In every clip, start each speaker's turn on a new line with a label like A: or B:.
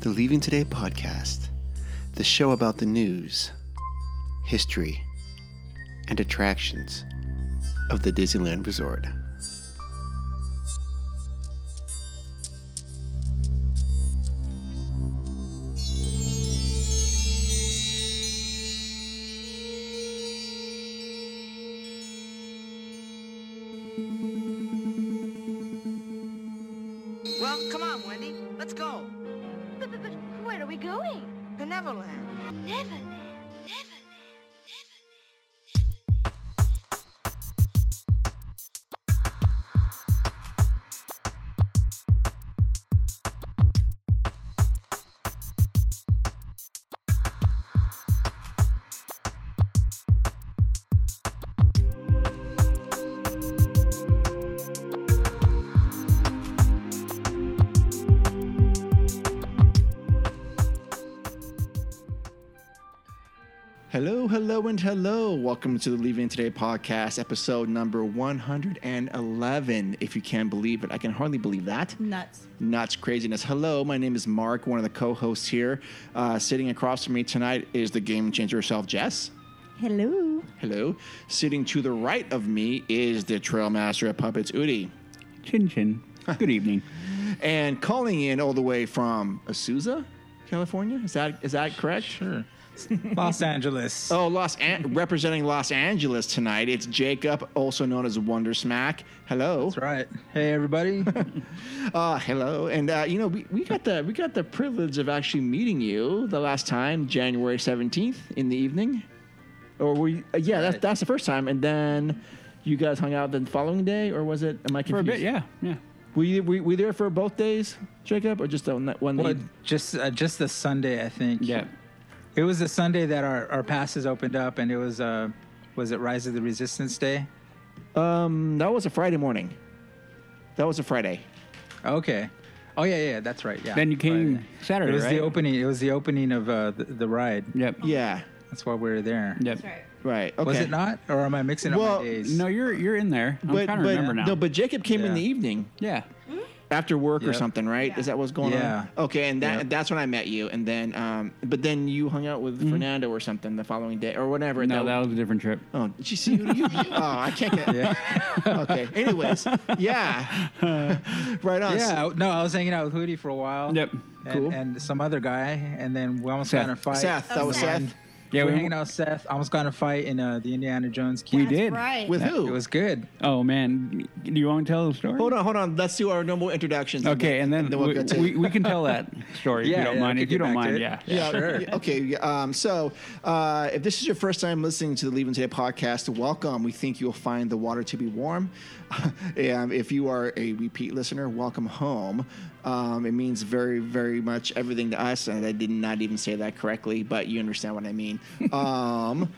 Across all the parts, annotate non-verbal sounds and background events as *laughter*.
A: the Leaving Today podcast, the show about the news, history, and attractions of the Disneyland Resort.
B: Well, come on, Wendy. Let's go.
C: But, but, but where are we going?
B: To Neverland.
C: Neverland.
A: Hello, hello, and hello. Welcome to the Leaving Today podcast, episode number 111. If you can believe it, I can hardly believe that.
D: Nuts.
A: Nuts craziness. Hello, my name is Mark, one of the co hosts here. Uh, sitting across from me tonight is the game changer herself, Jess.
D: Hello.
A: Hello. Sitting to the right of me is the trail master at Puppets, Udi.
E: Chin Chin. Good evening.
A: And calling in all the way from Azusa, California. Is that is that correct? Sure.
E: Los Angeles.
A: Oh, Los An- representing Los Angeles tonight. It's Jacob, also known as Wonder Smack. Hello.
E: That's right. Hey, *laughs* everybody.
A: Uh, hello. And uh, you know, we, we got the we got the privilege of actually meeting you the last time, January seventeenth in the evening. Or we uh, yeah, that's
E: Right.
A: that's the first time. And then you guys hung out the following day, or was it? Am I confused?
E: For a bit, yeah. Yeah.
A: Were you were, were you there for both days, Jacob, or just the one one
F: Well,
A: that you-
F: just uh, just the Sunday, I think. It was the Sunday that our, our passes opened up, and it was uh, was it Rise of the Resistance Day?
A: Mm, that was a Friday morning. That was a Friday.
F: Okay. Oh yeah, yeah, that's right. Yeah.
E: Then you came
F: Friday.
E: Saturday,
F: It was
E: right?
F: the opening. It was the opening of uh, the, the ride.
E: Yep.
A: Yeah.
F: That's why we were there.
E: Yep.
D: That's right.
A: Right. Okay.
F: Was it not, or am I mixing
A: Well,
F: up my days?
E: No, you're you're in there. I'm
A: But,
E: trying to
A: but
E: remember now.
A: no, but Jacob came in
F: Yeah.
A: the evening
E: yeah.
A: after work or
F: Yep.
A: something, right? Is that what's going
F: Yeah.
A: on? Okay, and that
F: Yep.
A: that's when I met you, and then um, but then you hung out with Fernando or something the following day or whatever.
E: Mm-hmm. No, that was a different trip.
A: Oh, did you see who you? oh, I can't get. *laughs* Okay. Anyways,
E: *laughs*
A: yeah. right on.
F: Yeah. No, I was hanging out with Hootie for a while.
E: Yep.
F: And,
A: Cool.
F: and some other guy, and then we almost
E: Seth.
F: got in a fight.
A: Seth. That
D: Oh,
A: was
D: Seth.
A: Seth.
F: Yeah, we were
E: We-
F: hanging out with Seth. Almost got in a fight in uh, the Indiana Jones.
E: We
F: camp.
E: did.
D: Right.
A: With who?
F: It was good.
E: Oh man, do you want to tell the story?
A: Hold on, hold on. Let's do our normal introductions.
E: Okay, and then,
A: we'll
E: we,
A: get to-
E: we, we can tell that story if
F: Yeah,
E: you don't
F: yeah,
E: mind.
F: we
E: If
F: could
E: you
F: get
E: don't
F: back to
E: mind,
F: it.
E: yeah.
A: yeah,
F: Sure.
A: yeah, Okay. yeah, Um, so, uh, if this is your first time listening to the Leaving Today podcast, welcome. We think you'll find the water to be warm. *laughs* and if you are a repeat listener, welcome home. Um, it means very, very much everything to us. And I did not even say that correctly, but you understand what I mean. Um,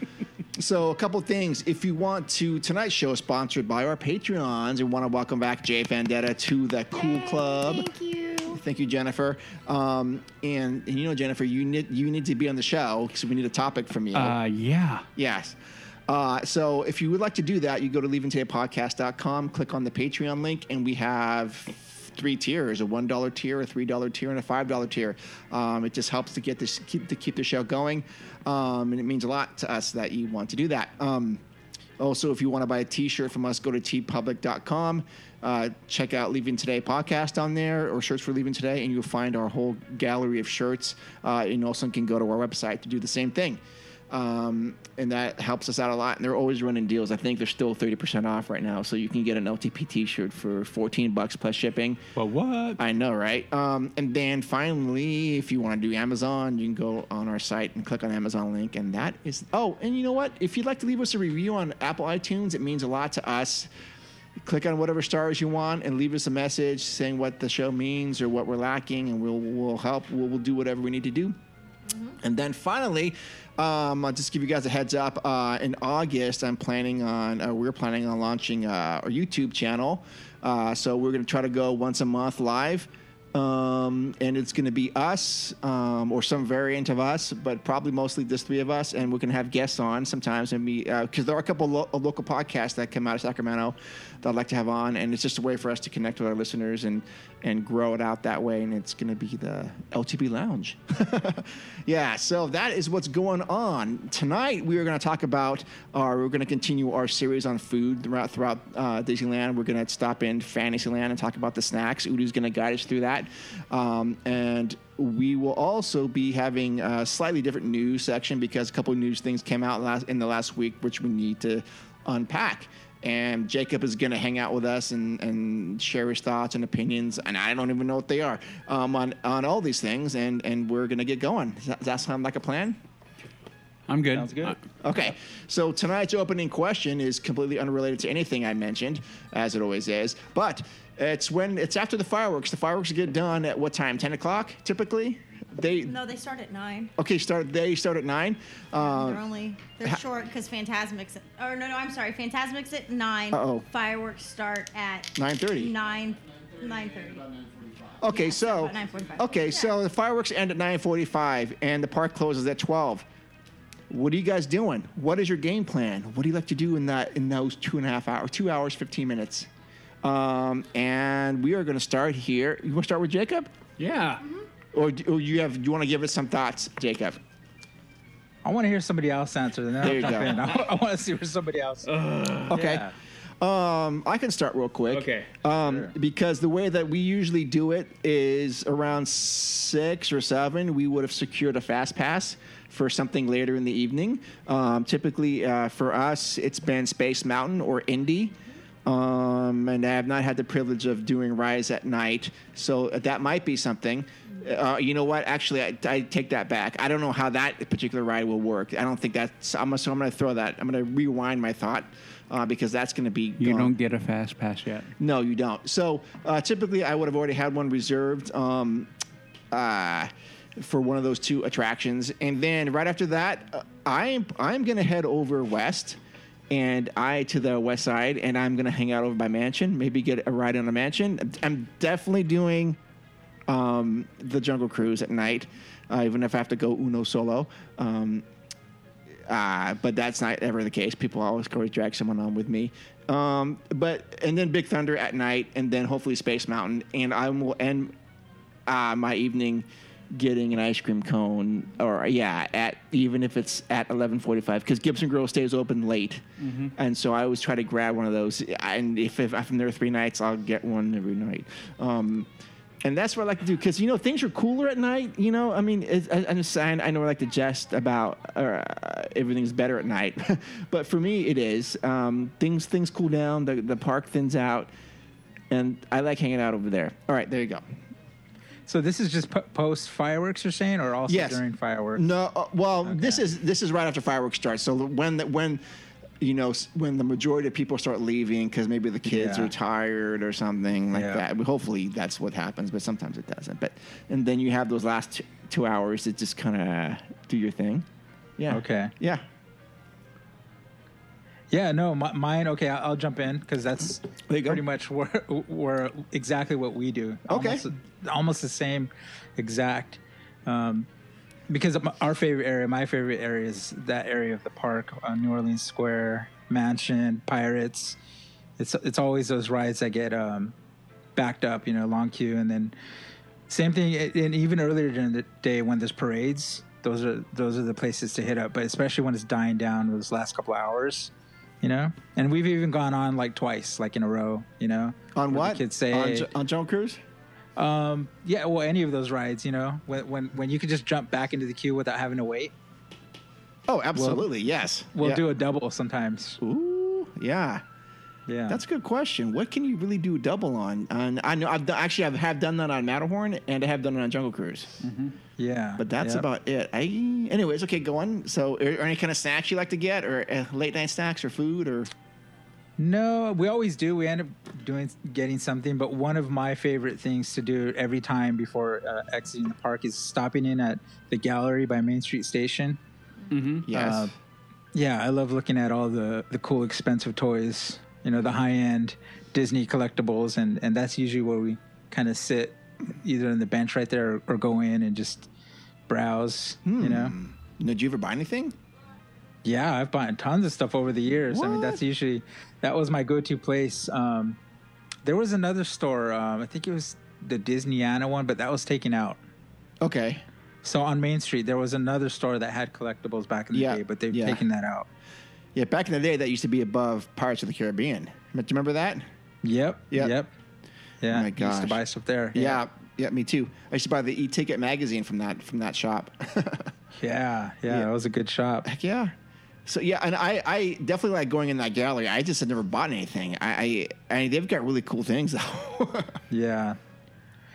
A: So a couple things. If you want to, tonight's show is sponsored by our Patreons. We want to welcome back Jay Vandetta to the Cool Club.
C: Thank you.
A: Thank you, Jennifer. Um, and, and you know, Jennifer, you need you need to be on the show because we need a topic from you.
E: Uh, yeah.
A: yes. Uh, so if you would like to do that, you go to leavingtodaypodcast.com, click on the Patreon link, and we have three tiers: a one dollar tier, a three dollar tier, and a five dollar tier. Um, it just helps to get this keep, to keep the show going, um, and it means a lot to us that you want to do that. Um, also, if you want to buy a t-shirt from us, go to tpublic.com. Uh, check out Leaving Today podcast on there or search for Leaving Today, and you'll find our whole gallery of shirts. Uh, and also can go to our website to do the same thing. Um, and that helps us out a lot. And they're always running deals. I think they're still 30% off right now. So you can get an LTP t-shirt for 14 bucks plus shipping.
E: But what?
A: I know, right? Um, and then finally, if you want to do Amazon, you can go on our site and click on Amazon link, and that is. Oh, and you know what? If you'd like to leave us a review on Apple iTunes, it means a lot to us. Click on whatever stars you want and leave us a message saying what the show means or what we're lacking, and we'll we'll help. We'll, we'll do whatever we need to do. And then finally, um, I'll just give you guys a heads up. Uh, in August, I'm planning on, uh, we're planning on launching uh, our YouTube channel. Uh, so we're going to try to go once a month live. Um, and it's going to be us um, or some variant of us, but probably mostly just three of us. And we're going to have guests on sometimes. And we, because there are a couple lo- of local podcasts that come out of Sacramento that I'd like to have on. And it's just a way for us to connect with our listeners and, and grow it out that way. And it's going to be the LTB Lounge. *laughs* yeah. So that is what's going on. Tonight, we are going to talk about our, we're going to continue our series on food throughout, throughout uh, Disneyland. We're going to stop in Fantasyland and talk about the snacks. Udu's going to guide us through that. Um, and we will also be having a slightly different news section because a couple of news things came out last, in the last week, which we need to unpack. And Jacob is going to hang out with us and, and share his thoughts and opinions, and I don't even know what they are um, on on all these things. And, and we're going to get going. Does that, does that sound like a plan?
E: I'm good.
F: Sounds good.
E: Uh,
A: Okay, so tonight's opening question is completely unrelated to anything I mentioned, as it always is. But it's when it's after the fireworks. The fireworks get done at what time? Ten o'clock typically. They
D: No, they start at nine.
A: okay start. They start at nine.
D: they're
A: Uh,
D: only they're
A: ha-
D: short because Phantasmic's. Or no, no, I'm sorry. Phantasmic's at nine.
A: Uh-oh.
D: Fireworks start at
A: 9:30.
D: Nine, nine thirty.
A: okay, so
D: about 9:45.
A: okay,
D: Yeah.
A: so the fireworks end at nine forty-five, and the park closes at twelve. What are you guys doing? What is your game plan? What do you like to do in that in those two and a half hours, two hours, fifteen minutes? Um, and we are going to start here. You want to start with Jacob? Mm-hmm.
E: yeah.
A: or, do- or you have you want to give us some thoughts, Jacob?
F: I want to hear somebody else answer. Then
A: There
F: I'll
A: you
F: jump
A: go.
F: in. *laughs* I, want to see where somebody else.
A: Okay.
F: Yeah.
A: Um, I can start real quick.
E: Uh, Okay.
A: Um,
F: Sure.
A: Because the way that we usually do it is around six or seven, we would have secured a fast pass for something later in the evening. Um, typically, uh, for us, it's been Space Mountain or Indy. Um, and I have not had the privilege of doing Rise at night, so uh, that might be something. Uh, you know what? Actually, I, I take that back. I don't know how that particular ride will work. I don't think that's. I'm, so I'm going to throw that. I'm going to rewind my thought uh, because that's going to be.
E: You
A: gone.
E: don't get a fast pass yet.
A: No, you don't. So uh, typically, I would have already had one reserved um, uh, for one of those two attractions, and then right after that, uh, I'm I'm gonna head over west, and I to the west side, and I'm gonna hang out over by mansion, maybe get a ride on a mansion. I'm definitely doing um, the Jungle Cruise at night, uh, even if I have to go uno solo. Um, uh, but that's not ever the case. People always go drag someone on with me. Um, but and then Big Thunder at night, and then hopefully Space Mountain, and I will end uh, my evening getting an ice cream cone, or yeah, at even if it's at eleven forty-five, because Gibson Grill stays open late, and so I always try to grab one of those. And if, if I'm there three nights, I'll get one every night. Um, and that's what I like to do because you know things are cooler at night. You know, I mean, it's, I, I'm just saying. I know I like to jest about uh, everything's better at night, *laughs* but for me it is. Um, things things cool down. The the park thins out, and I like hanging out over there. All right, there you go.
F: So this is just p- post fireworks, you're saying, or also
A: Yes.
F: during fireworks?
A: No, uh, well, this
F: Okay.
A: is this is right after fireworks start. So when the, when you know s- when the majority of people start leaving because maybe the kids
F: Yeah.
A: are tired or something like
F: Yeah.
A: that. Well, Hopefully that's what happens, but sometimes it doesn't. But and then you have those last t- two hours to just kind of do your thing. Yeah.
F: Okay.
A: Yeah.
F: Yeah, no, my, mine. Okay, I'll, I'll jump in because that's
A: Mm-hmm. There you go.
F: pretty much where, where exactly what we do.
A: Okay.
F: almost, almost the same, exact. Um, because of my- our favorite area, my favorite area is that area of the park, uh, New Orleans Square, Mansion, Pirates. It's it's always those rides that get um, backed up, you know, long queue, and then same thing. a- And even earlier during the day when there's parades, those are those are the places to hit up. But especially when it's dying down those last couple hours, you know. And we've even gone on like twice, like in a row, you know.
A: On
F: where the
A: what?
F: kids say
A: on, J- on John Cruise.
F: um, yeah, well, any of those rides, you know, when when when you can just jump back into the queue without having to wait,
A: Oh, absolutely. yes.
F: we'll
A: yeah.
F: do a double sometimes.
A: Ooh, yeah.
F: Yeah,
A: That's a good question. What can you really do double on? On I know I've done, actually I've have done that on Matterhorn and I have done it on Jungle Cruise.
F: Mm-hmm. yeah.
A: But that's
F: Yep.
A: about it. I, anyways, okay, go on. So, are, are any kind of snacks you like to get, or uh, late night snacks, or food, or
F: no. We always do. We end up doing getting something. But one of my favorite things to do every time before uh, exiting the park is stopping in at the gallery by Main Street Station.
A: yes,
F: Uh, Yeah, I love looking at all the the cool, expensive toys. You know, the high end Disney collectibles, and and that's usually where we kind of sit either on the bench right there or, or go in and just browse. You know,
A: Did you ever buy anything?
F: yeah, I've bought tons of stuff over the years. I mean, that's
A: What?
F: usually that was my go-to place. Um, there was another store. Um, I think it was the Disneyana one, but that was taken out.
A: Okay.
F: So on Main Street, there was another store that had collectibles back in the
A: Yeah,
F: day, but they've
A: yeah.
F: taken that out.
A: Yeah, back in the day, that used to be above Pirates of the Caribbean. Do you remember that?
F: Yep.
A: Yep.
F: Yep. Yeah.
A: My
F: Used
A: gosh.
F: to buy stuff there.
A: Yeah. yeah, me too. I used to buy the e-ticket magazine from that from that shop. *laughs*
F: Yeah. Yeah.
A: Yeah.
F: It was a good
A: *laughs*
F: shop.
A: Heck yeah. So yeah, and I, I definitely like going in that gallery. I just had never bought anything. I, I, I they've got really cool things though. *laughs*
F: Yeah.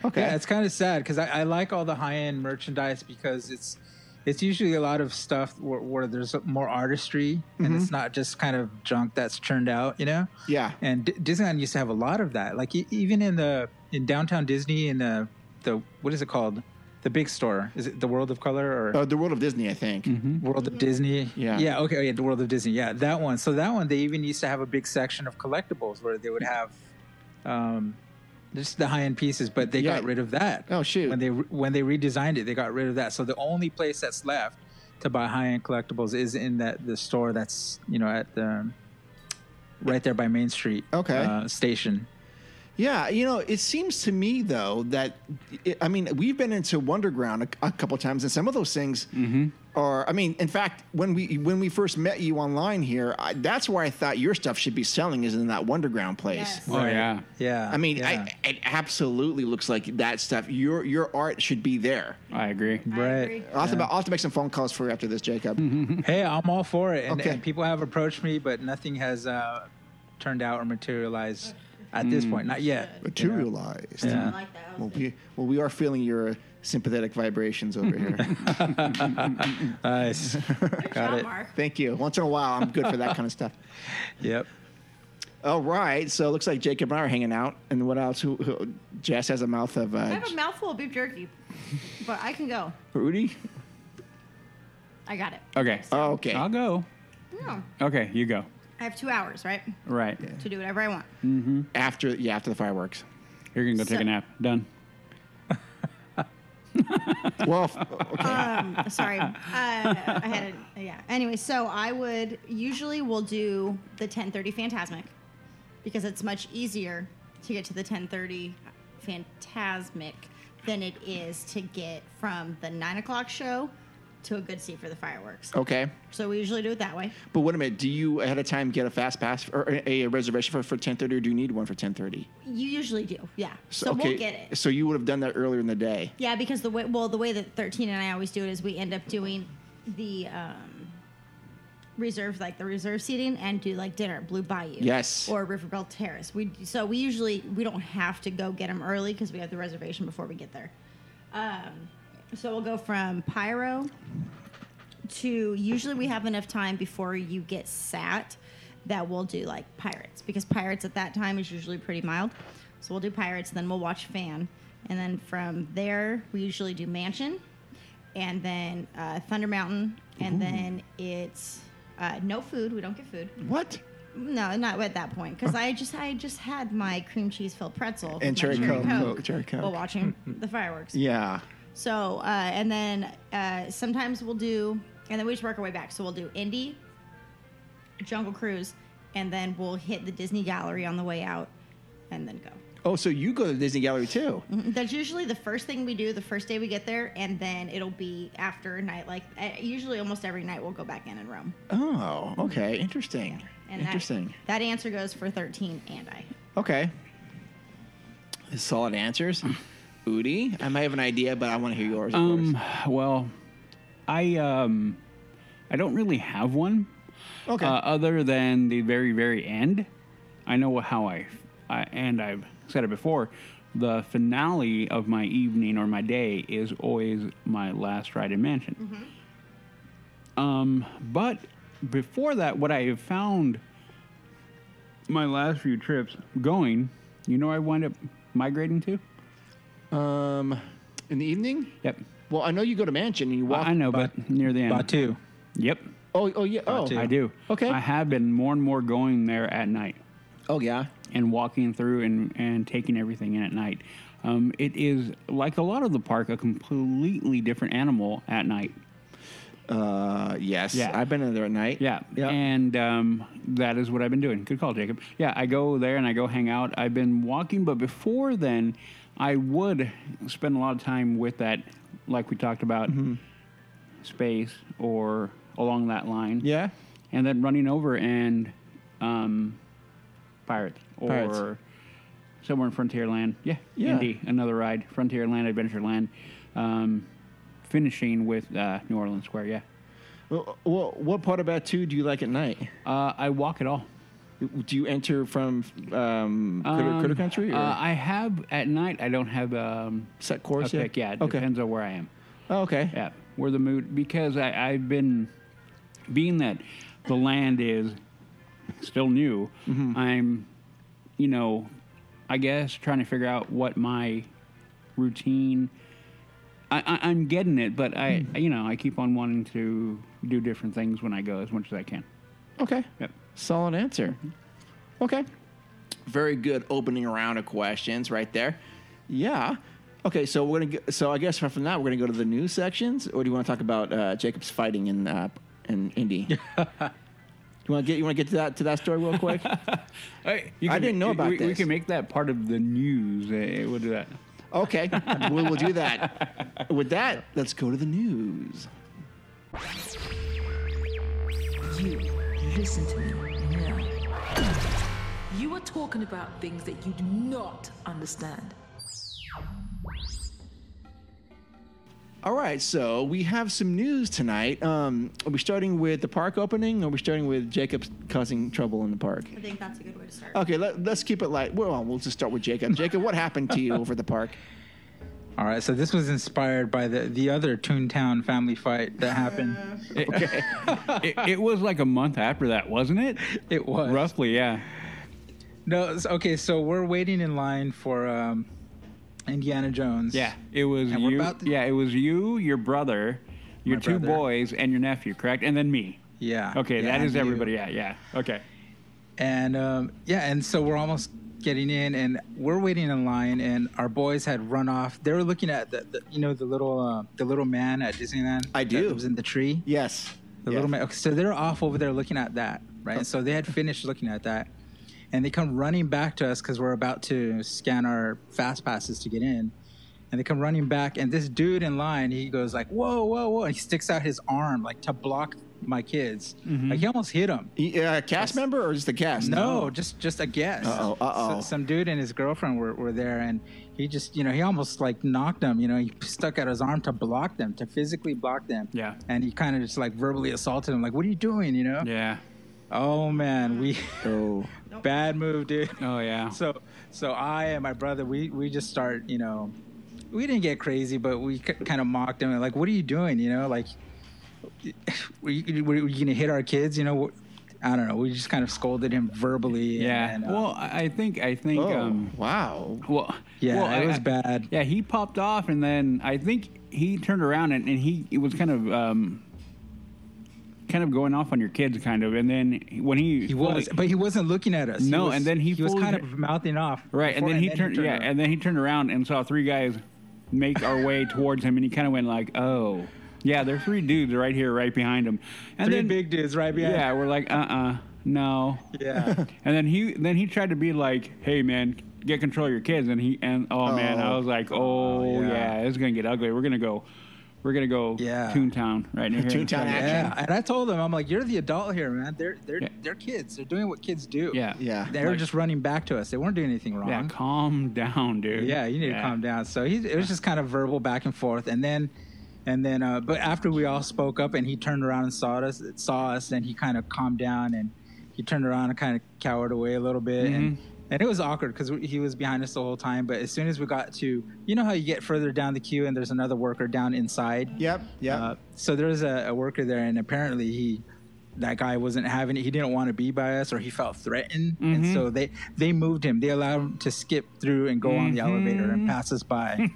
A: okay.
F: Yeah, it's kind of sad because I, I like all the high end merchandise because it's it's usually a lot of stuff where, where there's more artistry and it's not just kind of junk that's churned out, you know.
A: Yeah.
F: And D- Disneyland used to have a lot of that. Like e- even in the in downtown Disney in the the what is it called? The big store is it the World of Color or
A: Uh, the World of Disney, I think.
F: World of Disney?
A: Mm-hmm. Yeah.
F: yeah, okay, oh, yeah, the World of Disney, yeah, that one. So that one they even used to have a big section of collectibles where they would have. Um, just the high end pieces, but they
A: Yeah.
F: got rid of that.
A: Oh, shoot.
F: When they re- when they redesigned it, they got rid of that. So the only place that's left to buy high end collectibles is in that the store that's you know at the right there by Main Street.
A: Okay.
F: Uh, station.
A: Yeah, you know, it seems to me though that it, I mean we've been into Wonderground a, a couple times, and some of those things
F: Mm-hmm.
A: are. I mean, in fact, when we when we first met you online here, I, that's where I thought your stuff should be selling is in that Wonderground place.
G: Yes.
E: Oh yeah.
F: Yeah.
A: I mean,
F: yeah.
A: I, it absolutely looks like that stuff. Your your art should be there.
E: I agree.
G: I
F: right.
G: agree.
A: I'll have, to, I'll have to make some phone calls for you after this, Jacob.
F: Mm-hmm. hey, I'm all for it, and,
A: Okay.
F: and people have approached me, but nothing has uh, turned out or materialized at this
E: Mm.
F: point. Not yet.
A: Materialized.
G: I
F: Yeah.
G: like that. outfit.
A: Well, we, well, we are feeling your sympathetic vibrations over
F: *laughs*
A: here.
F: Nice.
G: Good
F: Got
G: job,
F: it.
G: Mark.
A: Thank you. Once in a while, I'm good for that kind of stuff.
F: Yep.
A: All right, so it looks like Jacob and I are hanging out. And what else? Who, who, Jess has a mouth of
G: I
A: uh,
G: have a mouthful of beef jerky, but I can go.
A: Rudy.
G: I got it.
A: *laughs*
E: Okay.
A: Oh, okay.
E: I'll go.
G: No,
E: Okay, you go.
G: I have two hours, right,
E: Right.
G: to do whatever I want.
A: After yeah, after the fireworks.
E: You're gonna go take
G: So-
E: a nap. Done.
A: Well, f- okay.
G: *laughs* Um, sorry, uh, I had a, yeah. Anyway, so I would usually will do the 10:30 Phantasmic because it's much easier to get to the 10:30 Phantasmic than it is to get from the nine o'clock show to a good seat for the fireworks.
A: okay.
G: So we usually do it that way.
A: But wait a minute. Do you ahead of time get a fast pass or a, a reservation for for ten thirty, or do you need one for ten thirty?
G: You usually do, yeah. So, we'll get it.
A: So you would have done that earlier in the day.
G: Yeah, because the way well the way that thirteen and I always do it is we end up doing the um, reserve like the reserve seating and do like dinner at Blue Bayou.
A: Yes.
G: Or Riverbell Terrace. We so we usually we don't have to go get them early because we have the reservation before we get there. Um, so we'll go from Pyro to usually we have enough time before you get sat that we'll do like pirates because pirates at that time is usually pretty mild so we'll do pirates then we'll watch fan and then from there we usually do mansion and then uh, thunder mountain and then it's uh, no food we don't get food
A: What?
G: no not at that point because i just i just had my cream cheese filled pretzel with my
A: cherry Coke, Coke, cherry
G: while
A: Coke.
G: watching the fireworks
A: Yeah.
G: so, uh, and then uh, sometimes we'll do, and then we just work our way back. So we'll do Indy, Jungle Cruise, and then we'll hit the Disney Gallery on the way out, and then go.
A: Oh, so you go to the Disney Gallery too?
E: Mm-hmm.
G: That's usually the first thing we do the first day we get there, and then it'll be after a night. Like uh, usually, almost every night we'll go back in and roam.
A: Oh, okay. Interesting.
G: And
A: Interesting.
G: That, that answer goes for thirteen and I.
A: Okay. Solid answers. Udi, I might have an idea, but I want to hear yours. Of
E: Mm. Um. Well, I um, I don't really have one.
A: course. Okay.
E: Uh, other than the very very end, I know how I, I and I've said it before. The finale of my evening or my day is always my last ride in Mansion.
A: Mm-hmm.
E: Um, but before that, what I have found my last few trips going, you know, I wind up migrating to.
A: um, in the evening.
E: Yep.
A: Well, I know you go to mansion and you
E: Well,
A: walk.
E: I know, but, near the end.
F: Batu.
E: Yep,
A: Oh, oh yeah. Oh,
F: Batu.
E: I do.
A: Okay.
E: I have been more and more going there at night
A: oh yeah.
E: and walking through and, and taking everything in at night. Um, it is like a lot of the park, a completely different animal at night.
A: Uh, yes.
E: Yeah.
A: I've been in there at night.
E: Yeah.
A: Yeah.
E: And um, that is what I've been doing. Good call, Jacob. Yeah, I go there and I go hang out. I've been walking, but before then, I would spend a lot of time with that, like we talked about,
A: Mm-hmm.
E: space or along that line.
A: yeah.
E: And then running over and um, Pirates or
A: Pirates.
E: somewhere in Frontierland. Yeah.
A: Yeah.
E: Indy, another ride. Frontierland, Adventureland. Um, finishing with uh, New Orleans Square. Yeah.
A: Well, well, what part of Batu do you like at night?
E: Uh, I walk it all.
A: Do you enter from um, critter,
E: Um,
A: critter country or
E: Uh, I have at night. I don't have um,
A: set
E: a
A: course?
E: pick. Yeah, it
A: Okay.
E: depends on where I am.
A: Oh, okay.
E: Yeah, where the mood because I, I've been being that the land is still new. I'm, you know, I guess trying to figure out what my routine. I, I, I'm getting it, but I, you know, I keep on wanting to do different things when I go as much as I can.
A: Okay.
E: Yep.
A: Solid answer. Okay. Very good opening round of questions right there. Yeah. Okay, so we're gonna. Go, so I guess from that we're gonna go to the news sections, or do you want to talk about uh, Jacob's fighting in uh, in *laughs* Indy? you want to get you want to get to that to that story real *laughs* quick?
E: You
A: I
E: can-
A: didn't know
E: we-
A: about
E: we, We
A: this.
E: can make that part of the news. Eh, We'll
A: *laughs*
E: do that.
A: okay, we will do that. With that, let's go to the news.
H: You listen to me now. You are talking about things that you do not understand.
A: All right, so we have some news tonight. Um, are we starting with the park opening, or are we starting with Jacob causing trouble in the park?
D: I think that's a good way to
E: Oh.
D: start.
A: Okay, let, let's keep it light. Well, we'll just start with
F: *laughs*
A: Jacob. Jacob, what happened to you over the park?
F: All right, so this was inspired by the the other Toontown family fight that happened.
E: It, it, it was like a month after that, wasn't it?
F: It was
E: Roughly, yeah.
F: No, it's- okay, so we're waiting in line for um, Indiana Jones.
E: Yeah, it was
F: And we're
E: you.
F: about to-
E: yeah, it was you, your brother, your
F: My
E: two
F: brother.
E: boys, and your nephew, correct? And then me.
F: Yeah.
E: Okay,
F: Yeah,
E: that is
F: and you.
E: everybody. Yeah, yeah. Okay.
F: And um, yeah, and so we're almost getting in, and we're waiting in line, and our boys had run off. They were looking at the, the you know, the little uh, the little man at Disneyland.
A: I
F: that
A: do.
F: was in the tree.
A: Yes.
F: The little man. Okay, so they're off over there looking at that, right?
A: Oh.
F: So they had finished looking at that, and they come running back to us because we're about to scan our fast passes to get in, and they come running back, and this dude in line, he goes like, "Whoa, whoa, whoa!" And he sticks out his arm like to block my kids.
A: Mm-hmm.
F: Like he almost hit him.
A: Y- uh, cast member or just a cast?
F: No, just just a guess.
A: Uh-oh, uh-oh.
F: S- some dude and his girlfriend were, were there, and he just, you know, he almost like knocked them. You know, he stuck out his arm to block them, to physically block them.
E: Yeah.
F: And he kind of just like verbally assaulted him, like, "What are you doing?" You know.
E: Yeah.
F: Oh man, we
A: Oh.
F: bad move, dude.
E: Oh yeah.
F: *laughs* So so I and my brother, we we just start, you know, we didn't get crazy, but we c- kind of mocked him, like, "What are you doing?" You know, like, *laughs* were you, were you gonna hit our kids? You know. I don't know. We just kind of scolded him verbally. and-
E: yeah.
F: and, uh,
E: well, I I think I think.
A: Oh,
E: Um,
A: wow.
E: well.
F: Yeah,
E: well,
F: it
E: I-
F: was
E: I-
F: bad.
E: Yeah, he popped off, and then I think he turned around and, and he it was kind of um, kind of going off on your kids, kind of. And then when he
F: He was, but he wasn't looking at us.
E: No,
F: was-
E: and then he
F: was
E: fully-
F: kind of mouthing off.
E: right, and
F: before-
E: then he turned yeah,
F: around.
E: and then he turned around and saw three guys make our
F: *laughs*
E: way towards him, and he kind of went like, "Oh, yeah, there are three dudes right here, right behind him." And
F: three
E: then,
F: big dudes right behind.
E: yeah, we're like, "Uh, uh no."
F: yeah.
E: *laughs* And then he then he tried to be like, "Hey, man." Get control of your kids, and he and oh, man, I was like, oh yeah.
F: yeah.
E: it's gonna get ugly. We're gonna go, we're gonna go
F: Yeah.
E: Toontown right
F: *laughs*
E: near here.
A: Toontown action.
F: Yeah, and I told him, I'm like, you're the adult here, man. They're they're
E: Yeah.
F: they're kids. They're doing what kids do.
E: Yeah.
A: Yeah.
F: They were
E: Like-
F: just running back to us. They weren't doing anything wrong.
E: Yeah, calm down, dude.
F: Uh-huh. Yeah, you need to calm down. So he, it was just kind of verbal back and forth, and then, and then, uh, but after we all spoke up, and he turned around and saw us, saw us, and he kind of calmed down, and he turned around and kind of cowered away a little bit, and and it was awkward because he was behind us the whole time. But as soon as we got to, you know how you get further down the queue, and there's another worker down inside.
A: Yep. Yep.
F: Uh, so there was a, a worker there, and apparently he, that guy wasn't having it. He didn't want to be by us, or he felt threatened,
A: Mm-hmm.
F: and so they they moved him. They allowed him to skip through and go on the elevator and pass us by.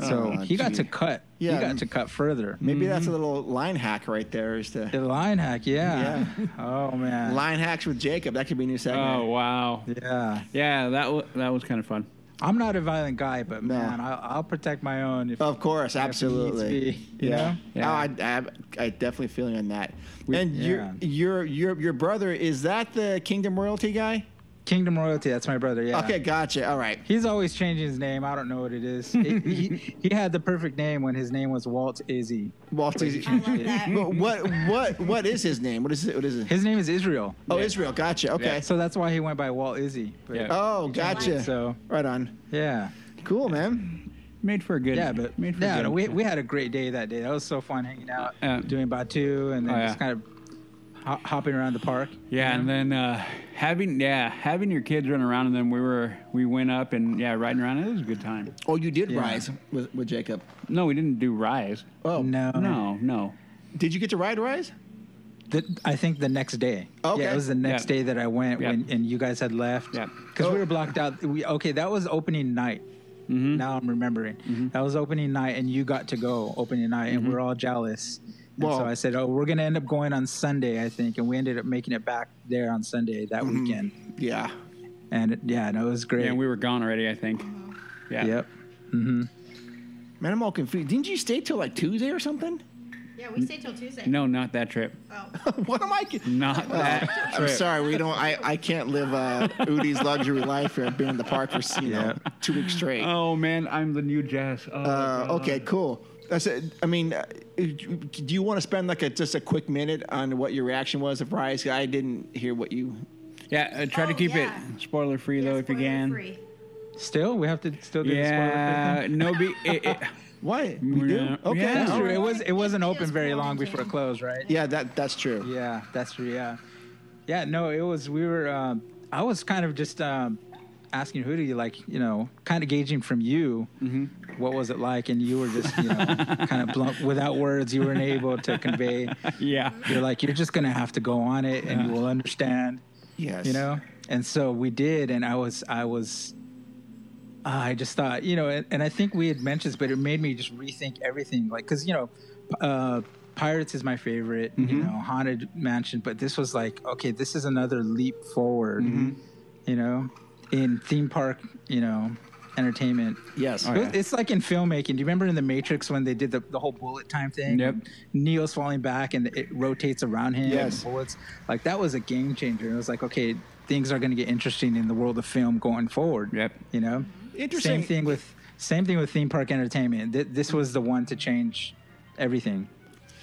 F: so
A: Mm-hmm. *laughs* Oh,
F: he got to Mm-hmm.
A: gee.
F: cut.
A: Yeah.
F: He got to cut further.
A: Maybe that's a little line hack right there. Is
F: The
A: to
F: line hack, yeah. *laughs* Oh man.
A: line hacks with Jacob. That could be a new segment.
E: Oh wow.
F: Yeah.
E: Yeah, that was that was kind of fun.
F: I'm not a violent guy, but
A: No. Oh.
F: man, I'll, I'll protect my own. If,
A: Of course,
F: if needs
A: absolutely.
F: be, you
A: yeah.
F: know?
A: No, I, I, I definitely feel you on that. and your
F: yeah.
A: your your your brother is that the Kingdom royalty guy?
F: Kingdom Royalty. That's my brother. Yeah.
A: Okay, gotcha. All right.
F: He's always changing his name. I don't know what it
A: *laughs*
F: is. he, he, he had the perfect name when his name was Walt Izzy.
A: Walt Disney.
D: I love that.
A: But *laughs* what what what is his name? What is it? What is it?
F: His name is Israel.
A: oh, Israel. Gotcha. Okay.
F: So that's why he went by Walt Izzy. But-
E: Yeah.
A: Oh, gotcha.
F: So
A: Right on.
F: yeah,
A: Cool, man.
E: Made for a good.
F: yeah, but
E: made for a
F: yeah,
E: good-
F: no, we, we had a great day that day. That was so fun hanging out,
E: Uh,
F: doing Batu, and then
E: oh, yeah.
F: just kind of hop, hopping around the park.
E: Yeah, and then uh, having yeah having your kids run around, and then we were we went up and yeah riding around. It was a good time.
A: Oh, you did
F: Yeah.
A: rise with, with Jacob.
E: No, we didn't do rise.
A: Oh
F: No,
E: No, no.
A: Did you get to ride rise?
F: The, I think the next day.
A: Okay.
F: Yeah, it was the next
E: Yeah.
F: day that I went
E: Yeah.
F: when and you guys had left.
E: Yeah.
F: Because we
A: Oh.
F: were blocked out. We okay, that was opening night.
E: Mm-hmm.
F: Now I'm remembering. That was opening night, and you got to go opening night,
E: Mm-hmm.
F: and we are all jealous. And
A: Well-
F: so I said, "Oh, we're gonna end up going on Sunday, I think," and we ended up making it back there on Sunday that
A: Mm-hmm.
F: weekend.
A: Yeah.
F: And it, yeah, no, it was great.
E: Yeah, and we were gone already. I think. Yeah.
F: Yep.
A: Man, I'm all confused. Didn't you stay till like Tuesday or something? *laughs*
D: Yeah, we stay till Tuesday.
E: No, not that trip.
G: Oh.
E: *laughs*
A: what am I?
E: Not that.
A: I'm sorry, we don't. I, I can't live uh, Udi's luxury life here. I've been in the park for you know, two weeks straight.
E: Oh man, I'm the new Jess. Oh,
A: Uh, okay, cool. That's it. I mean, uh, do you want to spend like a just a quick minute on what your reaction was of Rise? I didn't hear what you.
E: Yeah, uh, try to
D: Oh,
E: keep
D: yeah.
E: it spoiler free though if you can.
D: Free.
F: Still, we have to still do the spoiler
E: Yeah,
F: thing.
E: no,
D: *laughs*
E: be it, it,
A: What
E: We're
A: we do?
E: not-
A: Okay,
E: yeah.
A: that's
F: That's true.
A: true.
F: It was it wasn't
D: It was
F: open very long
D: quarantine.
F: before it closed, right?
A: Yeah, that that's true.
F: Yeah, that's true. Yeah, yeah. No, it was. We were. Um, I was kind of just um, asking who do you like? You know, kind of gauging from you what was it like, and you were just you know kind of blunt without words. You weren't able to convey.
E: yeah.
F: You're like you're just gonna have to go on it, and you will understand.
A: Yes.
F: You know, and so we did, and I was I was. ah, I just thought, you know, and, and I think we had mentioned this, but it made me just rethink everything. Like, because, you know, uh, Pirates is my favorite,
A: Mm-hmm.
F: you know, Haunted Mansion, but this was like, okay, this is another leap forward,
A: Mm-hmm.
F: you know, in theme park, you know, entertainment.
A: Yes. Oh,
F: It was- It's like in filmmaking. Do you remember in The Matrix when they did the, the whole bullet time thing?
E: Yep.
F: Neo's falling back and it rotates around him.
A: Yes.
F: and Bullets. Like that was a game changer. It was like, okay, things are going to get interesting in the world of film going forward.
E: Yep.
F: You know.
A: Interesting.
F: Same thing with same thing with theme park entertainment. Th- this was the one to change everything.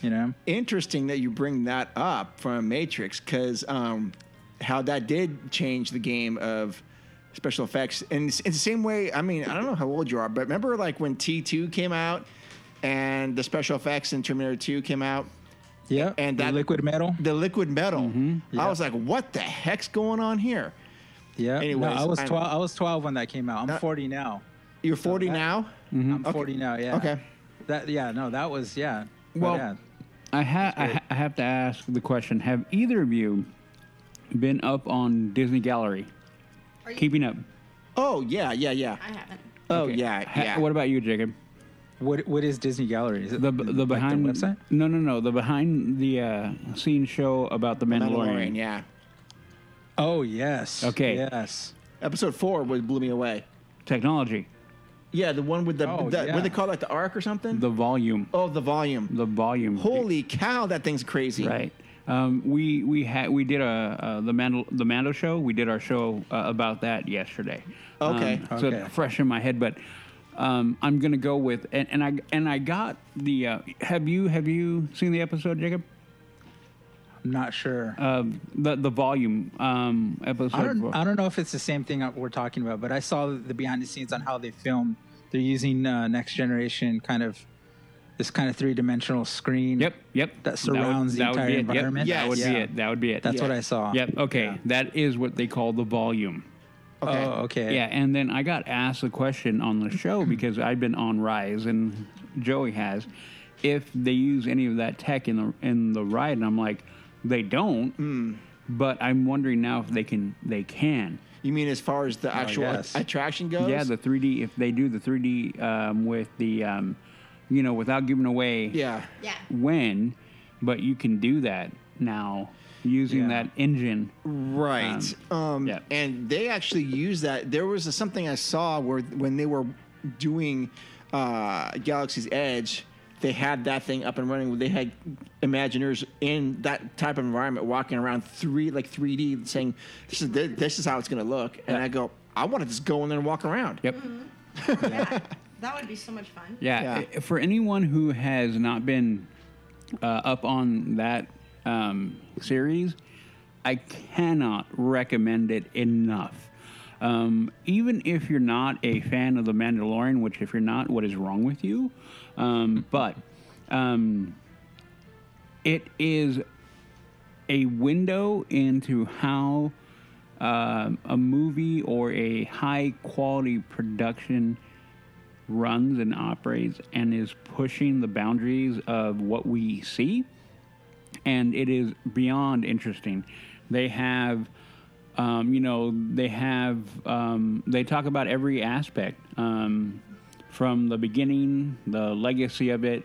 F: You know.
A: Interesting that you bring that up from Matrix because um, how that did change the game of special effects. And it's, it's the same way, I mean, I don't know how old you are, but remember like when T2 came out and the special effects in Terminator 2 came out?
F: Yeah.
A: And
F: The
A: that-
F: liquid metal.
A: the liquid metal. I
F: Yeah.
A: was like, what the heck's going on here?
F: Yeah.
A: Anyways,
F: no, I was
A: I'm-
F: twelve. I was twelve when that came out. I'm
A: Uh,
F: forty now.
A: You're 40
F: that-
A: now?
E: Mm-hmm.
F: I'm forty now. Yeah.
A: Okay.
F: That yeah no that was yeah. But
E: Well,
F: yeah.
E: I, ha- I, ha- I have to ask the question: Have either of you been up on Disney Gallery?
D: Are you-
E: Keeping up.
A: Oh, yeah, yeah, yeah.
D: I haven't.
A: Oh,
E: Okay.
A: yeah,
E: Ha-
A: yeah.
E: What about you, Jacob?
F: What what is Disney Gallery? Is it
E: The
F: like
E: the behind
F: website?
E: No, no, no. The behind the uh, scene show about the Mandalorian.
A: Mandalorian, yeah.
F: Oh yes.
E: Okay.
F: Yes.
A: Episode four was blew me away.
E: Technology,
A: Yeah, the one with the,
F: Oh,
A: the
F: yeah.
A: what they call it, like the arc or something?
E: the volume,
A: oh, the volume.
E: the volume.
A: Holy cow, that thing's crazy.
E: Right. Um, we we had we did a, uh the Mandal- the Mando show. We did our show uh, about that yesterday. Um,
A: Okay.
E: so
F: Okay.
E: fresh in my head, but um, I'm gonna go with and, and I and I got the. Uh, have you have you seen the episode, Jacob?
F: I'm not sure.
E: Uh, the the volume um, episode.
F: I don't
E: four.
F: I don't know if it's the same thing that we're talking about, but I saw the behind the scenes on how they film. They're using uh, next generation kind of this kind of three dimensional screen.
E: Yep. Yep.
F: That surrounds
E: that
F: the
E: would be
F: entire
E: it. Yep,
F: environment.
E: That would
A: Yes.
E: be it. That would be it.
F: That's what I saw.
E: Yep. Okay.
F: Yeah.
E: That is what they call the volume.
A: Okay.
F: Oh, okay.
E: Yeah, and then I got asked a question on the show because I've been on Rise and Joey has, if they use any of that tech in the in the ride, and I'm like, they don't. But I'm wondering now if they can. They can.
A: You mean as far as the actual
F: yes.
A: attraction goes?
E: Yeah, the 3D. If they do the 3D um, with the, um, you know, without giving away.
A: yeah.
D: Yeah.
E: When, but you can do that now using
F: Yeah.
E: that engine.
A: Right. Um,
E: Um, yeah.
A: And they actually use that. There was a, something I saw where when they were doing uh, Galaxy's Edge, they had that thing up and running. They had Imagineers in that type of environment walking around three like 3D, saying, "This is this is how it's going to look." And
E: Yeah.
A: I go, "I want to just go in there and walk around."
E: Yep.
G: That would be so much fun.
E: Yeah.
A: Yeah.
E: i- For anyone who has not been uh, up on that um, series, I cannot recommend it enough. Um, even if you're not a fan of The Mandalorian, which if you're not, what is wrong with you? Um, but um, it is a window into how um a movie or a high quality production runs and operates and is pushing the boundaries of what we see. And it is beyond interesting. They have, um, you know, they have, um, they talk about every aspect um, from the beginning, the legacy of it,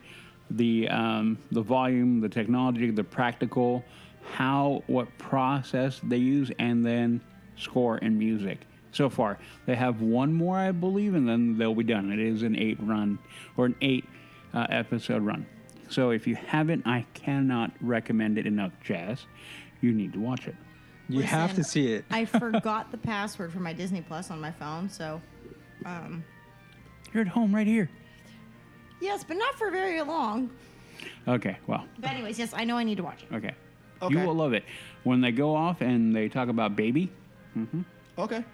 E: the, um, the volume, the technology, the practical, how, what process they use, and then score and music so far. They have one more, I believe, and then they'll be done. It is an eight run or an eight uh, episode run. So if you haven't, I cannot recommend it enough, Jazz. You need to watch it.
F: You have to
G: Listen,
F: see it.
E: *laughs*
G: I forgot the password for my Disney Plus on my phone, so
E: You're at home right here.
G: yes, but not for very long.
E: Okay, well,
G: But anyways, yes, I know I need to watch it.
E: okay. You
A: Okay.
E: will love it. When they go off and they talk about baby.
A: Okay.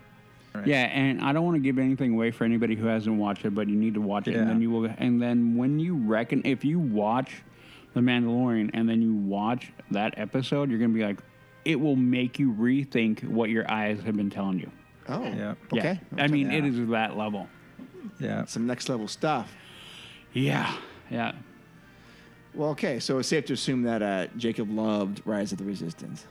E: Yeah, and I don't want to give anything away for anybody who hasn't watched it, but you need to watch it, and
F: Yeah.
E: then you will. And then when you reckon, if you watch The Mandalorian and then you watch that episode, you're gonna be like, it will make you rethink what your eyes have been telling you.
A: Oh.
F: Yeah.
A: Okay.
E: I mean, it
F: Yeah.
E: is that level.
F: Yeah.
A: Some next level stuff.
E: Yeah, yeah.
A: Well, okay. So it's safe to assume that uh, Jacob loved Rise of the Resistance.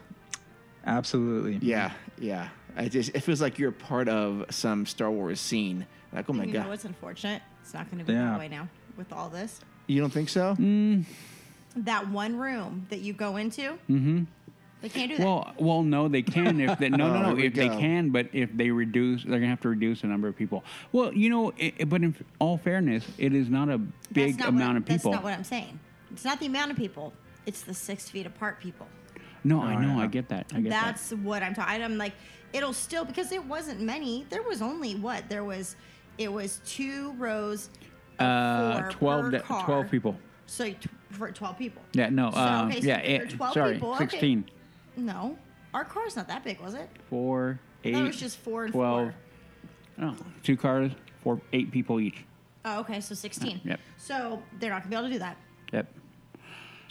F: Absolutely.
A: Yeah, yeah. I just it feels like you're a part of some Star Wars scene. Like, oh my
G: you know
A: god,
G: what's unfortunate? It's not going to be
F: Yeah.
G: that way now with all this.
A: you don't think so?
E: Mm.
G: That one room that you go into, they can't do that.
E: Mm-hmm. Well, well, no, they can if they,
A: *laughs*
E: no,
A: Oh,
E: no,
A: here
E: no,
A: we
E: if they
A: go.
E: can, but if they reduce, they're gonna have to reduce the number of people. Well, you know, i i- but in all fairness, it is not a big
G: not
E: amount
G: what,
E: of people.
G: That's not what I'm saying. It's not the amount of people. It's the six feet apart people.
E: No,
A: Oh,
E: I know.
F: yeah.
E: I get that. I get
G: That's what I'm talking. I'm like, it'll still because it wasn't many. There was only what there was. It was two rows. Of
E: that. Uh,
G: four
E: 12,
G: per
E: de-
G: car.
E: 12 people.
G: So t- for 12 people.
E: Yeah, no.
G: So,
E: uh,
G: okay, so
E: yeah,
G: for
E: it-
G: 12
E: sorry,
G: people, okay.
E: 16.
G: No, our car's not that big, was it?
E: Four, eight.
G: thought it was just four and
E: 12. Oh, two cars, four, eight people each.
G: Oh, okay, so 16.
E: Yep.
G: So they're not gonna be able to do that
E: Yep,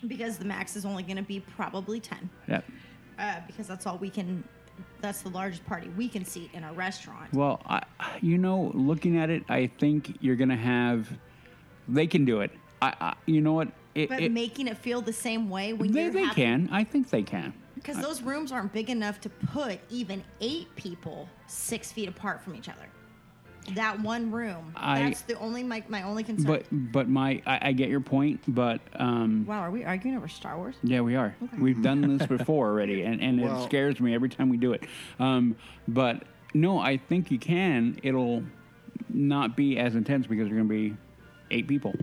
G: because the max is only gonna be probably 10.
E: yep.
G: uh, because that's all we can. That's the largest party we can seat in a restaurant.
E: Well, I, you know, looking at it, I think you're going to have. They can do it. I, I You know what? It,
G: but
E: it-
G: making it feel the same way when
E: they,
G: you
E: they can. I think they can.
G: because those rooms aren't big enough to put even eight people six feet apart from each other. That one room.
E: I-
G: that's the only my my only concern.
E: But but my I, I get your point, but um,
G: wow, are we arguing over Star Wars?
E: Yeah, we are. We've
G: *laughs*
E: done this before already, and, and
A: Well-
E: it scares me every time we do it. Um, but no, I think you can. It'll not be as intense because you're going to be eight people.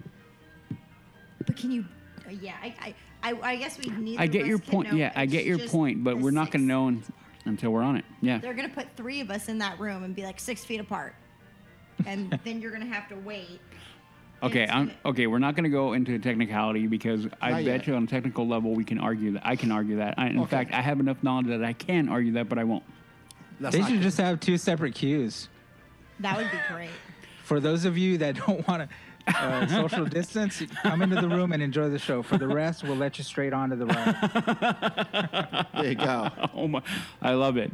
G: But can you? Uh, yeah, I, I I I guess we need.
E: I get your point. Yeah, I get your point, but we're not going to know un- until we're on it. Yeah.
G: They're gonna put three of us in that room and be like six feet apart,
E: *laughs*
G: and then you're gonna have to wait.
E: Okay,
G: it's
E: I'm
G: gonna-
E: okay. We're not going to go into technicality because I
A: Not
E: bet
A: yet.
E: you on a technical level we can argue that. I can argue that. I, in
A: Okay.
E: fact, I have enough knowledge that I can argue that, but I won't. *laughs*
A: That's
F: They
A: not
F: should
A: good.
F: just have two separate queues.
G: That would be great.
F: For those of you that *laughs* don't want to uh, social distance, come into the room and enjoy the show. For the rest, we'll let you straight on to the
E: *laughs*
F: ride.
A: there you go.
E: Oh my! I love it.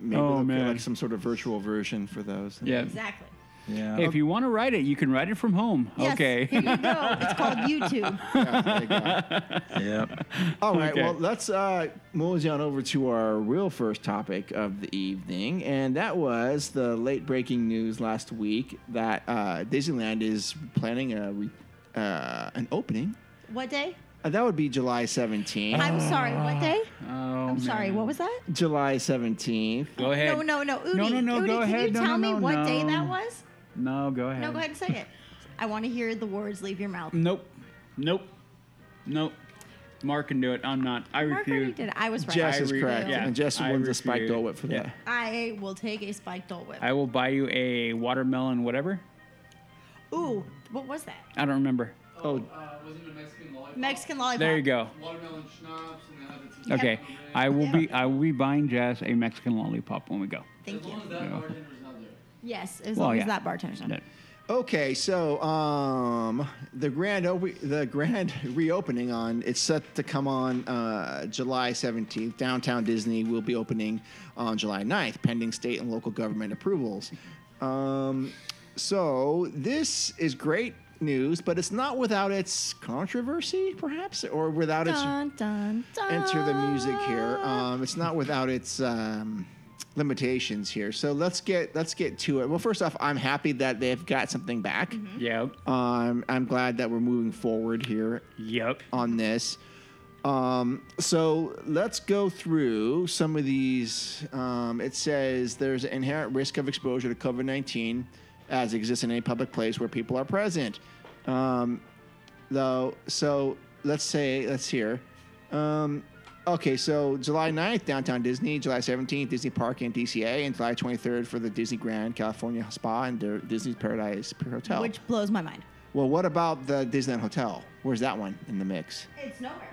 A: Maybe
E: Oh,
A: oh, man.
E: man.
A: like some sort of virtual version for those.
E: Yeah.
G: Exactly.
F: Yeah.
E: If you want to write it, you can write it from home.
G: Yes,
E: Okay.
G: *laughs* Here you go. It's called YouTube.
A: Yeah, there you
E: *laughs*
A: go.
F: Yep.
A: All right.
E: Okay.
A: Well, let's uh, mosey on over to our real first topic of the evening, and that was the late breaking news last week that uh, Disneyland is planning a re- uh, an opening.
G: What day?
A: Uh, that would be July 17th.
G: I'm sorry. What day?
E: *laughs* Oh Oh,
G: I'm sorry.
E: man.
G: What was that?
A: July 17th.
E: Go ahead.
G: No, no, no. Udi,
E: no, no, no.
G: Udi,
E: go
G: can
E: ahead.
G: you
E: no,
G: tell
E: no,
G: me
E: no,
G: what
E: no.
G: day that was?
E: No, go ahead.
G: No, go ahead and say
E: *laughs*
G: it. I want to hear the words leave your mouth.
E: Nope. Nope. Nope. Mark can do it. I'm not. I
G: Mark already
E: refuse.
G: did. it. I was right.
A: Jess is
E: re-
A: correct.
E: yeah,
A: and Jess
E: I
A: wins a
E: refuse.
A: spike Dole Whip for
E: Yeah.
A: that.
G: I will take a spiked Dole Whip.
E: I will buy you a watermelon, whatever.
G: Ooh, what was that?
E: I don't remember.
A: Oh,
I: Uh, was it a Mexican lollipop?
G: Mexican lollipop.
E: There you go.
I: Watermelon schnapps and the other tequila.
E: Okay, I will be. I will be buying Jess a Mexican lollipop when we go.
G: Thank
I: As
G: you.
I: long as that bartender's not there.
G: Yes, as
E: Well,
G: long
E: yeah.
G: as that bartender's on.
E: That-
A: Okay, so um, the grand op- the grand *laughs* reopening on it's set to come on uh, July 17th. Downtown Disney will be opening on July 9th, pending state and local government approvals. Um, so this is great news, but it's not without its controversy, perhaps, or without its
G: Dun, dun, dun.
A: enter the music here. Um, it's not without its um, limitations here. So let's get let's get to it. Well, first off, I'm happy that they've got something back.
E: Yep.
A: Um, I'm glad that we're moving forward here
E: Yep.
A: on this. Um, so let's go through some of these. Um, it says there's an inherent risk of exposure to COVID 19 as exists in any public place where people are present. Um, though, so let's say, let's hear. Um, okay, so July 9th, downtown Disney, July 17th, Disney Park and DCA, and July 23rd for the Disney Grand California Spa and the Disney's Paradise
E: Oh.
A: Hotel.
G: Which blows my mind.
A: well, what about the Disneyland Hotel? Where's that one in the mix?
G: It's nowhere.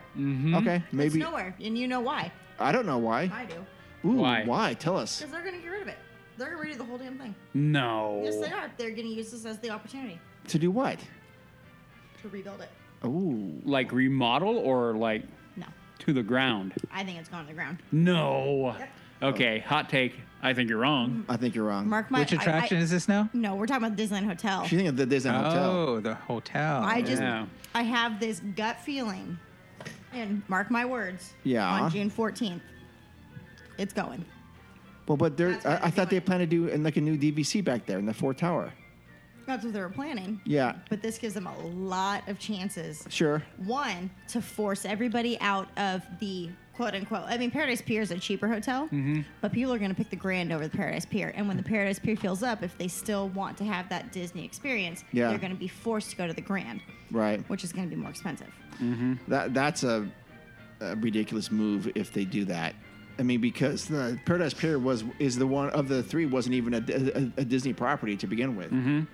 A: Okay,
G: It's
A: maybe
G: nowhere, and you know why?
A: I don't know why.
G: I do.
A: Ooh,
E: Why?
A: why? Tell us.
G: Because they're going to get rid of it. They're going to redo the whole damn thing.
E: No.
G: Yes, they are. They're going to use this as the opportunity
A: To do what?
G: to rebuild it.
A: Ooh,
E: Like remodel or like
G: No,
E: to the ground.
G: I think it's gone to the ground.
E: No. Okay. Hot take. I think you're wrong.
A: I think you're wrong.
G: Mark my
F: Which attraction
G: I, I,
F: is this now?
G: No, we're talking about the Disneyland Hotel.
A: She think of the Disney Hotel.
F: Oh, the hotel.
G: I just
E: Yeah.
G: I have this gut feeling, and mark my words.
A: Yeah.
G: On June fourteenth, it's going.
A: Well, but there,
G: That's what
A: I, I
G: I'm
A: thought they
G: doing.
A: planned to do in like a new DVC back there in the Fort Tower.
G: That's what they were planning.
A: Yeah.
G: But this gives them a lot of chances.
A: Sure.
G: One to force everybody out of the quote unquote. I mean, Paradise Pier is a cheaper hotel, but people are going to pick the Grand over the Paradise Pier. And when the Paradise Pier fills up, if they still want to have that Disney experience,
A: Yeah.
G: they're going to be forced to go to the Grand,
A: Right.
G: which is going to be more expensive.
A: That that's a, a ridiculous move if they do that. I mean, because the Paradise Pier was is the one of the three wasn't even a, a, a Disney property to begin with.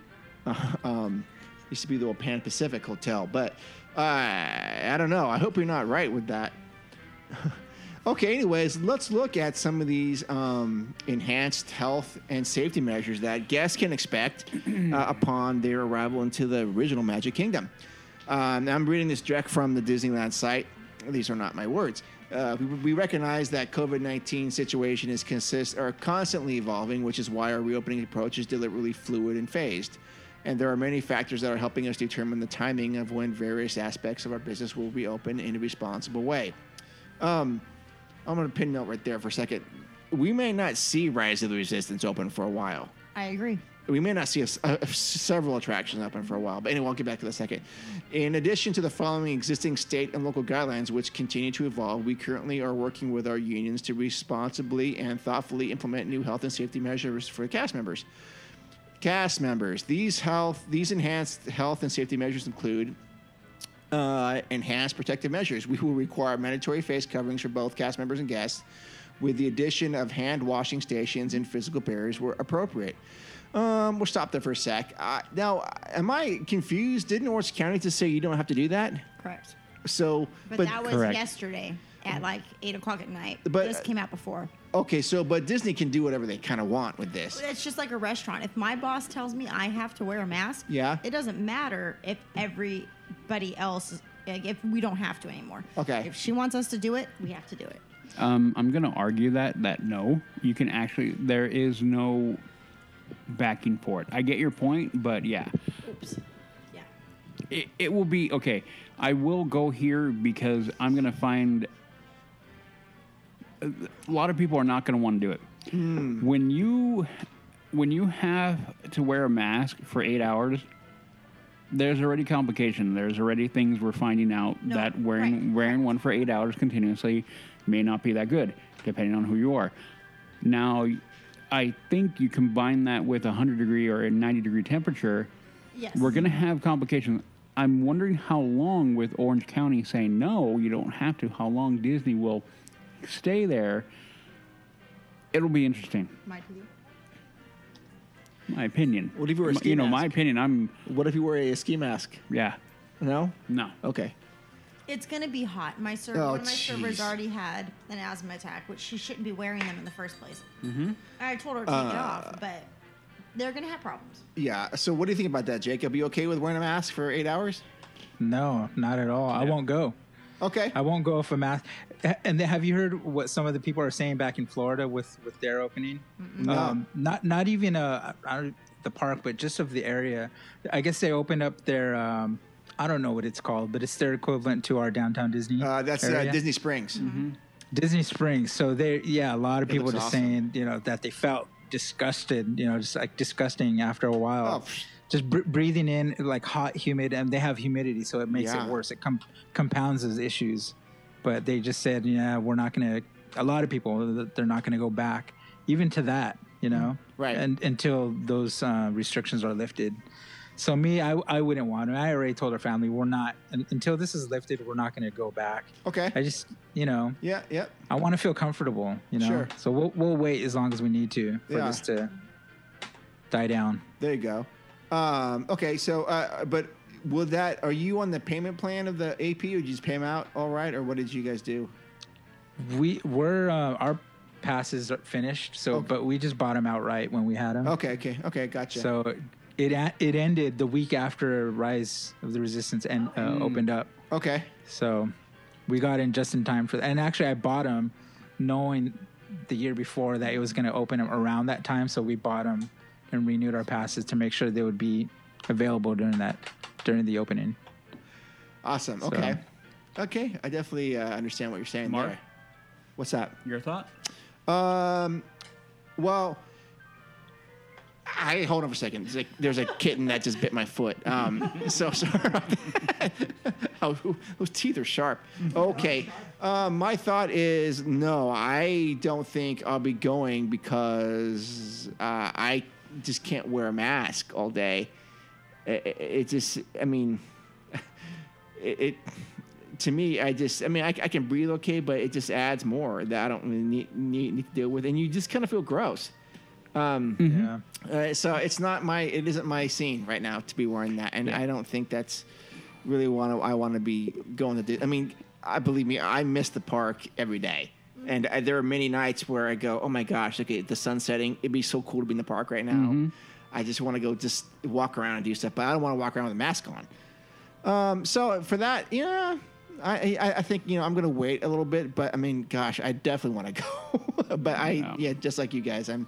A: *laughs* um, used to be the old Pan Pacific Hotel, but uh, I don't know. I hope you're not right with that. okay, anyways, let's look at some of these um, enhanced health and safety measures that guests can expect uh, upon their arrival into the original Magic Kingdom. Um, I'm reading this direct from the Disneyland site. These are not my words. Uh, we, we recognize that COVID-19 situation is consist or constantly evolving, which is why our reopening approach is deliberately fluid and phased. And there are many factors that are helping us determine the timing of when various aspects of our business will reopen in a responsible way. I'm going to pin note right there for a second. We may not see Rise of the Resistance open for a while.
G: I agree.
A: We may not see a, a- several attractions open for a while, but anyway, I'll get back to that in a second. In addition to the following existing state and local guidelines, which continue to evolve, we currently are working with our unions to responsibly and thoughtfully implement new health and safety measures for cast members cast members. These health, these enhanced health and safety measures include uh, enhanced protective measures. We will require mandatory face coverings for both cast members and guests, with the addition of hand washing stations and physical barriers where appropriate. Um, we'll stop there for a sec. Uh, now, am I confused? Didn't Orange County just say you don't have to do that?
G: Correct.
A: So,
G: But, that was
E: Correct.
G: yesterday at like eight o'clock at night.
A: But-
G: this came out before.
A: okay. So, but Disney can do whatever they kind of want with this.
G: It's just like a restaurant. If my boss tells me I have to wear a mask,
A: Yeah.
G: it doesn't matter if everybody else, is- like, if we don't have to anymore.
A: Okay.
G: If she wants us to do it, we have to do it.
E: Um, I'm gonna argue that that no, you can actually. There is no backing for it. I get your point, but yeah,
G: Oops. Yeah.
E: it, it will be okay. I will go here because I'm gonna find a lot of people are not gonna want to do it. When you when you have to wear a mask for eight hours, there's already complication. There's already things we're finding out
D: No,
E: that wearing
D: right,
E: wearing one for eight hours continuously may not be that good, depending on who you are. Now, I think you combine that with a hundred degree or a ninety degree temperature,
D: Yes.
E: we're going to have complications. I'm wondering how long with Orange County saying no, you don't have to. How long Disney will stay there? It'll be interesting.
D: My TV.
E: My opinion.
A: What if you were a
E: My-
A: ski
E: You know,
A: mask?
E: my opinion. I'm
A: What if you wear a ski mask?
E: yeah.
A: No.
E: No.
A: Okay.
D: It's gonna be hot. My server,
A: Oh,
D: one of my servers
A: jeez.
D: already had an asthma attack, which she shouldn't be wearing them in the first place. Mm-hmm. I told her to take it
A: Uh,
D: off, but they're gonna have problems.
A: Yeah. So what do you think about that, Jacob? You okay with wearing a mask for eight hours?
F: No, not at all. I won't go.
A: Okay.
F: I won't go if a mask. And then have you heard what some of the people are saying back in Florida with with their opening? Um, not not even uh I don't- the park, but just of the area. I guess they opened up their. Um, I don't know what it's called, but it's their equivalent to our downtown Disney.
A: Uh, that's uh,
F: area.
A: Disney Springs.
F: Mm-hmm. Disney Springs. So they, yeah, a lot of people
A: looks
F: just
A: awesome.
F: saying, you know, that they felt disgusted, you know, just like disgusting after a while.
A: Oh, pfft.
F: Just br- breathing in like hot, humid, and they have humidity, so it makes
A: Yeah.
F: it worse. It com- compounds those issues. But they just said, yeah, we're not going to. A lot of people, th- they're not going to go back, even to that, you know,
A: Mm-hmm. Right.
F: And until those uh, restrictions are lifted. So me, I, I wouldn't want to. I already told our family we're not un- until this is lifted. We're not going to go back.
A: Okay.
F: I just, you know,
A: Yeah. Yep.
F: I want to feel comfortable, you know.
A: Sure.
F: So we'll we'll wait as long as we need to for
A: Yeah.
F: this to die down.
A: There you go. Um, okay. So, uh, but will that? Are you on the payment plan of the AP, or did you just pay them out all right, or what did you guys do?
F: Mm-hmm. We we're uh, our passes are finished, so but we just bought them outright when we had them.
A: Okay. Okay. Okay. Gotcha.
F: So it a- it ended the week after Rise of the Resistance and uh,
A: Mm.
F: opened up.
A: okay.
F: So we got in just in time for that. And actually, I bought them knowing the year before that it was going to open them around that time. So we bought them and renewed our passes to make sure they would be available during that during the opening.
A: Awesome. Okay. Okay. I definitely uh, understand what you're saying
E: Mark?
A: there. What's that?
E: Your thought?
A: Um. Well. I hold on for a second. There's a, there's a kitten that just bit my foot. Um, so sorry. *laughs* About that. oh, who- those teeth are sharp. Okay. Um, my thought is no. I don't think I'll be going because uh, I just can't wear a mask all day. It, it, it just. I mean, *laughs* it. it to me, I just, I mean, I, I can breathe okay, but it just adds more that I don't really need, need, need to deal with. And you just kind of feel gross. Um,
F: Yeah.
A: Uh, so it's not my it isn't my scene right now to be wearing that, and I don't think that's really want to. I want to be going to. Di- I mean, I believe me, I miss the park every day, and I, there are many nights where I go, oh my gosh, look at the sun setting. It'd be so cool to be in the park right now. I just want to go just walk around and do stuff, but I don't want to walk around with a mask on. Um, so for that, yeah, I, I I think you know I'm gonna wait a little bit, but I mean, gosh, I definitely want to go. *laughs* but I yeah, just like you guys, I'm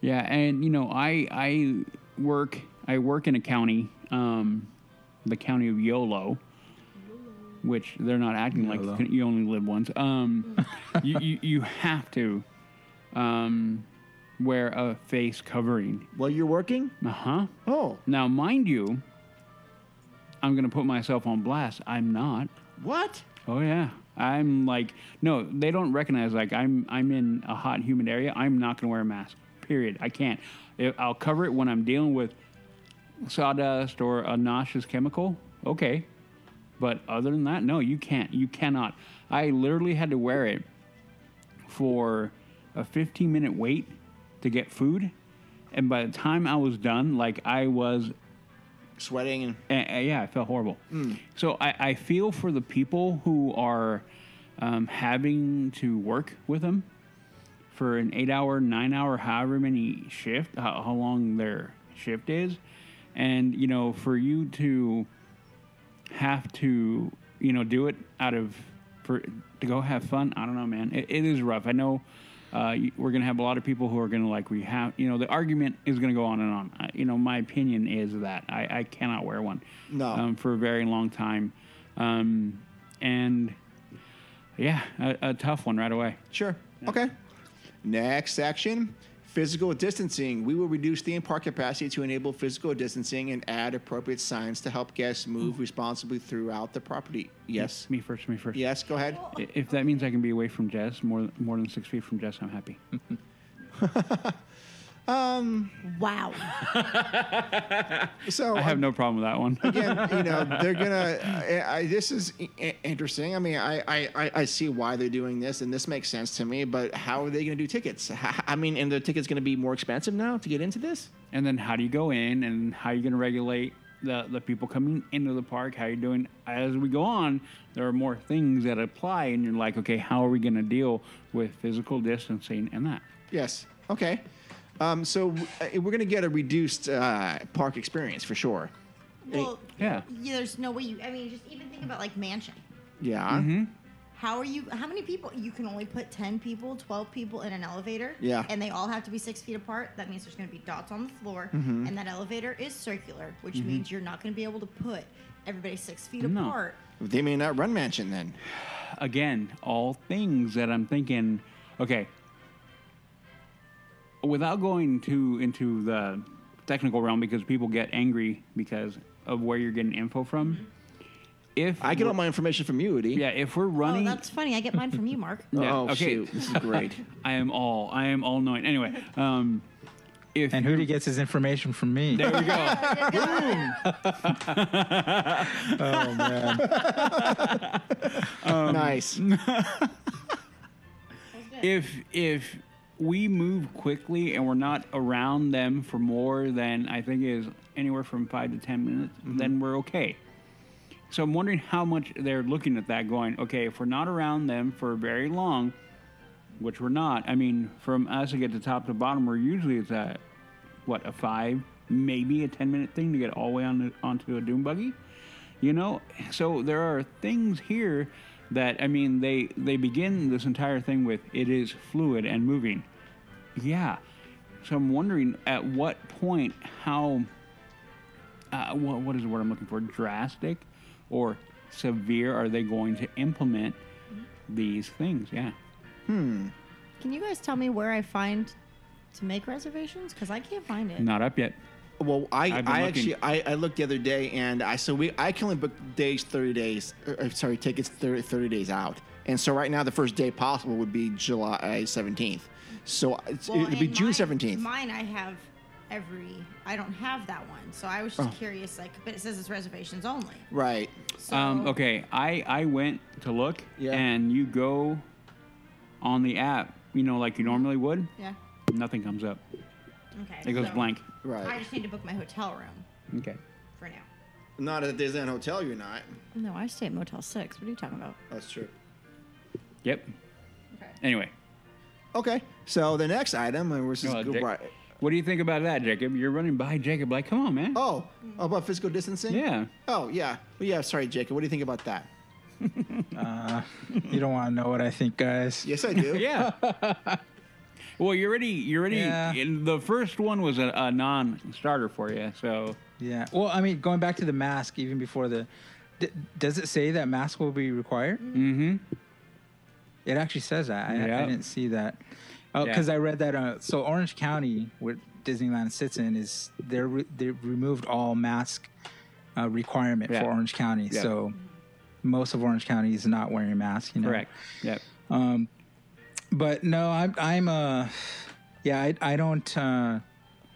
E: Yeah, and you know, I I work I work in a county, um, the county of YOLO, which they're not acting like you only live once. Um, you, you you have to um, wear a face covering.
A: well, you're working.
E: Uh huh.
A: Oh,
E: Now, mind you, I'm gonna put myself on blast. I'm not.
A: What?
E: Oh yeah. I'm like no, they don't recognize like I'm I'm in a hot humid area. I'm not going to wear a mask. Period. I can't. I- I'll cover it when I'm dealing with sawdust or a nauseous chemical. Okay. But other than that, no, you can't. You cannot. I literally had to wear it for a 15 minute wait to get food. And by the time I was done, like I was
A: Sweating and
E: and, and, yeah, I felt horrible. So I, I feel for the people who are um, having to work with them for an eight hour, nine hour, however many shift, how, how long their shift is. And, you know, for you to have to, you know, do it out of, for, to go have fun, I don't know, man. It, it is rough. I know. Uh, you- we're gonna have a lot of people who are gonna like we have you know the argument is gonna go on and on. I, you know my opinion is that I, I cannot wear one
A: No.
E: um, for a very long time, um, and yeah, a, a tough one right away.
A: sure. Okay. Next section. Physical distancing. We will reduce theme park capacity to enable physical distancing and add appropriate signs to help guests move responsibly throughout the property. Yes.
E: Mm. Me first. Me first.
A: Yes, go ahead.
E: I- If that means I can be away from Jess more more than six feet from Jess, I'm happy.
D: Wow.
A: So
E: I have no problem with that one.
A: again, you know, they're gonna. I, I, this is i- i- interesting. I mean, I, I, I- I see why they're doing this, and this makes sense to me. But how are they gonna do tickets? H- I mean, and the tickets gonna be more expensive now to get into this.
E: *laughs* and then how do you go in and how are you going to regulate the, the people coming into the park how are you doing as we go on there are more things that apply and you're like okay how are we going to deal with physical distancing and that
A: Yes. Okay. Um, so uh, we're gonna get a reduced uh, park experience for sure.
D: Well,
E: yeah.
D: yeah. There's no way you. I mean, just even think about like mansion.
A: Yeah.
E: Mm-hmm.
D: How are you? How many people? You can only put ten people, twelve people in an elevator.
A: Yeah.
D: And they all have to be six feet apart. That means there's going to be dots on the floor, and that elevator is circular, which means you're not going to be able to put everybody six feet
E: No.
D: apart.
A: They may not run mansion then.
E: again all things that i'm thinking okay without going too into the technical realm because people get angry because of where you're getting info from if
A: I get all
E: we're-
A: my information from you, Udi.
E: yeah if we're running
D: Oh, that's funny. I get mine from you, Mark.
E: Yeah,
A: Oh
E: okay.
A: shoot, this is
E: *laughs*
A: great.
E: I am all. I am all knowing. Anyway, um, if
F: And Hootie gets his information from me.
E: *laughs* there we go.
F: Oh man.
E: Um,
A: nice.
E: if if we move quickly and we're not around them for more than I think is anywhere from five to ten minutes, then we're okay. So I'm wondering how much they're looking at that, going, okay, if we're not around them for very long, which we're not. I mean, from us to get to top to bottom, we're usually it's a what a five, maybe a ten minute thing to get all the way on onto a doom buggy. You know, so there are things here that I mean they they begin this entire thing with it is fluid and moving. Yeah. So I'm wondering at what point how uh, what, what is the word I'm looking for drastic or severe are they going to implement these things? Yeah.
D: Can you guys tell me where I find to make reservations? Because I can't find it.
E: Not up yet.
A: Well, I,
E: I've been
A: I
E: looking.
A: actually I, I looked the other day and I so we I can only book days thirty days or, or, sorry tickets 30, 30 days out and so right now the first day possible would be July seventeenth so it's,
D: Well,
A: it'd be
D: and
A: June
D: mine-
A: seventeenth
D: Mine, I have every. I don't have that one, so I was just curious. Like, but it says it's reservations only.
A: right
D: So,
E: Um,
G: Oh.
E: okay, I I went to look,
A: Yeah.
E: and you go on the app, you know, like you normally would.
D: Yeah.
E: Nothing comes up.
D: Okay.
E: It goes
D: so
E: blank.
D: I
A: right
D: just need to book my hotel room
E: Okay.
D: for now.
A: not at Disneyland Hotel you're not
D: No, I stay at Motel Six. What are you talking about?
A: that's true
E: Yep.
D: Okay.
E: Anyway,
A: okay so the next item and we're just
E: uh,
A: go
E: Jac-
A: right
E: what do you think about that, Jacob? You're running by Jacob, like, come on, man.
A: oh about physical distancing
E: Yeah.
A: oh yeah well, yeah sorry Jacob what do you think about that
F: You don't want to know what I think, guys.
A: yes I do
E: *laughs* Yeah. well, you're already you're already
F: Yeah.
E: in- the first one was a, a non-starter for you, so
F: Yeah. Well, I mean, going back to the mask, even before the, d- does it say that mask will be required? Mm-hmm. It actually says that. I,
E: Yeah.
F: I didn't see that. Oh,
E: Yeah.
F: because I read that. Uh, so Orange County, where Disneyland sits in, is they're re- they removed all mask uh, requirement
E: Yeah.
F: for Orange County.
E: Yeah.
F: So most of Orange County is not wearing masks. You know?
E: correct. Yep.
F: but no i'm i'm uh yeah i, I don't uh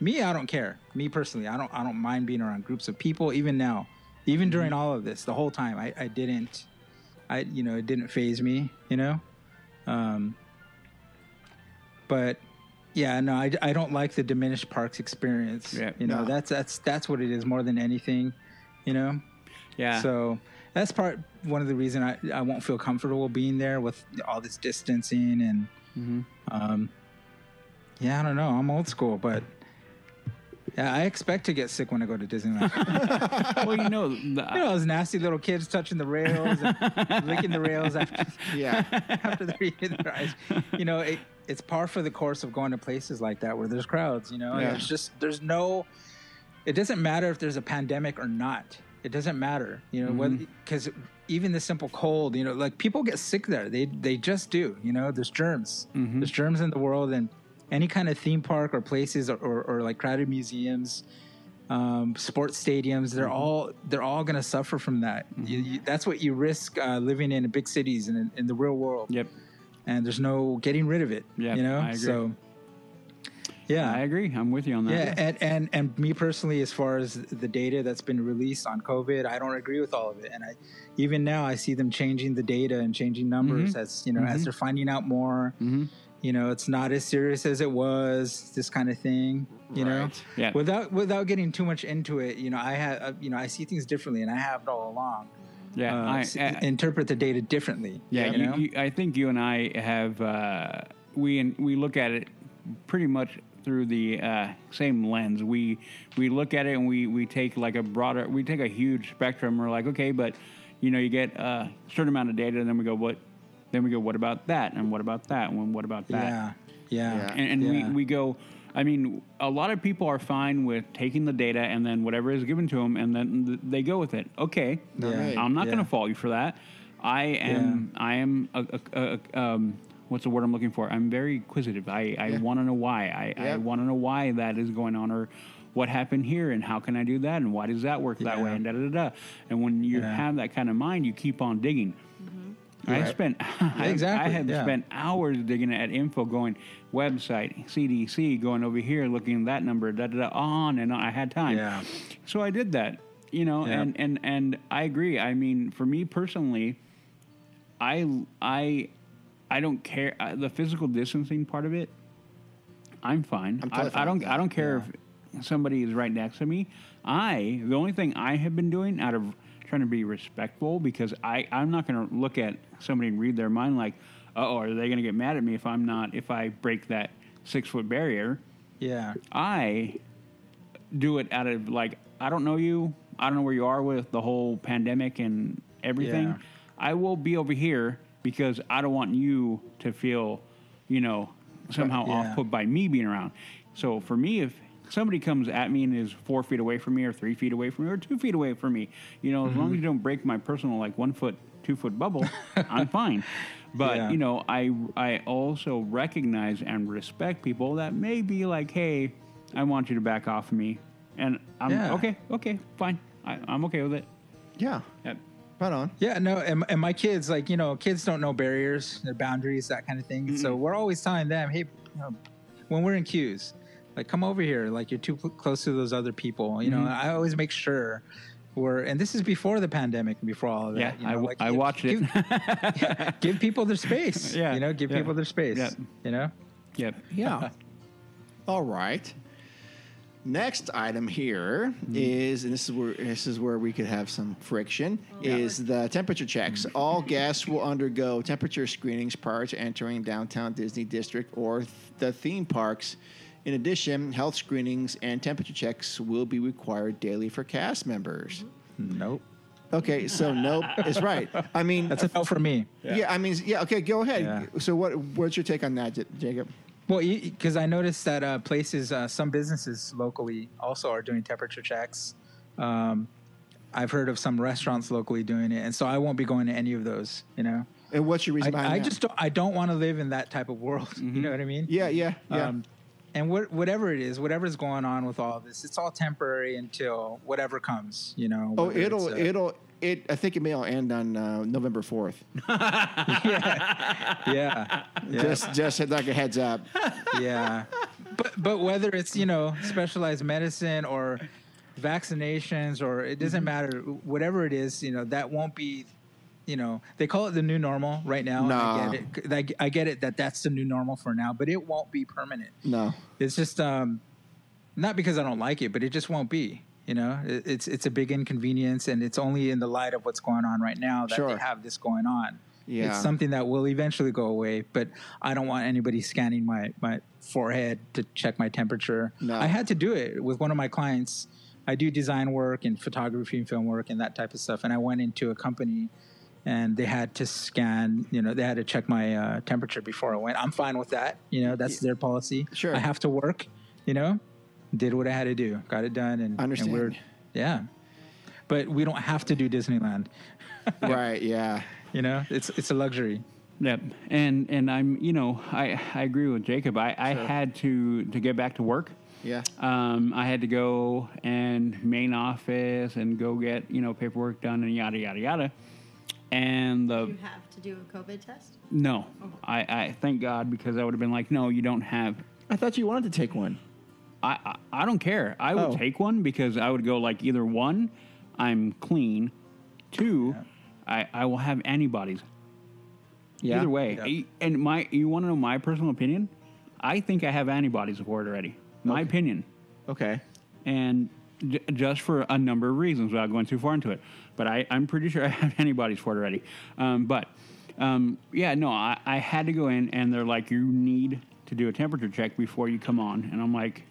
F: me i don't care me personally i don't i don't mind being around groups of people even now even during all of this the whole time i i didn't i you know it didn't phase me you know um but yeah no i, I don't like the diminished parks experience
E: Yeah.
F: you know
A: No.
F: that's that's that's what it is more than anything you know
E: Yeah.
F: so that's part one of the reason I, I won't feel comfortable being there with all this distancing and um, yeah, I don't know. I'm old school, but yeah, I expect to get sick when I go to Disneyland. *laughs*
E: well, you know, the,
F: you know, those nasty little kids touching the rails
A: *laughs*
F: and licking the rails after
A: yeah
F: *laughs* after they're eating their ice. You know, it, it's par for the course of going to places like that where there's crowds. You know,
A: Yeah.
F: there's just there's no. It doesn't matter if there's a pandemic or not. It doesn't matter. You know,
A: Mm-hmm.
F: because even the simple cold. You know,
A: Mm-hmm.
F: like people get sick there. They they just do. You know, there's germs. There's germs in the world, and any kind of theme park or places or, or, or like crowded museums, um, sports stadiums, they're
E: Mm-hmm.
F: all they're all going to suffer from that. You, you, that's what you risk uh, living in big cities and in, in the real world.
E: Yep.
F: And there's no getting rid of it.
E: Yeah,
F: You know.
E: I agree.
F: So. Yeah,
E: I agree. I'm with you on that.
F: yeah, and, and and me personally, as far as the data that's been released on COVID, I don't agree with all of it. And I, even now, I see them changing the data and changing numbers
E: Mm-hmm.
F: as you know as they're finding out more. You know, it's not as serious as it was. This kind of thing. You know,
A: Right.
E: Yeah.
F: without without getting too much into it, you know, I have uh, you know I see things differently, and I have it all along.
E: Yeah,
F: Uh,
E: I-
F: s-
E: I-
F: interpret the data differently.
E: Yeah,
F: you
E: you-
F: know?
E: you- I think you and I have uh, we and we look at it pretty much through the uh, same lens. We we look at it and we we take like a broader, we take a huge spectrum. We're like, okay, but you know, you get a certain amount of data, and then we go, what? Then we go, what about that? And what about that? And what about that?
F: yeah, yeah,
E: and, and
F: Yeah.
E: we, we go i mean a lot of people are fine with taking the data and then whatever is given to them and then th- they go with it okay
F: Yeah.
E: i'm not going
F: Yeah.
E: to fault you for that i am i am a, a, a, um, what's the word i'm looking for i'm very inquisitive i, I
A: Yeah.
E: want to know why i,
A: Yeah.
E: I want to know why that is going on or what happened here and how can i do that and why does that work that
F: Yeah.
E: way and da da da da and when you
F: Yeah.
E: have that kind of mind you keep on digging I
F: Right.
E: spent *laughs* I, I
F: exactly,
E: had
F: yeah.
E: spent hours digging at info, going website, CDC, going over here, looking at that number, da da da, on and on. I had time,
F: Yeah.
E: so I did that, you know,
F: Yeah.
E: and and and I agree. I mean, for me personally, I I I don't care I, the physical distancing part of it. I'm fine.
A: I'm totally
E: I,
A: fine
E: I
A: with
E: don't.
A: that.
E: I don't care if somebody is right next to me. I the only thing I have been doing out of trying to be respectful because I I'm not going to look at somebody and read their mind like, oh, are they going to get mad at me if I'm not if I break that six foot barrier?
F: yeah.
E: I do it out of like I don't know you. I don't know where you are with the whole pandemic and everything.
F: Yeah.
E: I will be over here because I don't want you to feel, you know, somehow
F: Yeah.
E: off put by me being around. So for me, if somebody comes at me and is four feet away from me, or three feet away from me, or two feet away from me, you know, as long
F: Mm-hmm.
E: as you don't break my personal like one foot, two foot
F: *laughs*
E: bubble, I'm fine. But
F: Yeah.
E: you know, I I also recognize and respect people that may be like, hey, I want you to back off of me, and I'm
F: Yeah.
E: okay, okay, fine, I, I'm okay with it.
A: Yeah.
E: Yep.
A: Right on.
F: Yeah, no, and, and my kids, like you know, kids don't know barriers, their boundaries, that kind of thing. So
E: Mm-hmm.
F: we're always telling them, hey, you know, when we're in queues, like come over here, like you're too cl- close to those other people. You know,
E: Mm-hmm.
F: I always make sure we're, and this is before the pandemic, and before all of
E: Yeah,
F: that. you
E: I
F: know,
E: w-
F: like,
E: I
F: give-
E: watched it. *laughs*
F: Give, give people their space.
E: Yeah,
F: you know, give
E: yeah,
F: people their space.
E: yeah.
F: You know,
E: Yep.
A: Yeah. All right. Next item here
F: Mm-hmm.
A: is, and this is where this is where we could have some friction, is the temperature checks. All guests will undergo temperature screenings prior to entering downtown Disney District or th- the theme parks. In addition, health screenings and temperature checks will be required daily for cast members.
F: *laughs* Mm-hmm. nope,
A: Okay, so nope is right. I mean,
F: that's a no for me.
A: yeah. I mean, yeah. Okay, go ahead.
F: Yeah.
A: So, what what's your take on that, J- Jacob?
F: Well, because I noticed that uh, places, uh, some businesses locally also are doing temperature checks. Um, I've heard of some restaurants locally doing it, and so I won't be going to any of those. You know,
A: And what's your reason behind
F: I, I
A: that?
F: just don't, I don't want to live in that type of world. *laughs* You know what I mean?
A: Mm-hmm. yeah, yeah, yeah.
F: Um, and what, whatever it is, whatever's going on with all this, it's all temporary until whatever comes. You know?
A: Oh,
F: whether it's uh,
A: it'll
F: a-
A: it'll it. I think it may all end on uh, November fourth.
F: *laughs*
A: *laughs*
F: yeah, yeah.
A: Just just like a heads *laughs* up.
F: yeah but but whether it's you know specialized medicine or vaccinations or it doesn't matter whatever it is you know that won't be you know they call it the new normal right now and
A: Nah.
F: i get it 'Cause I, I get it that that's the new normal for now but it won't be permanent
A: No.
F: it's just um not because i don't like it but it just won't be you know it, it's it's a big inconvenience and it's only in the light of what's going on right now that
A: Sure.
F: they have this going on
A: Yeah.
F: it's something that will eventually go away but i don't want anybody scanning my my forehead to check my temperature
A: No.
F: i had to do it with one of my clients i do design work and photography and film work and that type of stuff and i went into a company and they had to scan you know they had to check my uh, temperature before i went i'm fine with that you know that's their policy
A: Sure.
F: i have to work you know did what i had to do got it done and,
A: Understand.
F: and we're yeah but we don't have to do disneyland
A: Right. Yeah.
F: you know it's it's a luxury
E: Yep. And and I'm you know I I agree with Jacob. I I had to to get back to work.
A: Yeah.
E: Um, I had to go and main office and go get you know paperwork done and yada yada yada. And the
D: You have to do a COVID test.
E: no, I, I thank God because I would have been like, no, you don't have.
A: I thought you wanted to take one.
E: I I, I don't care. I would
A: Oh.
E: take one because I would go like either one, I'm clean. Two, I I will have antibodies.
A: Yeah.
E: Either way, I- and my you want to know my personal opinion? I think I have antibodies for it already. My opinion,
A: Okay.
E: and j- just for a number of reasons, without going too far into it. But I, I'm pretty sure *laughs* I have antibodies for it already. Um, but um, yeah, no, I, I had to go in, and they're like, you need to do a temperature check before you come on, and I'm like,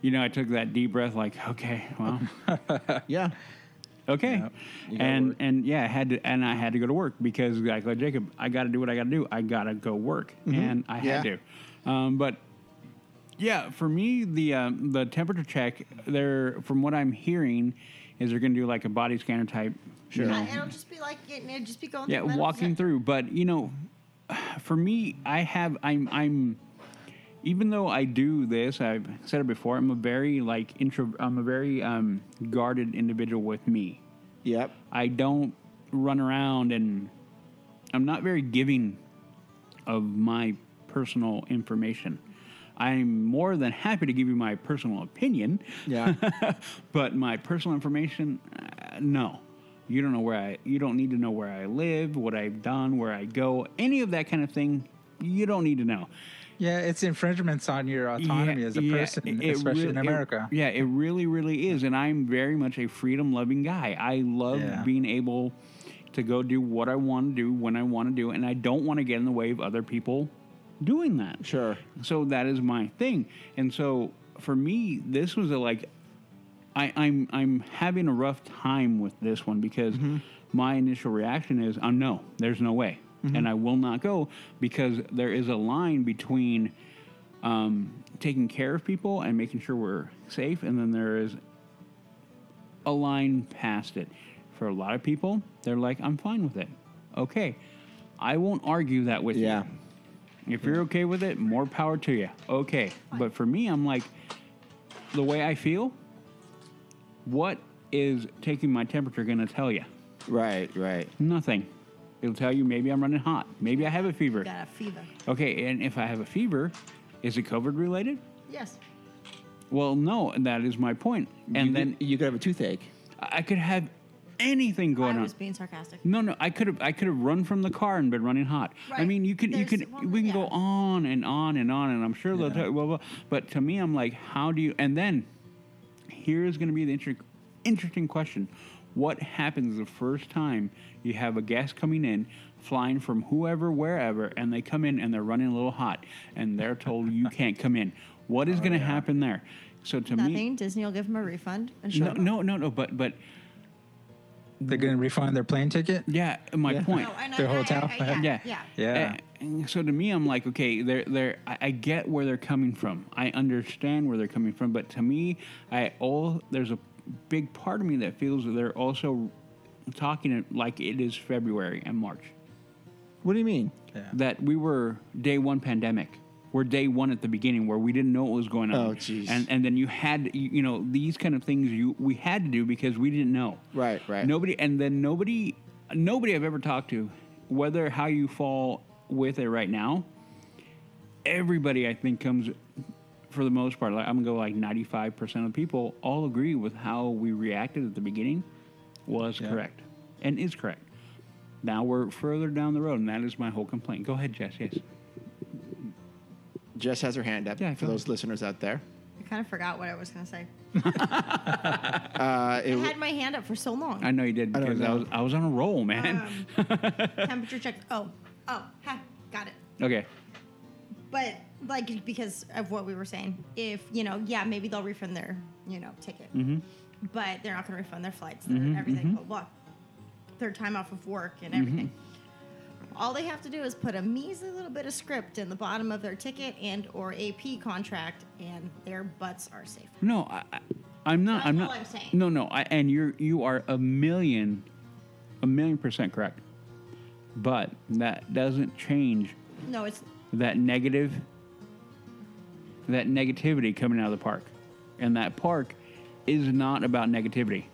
E: you know, I took that deep breath, like, okay, well.
A: Yeah.
E: Okay.
A: You gotta
E: And
A: work.
E: and yeah, I had to and I had to go to work because like, like Jacob, I got to do what I got to do. I got to go work, and I had
A: Mm-hmm. Yeah.
E: to. Um, but yeah, for me, the um, the temperature check, they're from what I'm hearing, is they're going to do like a body scanner type. Sure.
G: Yeah, it'll just be like getting it, just be going.
E: yeah,
G: through metal
E: walking
G: detect-
E: through. But you know, for me, I have I'm I'm. Even though I do this, I've said it before. I'm a very like intro. I'm a very um, guarded individual with me.
A: Yep.
E: I don't run around and I'm not very giving of my personal information. I'm more than happy to give you my personal opinion,
A: Yeah.
E: *laughs* but my personal information, uh, no. You don't know where I. You don't need to know where I live, what I've done, where I go, any of that kind of thing. You don't need to know.
F: Yeah, it's infringements on your autonomy
E: Yeah,
F: as a
E: yeah,
F: person,
E: it
F: especially
E: really-
F: in
E: it-
F: America.
E: yeah, it really, really is. And I'm very much a freedom loving guy. I love
F: Yeah.
E: being able to go do what I want to do when I want to do. And I don't want to get in the way of other people doing that.
A: Sure.
E: So that is my thing. And so for me, this was a like, I, I'm I'm having a rough time with this one because
F: Mm-hmm.
E: my initial reaction is I'm no, there's no way,
F: Mm-hmm.
E: and I will not go because there is a line between um, taking care of people and making sure we're safe, and then there is a line past it. For a lot of people, they're like, I'm fine with it. Okay, I won't argue that with
A: Yeah.
E: you. If you're okay with it, more power to you. Okay. But for me, I'm like, the way I feel, what is taking my temperature going to tell you?
A: Right. Right.
E: Nothing. It'll tell you maybe I'm running hot. Maybe I have a fever.
D: Got a fever.
E: Okay. And if I have a fever, is it COVID related?
D: Yes.
E: Well, no. That is my point. And
A: You-
E: then
A: you could have a toothache.
E: I could have anything going
D: I
E: on.
D: was being sarcastic.
E: No, no, I could have I could have run from the car and been running hot. I
D: Right.
E: mean, you can you
D: There's
E: can
D: one-
E: we can go
D: yeah.
E: on and on and on, and I'm sure they'll tell you blah blah. But to me, I'm like, how do you? And then here's going to be the inter- interesting question: What happens the first time you have a guest coming in, flying from whoever wherever, and they come in and they're running a little hot, and they're told you can't come in? What is going to happen there? So to
D: Nothing.
E: me,
D: Disney will give him a refund. And
E: no,
D: shut him up.
E: no, no, no, but but
F: They're going to refund their plane ticket.
E: yeah, my point.
D: No, and
F: The
D: I- I-
F: hotel?
D: I- I-
E: Yeah.
D: yeah. Yeah.
F: Yeah.
E: And so to me, I'm like, okay, they're they're. I, I get where they're coming from. I understand where they're coming from. But to me, I all there's a big part of me that feels that they're also talking it like it is February and March.
A: What do you mean?
E: That we were day one pandemic. We're day one at the beginning where we didn't know what was going on.
A: Oh, jeez.
E: And and then you had you, you know these kind of things you we had to do because we didn't know.
A: Right, right.
E: Nobody and then nobody nobody I've ever talked to, whether how you fall with it right now, everybody I think comes for the most part, like I'm gonna go like ninety five percent of people all agree with how we reacted at the beginning was correct and is correct. Now we're further down the road, and that is my whole complaint. Go ahead, Jess. Yes.
A: Jess has her hand up
E: Yeah,
A: for
E: go
A: those listeners out there.
D: I kind of forgot what I was going to say.
A: Uh, it
D: I
A: w-
D: had my hand up for so long.
E: I know you did
A: I don't
E: because I,
A: know.
E: was I was on a roll, man.
D: Um, Temperature check. Oh, oh, ha, got it.
E: okay.
D: But like because of what we were saying, if you know, yeah, maybe they'll refund their you know ticket, but they're not going to refund their flights, their everything, blah blah, their time off of work and everything. All they have to do is put a measly little bit of script in the bottom of their ticket and or AP contract, and their butts are safe.
E: No, I, I- I'm not.
D: That's
E: I'm
D: all
E: not.
D: I'm saying.
E: No, no. I, and you're you are a million, a million percent correct. But that doesn't change
D: No, it's
E: that negative that negativity coming out of the park. And that park is not about negativity.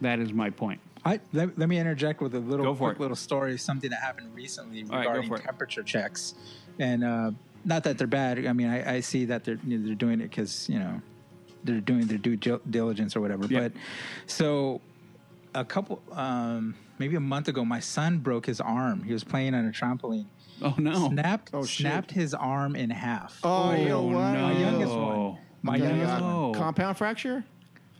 E: That is my point.
F: I, let, let me interject with a little
E: Go for
F: quick
E: it.
F: little story, something that happened recently
E: right, go
F: regarding
E: for it.
F: temperature checks, and uh, not that they're bad. I mean, I, I see that they're you know, they're doing it because you know they're doing their due gil- diligence or whatever.
E: Yeah.
F: But so a couple, um, maybe a month ago, my son broke his arm. He was playing on a trampoline,
E: Oh no.
F: snapped
A: Oh, shit.
F: snapped his arm in half.
A: Oh, you know
E: Oh,
A: what?
E: no.
F: my youngest one,
E: Oh.
F: my
A: Yeah,
F: youngest
A: yeah.
F: one,
E: one.
A: Compound fracture?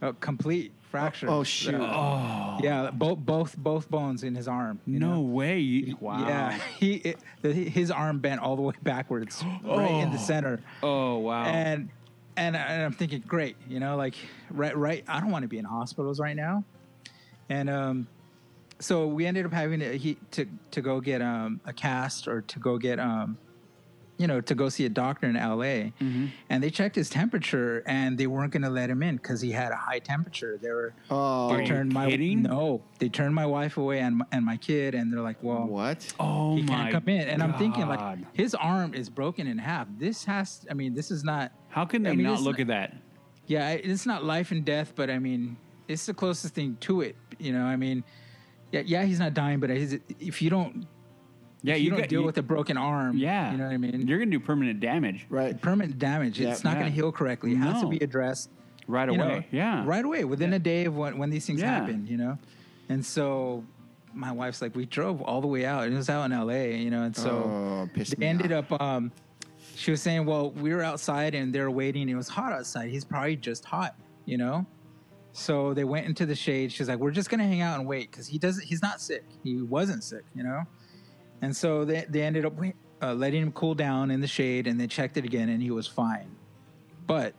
F: a complete fracture.
A: Oh shoot!
E: Oh.
F: Yeah, both both both bones in his arm. you
E: No
F: know?
E: way. Wow.
F: Yeah, *laughs* he it, the, his arm bent all the way
E: *gasps*
F: backwards, right in the center,
E: Oh wow.
F: and and I- and I'm thinking, great, you know, like right right. I don't want to be in hospitals right now, and um, so we ended up having to he, to to go get um a cast or to go get um, you know, to go see a doctor in L.A.
E: Mm-hmm.
F: and they checked his temperature and they weren't going to let him in because he had a high temperature. They were
A: Oh,
F: they turned my
E: kidding?
F: no, they turned my wife away and my, and my kid, and they're like, well,
A: what?
E: oh
F: he
E: my.
F: can't come in. And I'm thinking like
E: God.
F: his arm is broken in half. This has I mean, this is not
E: how can they
F: I mean,
E: not
F: it's
E: look
F: not-
E: at that?
F: yeah, I- it's not life and death, but I mean, it's the closest thing to it. You know, I mean, yeah, yeah, he's not dying, but he's, if you don't
E: Yeah,
F: if you, don't
E: got-
F: deal with a broken arm,
E: Yeah.
F: you know what I mean.
E: You're gonna do permanent damage
A: Right.
F: permanent damage.
A: Yeah.
F: it's not
E: Yeah.
F: going to heal correctly. It has to
E: No.
F: be addressed
E: right away.
F: you know,
E: yeah.
F: right away within a day of when, when these things
E: Yeah.
F: happen you know and so my wife's like we drove all the way out and it was out in la you know and so
A: Oh, pissed
F: they
A: me
F: ended up um she was saying well we were outside and they were waiting it was hot outside he's probably just hot you know so they went into the shade she's like we're just gonna hang out and wait because he doesn't he's not sick he wasn't sick you know and so they, they ended up uh, letting him cool down in the shade and they checked it again and he was fine but,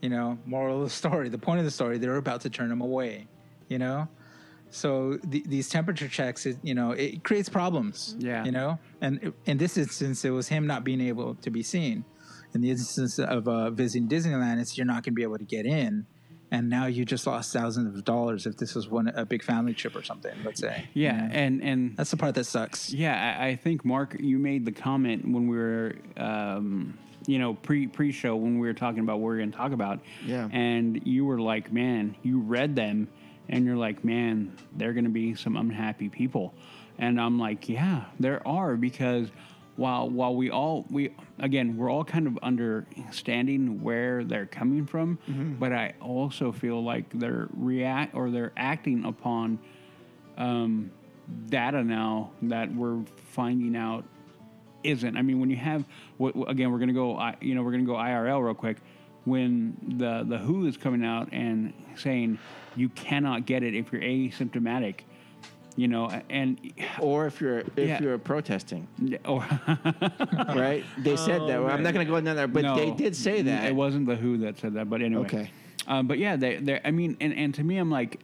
F: you know, moral of the story, the point of the story, they're about to turn him away, you know? So the, these temperature checks, it, you know, it creates problems.
E: Yeah.
F: You know? And in this instance, it was him not being able to be seen. In the instance of uh, visiting Disneyland, it's you're not going to be able to get in. And now you just lost thousands of dollars if this was one a big family trip or something, let's say.
E: Yeah, and and
F: That's the part that sucks.
E: Yeah, I, I think Mark, you made the comment when we were, um, you know, pre pre show when we were talking about what we are going to talk about.
A: Yeah.
E: and you were like, man, you read them, and you're like, man, they're going to be some unhappy people, and I'm like, yeah, there are because while while we all we again we're all kind of understanding where they're coming from, but I also feel like they're react or they're acting upon um, data now that we're finding out isn't. I mean, when you have what what- again, we're gonna go. I- You know, we're gonna go IRL real quick. When the the WHO is coming out and saying you cannot get it if you're asymptomatic, you know, and
A: Or if you're if
E: Yeah.
A: you're protesting,
E: or
A: right? They said that. Well, I'm not going to go into that, but
E: No,
A: they did say that.
E: It wasn't the Who that said that, but anyway.
A: Okay.
E: Um, but yeah, they, they. I mean, and, and to me, I'm like,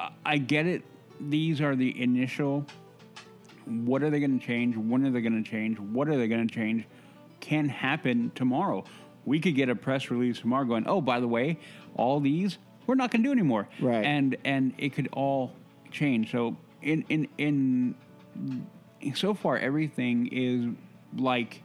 E: I, I get it. These are the initial. What are they going to change? When are they going to change? What are they going to change? Can happen tomorrow. We could get a press release tomorrow going, oh, by the way, all these we're not going to do anymore.
A: Right.
E: And and it could all change. So in in in so far everything is like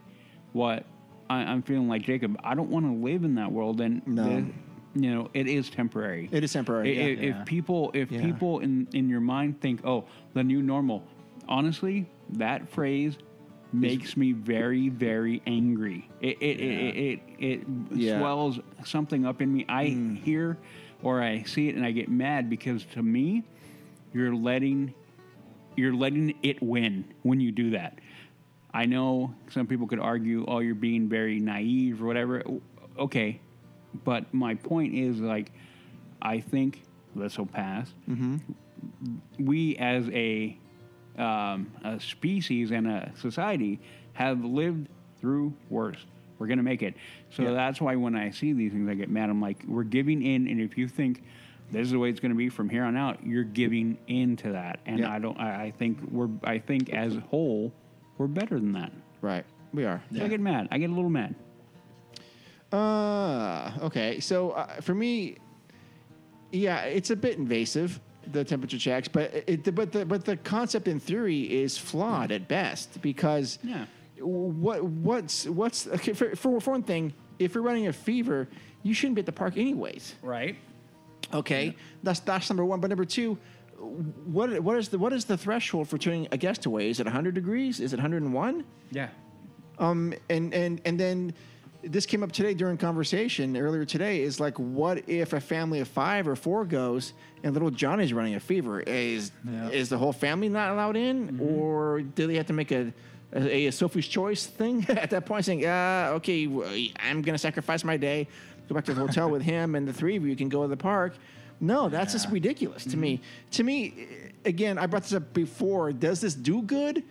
E: what I, I'm feeling like Jacob. I don't want to live in that world, and
A: No.
E: the- you know it is temporary.
A: It is temporary,
E: I-
A: yeah.
E: If, if
F: Yeah.
E: people, if
A: Yeah.
E: people in in your mind think, oh, the new normal. Honestly, that phrase makes me very very angry. It it it it, it, it
A: Yeah.
E: swells something up in me. I hear or I see it and I get mad because to me, you're letting you're letting it win when you do that. I know some people could argue, oh, you're being very naive or whatever. Okay. But my point is, like, I think this will pass. We as a, um, a species and a society have lived through worse. We're going to make it. So that's why when I see these things, I get mad. I'm like, we're giving in. And if you think this is the way it's going to be from here on out, you're giving in to that. And
A: Yeah.
E: I don't, I, I think we're, I think as a whole, we're better than that.
A: right. We are.
E: So I get mad. I get a little mad.
A: Ah, Uh, okay. So uh, for me, yeah, it's a bit invasive the temperature checks, but it, it- but the but the concept in theory is flawed at best because
E: Yeah.
A: what what's what's okay, for, for for one thing, if you're running a fever, you shouldn't be at the park anyways.
E: Right.
A: Okay, that's that's number one. But number two, what what is the what is the threshold for turning a guest away? Is it 100 degrees? Is it 101?
E: Yeah.
A: Um, and and and then this came up today during conversation earlier today. Is like, what if a family of five or four goes and little Johnny's running a fever? Is
F: Yeah.
A: is the whole family not allowed in, or do they have to make a a, a Sophie's Choice thing *laughs* at that point, saying, uh, okay, w- I'm going to sacrifice my day, go back to the hotel with him, and the three of you can go to the park. No, that's just ridiculous to me. To me, again, I brought this up before. Does this do good?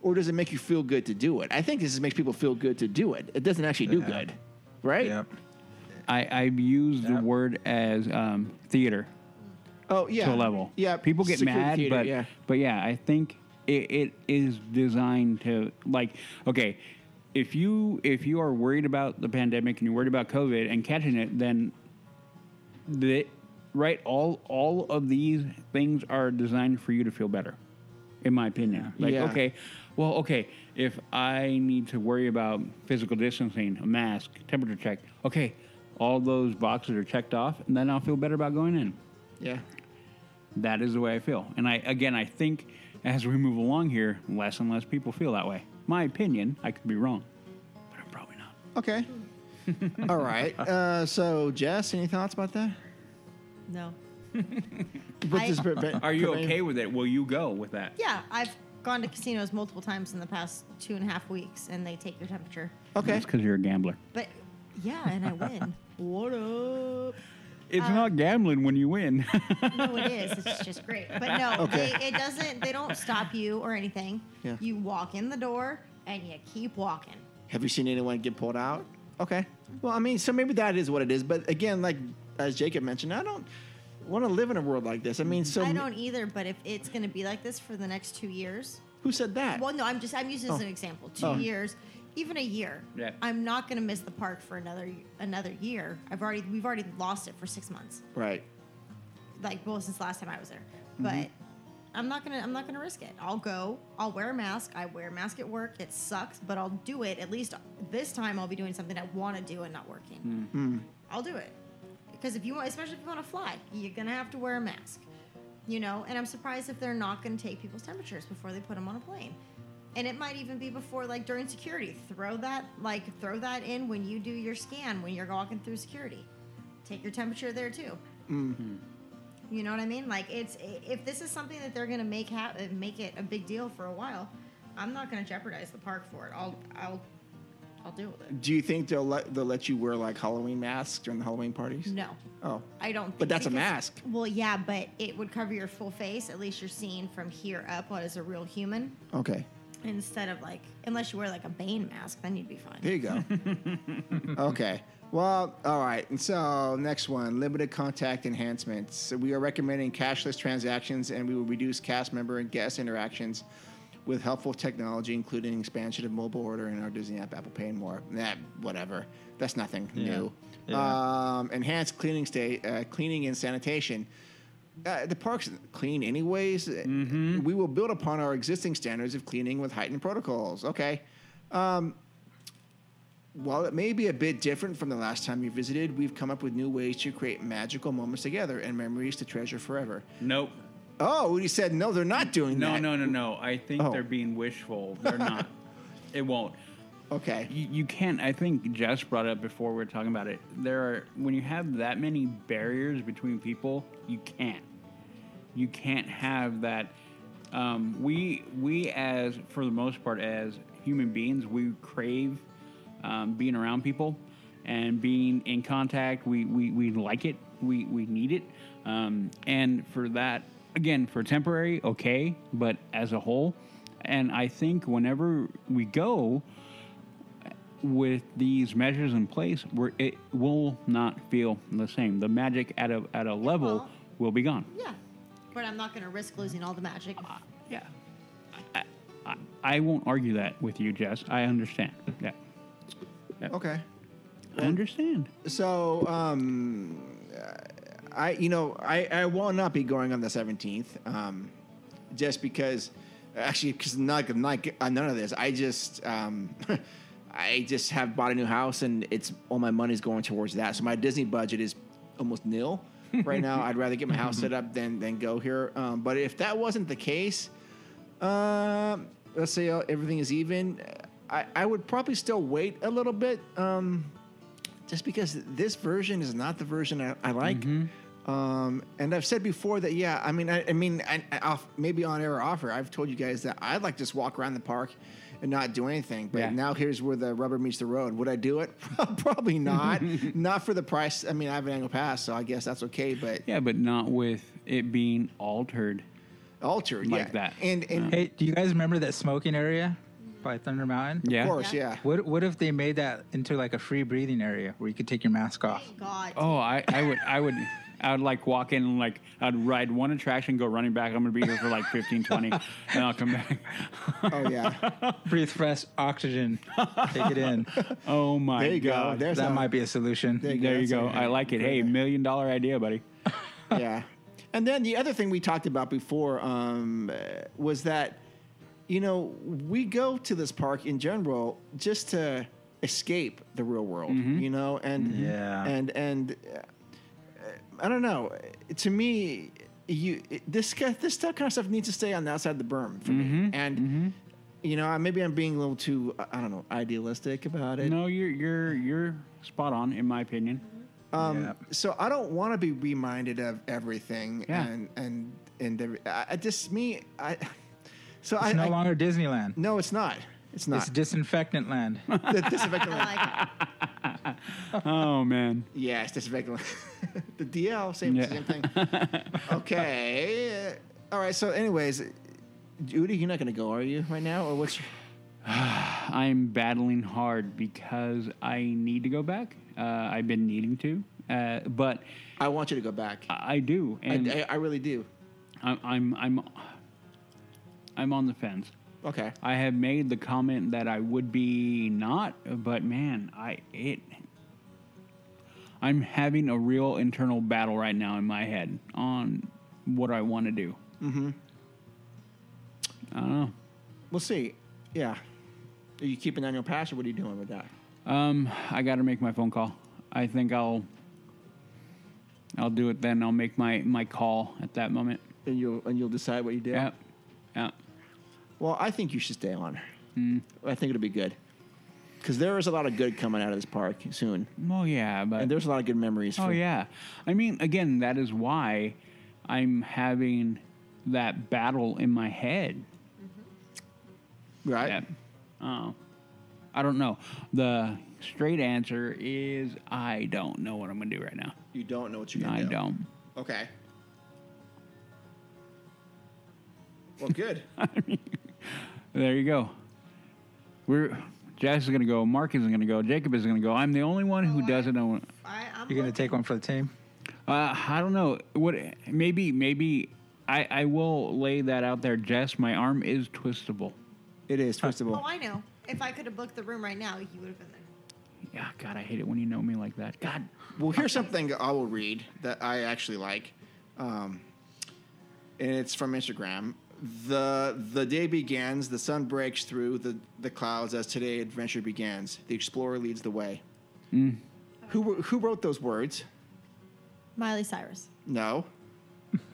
A: or does it make you feel good to do it? I think this makes people feel good to do it. It doesn't actually do good, right?
F: Yep.
E: I I've used
F: Yeah.
E: the word as um, theater
A: Oh yeah.
E: to a level.
A: Yeah.
E: People get
A: security
E: mad,
A: theater,
E: but
A: yeah.
E: but yeah, I think it, it is designed to like okay. If you if you are worried about the pandemic and you're worried about COVID and catching it, then the right all all of these things are designed for you to feel better in my opinion like
A: Yeah.
E: okay well okay if i need to worry about physical distancing a mask temperature check okay all those boxes are checked off and then i'll feel better about going in
A: yeah.
E: that is the way i feel and i again i think as we move along here less and less people feel that way my opinion i could be wrong but i'm probably not
A: Okay. *laughs* All right. Uh, so Jess, any thoughts about that?
G: No.
A: But
G: I-
A: this- but- but-
E: are you
A: but-
E: okay with it will you go with that
G: Yeah, I've gone to casinos multiple times in the past two and a half weeks, and they take your temperature.
A: Okay.
E: that's because you're a gambler
G: But yeah, and I win. *laughs* what up?
E: it's
A: Uh,
E: not gambling when you win *laughs*
G: No, it is. It's just great. But no,
A: *laughs* Okay.
G: they, it doesn't. They don't stop you or anything.
A: Yeah.
G: You walk in the door and you keep walking.
A: Have you seen anyone get pulled out? Okay. Well, I mean, so maybe that is what it is. But again, like as Jacob mentioned, I don't want to live in a world like this. I mean, so
G: I don't either. But if it's going to be like this for the next two years,
A: who said that?
G: well, no, I'm just I'm using this as
A: Oh.
G: an example. Two
A: Oh.
G: years, even a year.
E: Yeah.
G: I'm not going to miss the park for another another year. I've already we've already lost it for six months.
A: Right.
G: like well since the last time I was there. But I'm not gonna I'm not gonna risk it. I'll go. I'll wear a mask. I wear a mask at work. It sucks, but I'll do it. At least this time I'll be doing something I want to do and not working. I'll do it because if you want, especially if you want to fly, you're gonna have to wear a mask. You know, and I'm surprised if they're not gonna take people's temperatures before they put them on a plane. And it might even be before, like during security. Throw that, like, throw that in when you do your scan when you're walking through security. Take your temperature there too. You know what I mean? Like it's i- if this is something that they're gonna make ha- uh, make it a big deal for a while, I'm not gonna jeopardize the park for it. I'll I'll I'll deal with it.
A: Do you think they'll let they'll let you wear like Halloween masks during the Halloween parties?
G: No,
A: Oh.
G: I don't. Think
A: But that's a
G: because-
A: mask.
G: Well, yeah, but it would cover your full face. At least you're seen from here up what is a real human
A: Okay.
G: instead of like unless you wear like a Bane mask, then you'd be fine.
A: There you go. okay. Well, all right. And so, next one limited contact enhancements. So we are recommending cashless transactions and we will reduce cast member and guest interactions with helpful technology, including expansion of mobile order in our Disney app, Apple Pay, and more. Nah, whatever. That's nothing new.
F: Yeah.
A: Um, enhanced cleaning, stay, uh, cleaning and sanitation. Uh, the park's clean anyways. We will build upon our existing standards of cleaning with heightened protocols. Okay. While it may be a bit different from the last time you visited, we've come up with new ways to create magical moments together and memories to treasure forever.
E: nope
A: Oh, he said, no, they're not doing
E: No,
A: that.
E: no, no, no. I think
A: Oh.
E: they're being wishful.
A: *laughs*
E: They're not. it won't.
A: Okay.
E: You, you can't. I think Jess brought up before we were talking about it. There are when you have that many barriers between people, you can't. You can't have that. Um, we we as for the most part as human beings, we crave um, being around people and being in contact. We we, we like it. We we need it. Um, and for that, again, for temporary, okay, but as a whole. And I think whenever we go, with these measures in place, where it will not feel the same. The magic at a at a level
G: won't.
E: will be gone.
G: Yeah, but I'm not gonna risk losing all the magic.
E: Yeah, I, I, I won't argue that with you, Jess. I understand. Yeah,
A: Okay.
E: I understand.
A: So, um, uh, I you know I, I will not be going on the seventeenth, um, just because actually because not not uh, none of this. I just um, *laughs* I just have bought a new house and it's all my money's going towards that. So my Disney budget is almost nil right now. I'd rather get my house set up than than go here. Um, but if that wasn't the case, um, let's say uh, everything is even. I, I would probably still wait a little bit, um, just because this version is not the version I, I like.
E: Mm-hmm.
A: Um, and I've said before that, yeah, I mean, I, I mean, I, I off, maybe on air or off air, I've told you guys that I'd like to just walk around the park and not do anything. But
E: Yeah.
A: now here's where the rubber meets the road. Would I do it? *laughs* probably
E: *laughs*
A: not. not for the price. I mean, I have an annual pass, so I guess that's okay. But
E: Yeah, but not with it being altered.
A: altered
E: Like
A: yeah.
E: that.
A: And and
F: Hey, do you guys remember that smoking area by Thunder Mountain?
E: Yeah.
A: of course,
D: Yeah.
A: yeah.
F: What what if they made that into like a free breathing area where you could take your mask off?
D: God.
E: Oh, I, I would, I would, I would like walk in and like, I'd ride one attraction, go running back. I'm gonna be here for like 15, 20, and I'll come back. *laughs*
A: Oh yeah.
F: Breathe fresh oxygen. take
A: *laughs*
F: it in.
E: Oh my
A: There you go.
E: god,
A: There's
F: that
A: a-
F: might be a solution.
A: There you
E: there you
A: that's
E: go.
A: it.
E: I like it. Hey, million dollar idea, buddy.
A: *laughs* yeah. And then the other thing we talked about before um, uh, was that, you know, we go to this park in general just to escape the real world, you know, and
F: Yeah.
A: and and uh, I don't know. To me, you this ki- this stuff kind of stuff needs to stay on the outside of the berm for me. And you know, I- maybe I'm being a little too I- I don't know idealistic about it.
E: No, you're you're you're spot on in my opinion.
A: Um,
F: Yeah.
A: So I don't want to be reminded of everything,
E: Yeah.
A: and and and every, I, I just me I. *laughs* So I
F: It's no
A: I-
F: longer Disneyland.
A: no, it's not. It's not.
F: It's
A: *laughs*
F: disinfectant land.
A: the
D: *laughs*
A: disinfectant.
D: I like it.
E: Oh man,
A: Yeah, it's disinfectant. *laughs* the DL, same
E: Yeah.
A: same thing. okay. uh, All right. So, anyways, Judy, you're not gonna go, are you, right now, or what's? Your,
E: I'm battling hard because I need to go back. Uh, I've been needing to, uh, but
A: I want you to go back.
E: I I do,
A: I,
E: and
A: I, I really do.
E: I'm I'm I'm I'm on the fence.
A: Okay.
E: I have made the comment that I would be not, but man, I it I'm having a real internal battle right now in my head on what I want to do. Mm-hmm. I don't
A: We'll see. Yeah. Are you keeping on your pass, or what are you doing with that?
E: know. Um, I got to make my phone call. I think I'll I'll do it then. I'll make my my call at that moment.
A: And you'll and you'll decide what you do.
E: Yeah, yeah.
A: Well, I think you should stay on.
E: Hmm.
A: I think it'll be good. Because there is a lot of good coming out of this park soon.
E: Well, yeah, but
A: And there's a lot of good memories.
E: Oh
A: for-
E: yeah, I mean, again, that is why I'm having that battle in my head.
A: Right?
E: That, oh, I don't know. The straight answer is I don't know what I'm gonna do right now.
A: You don't know what you're
E: I
A: going to do.
E: don't.
A: Okay. Well, good.
E: There you go. We're Jess is gonna go. Mark is gonna go. Jacob is gonna go. I'm the only one who doesn't know.
D: I, I'm
F: You're gonna
D: looking-
F: take one for the team.
E: Uh, I don't know. What? Maybe. Maybe. I, I will lay that out there, Jess. My arm is twistable.
A: it is, first of
G: Oh,
A: all.
G: I know. If I could have booked the room right now, you would have been there.
E: Yeah, God, I hate it when you know me like that. God.
A: Well, here's something I will read that I actually like, um, and it's from Instagram. the The day begins. The sun breaks through the the clouds as today adventure begins. The explorer leads the way. Mm. Who wr- who wrote those words?
D: Miley Cyrus.
A: No.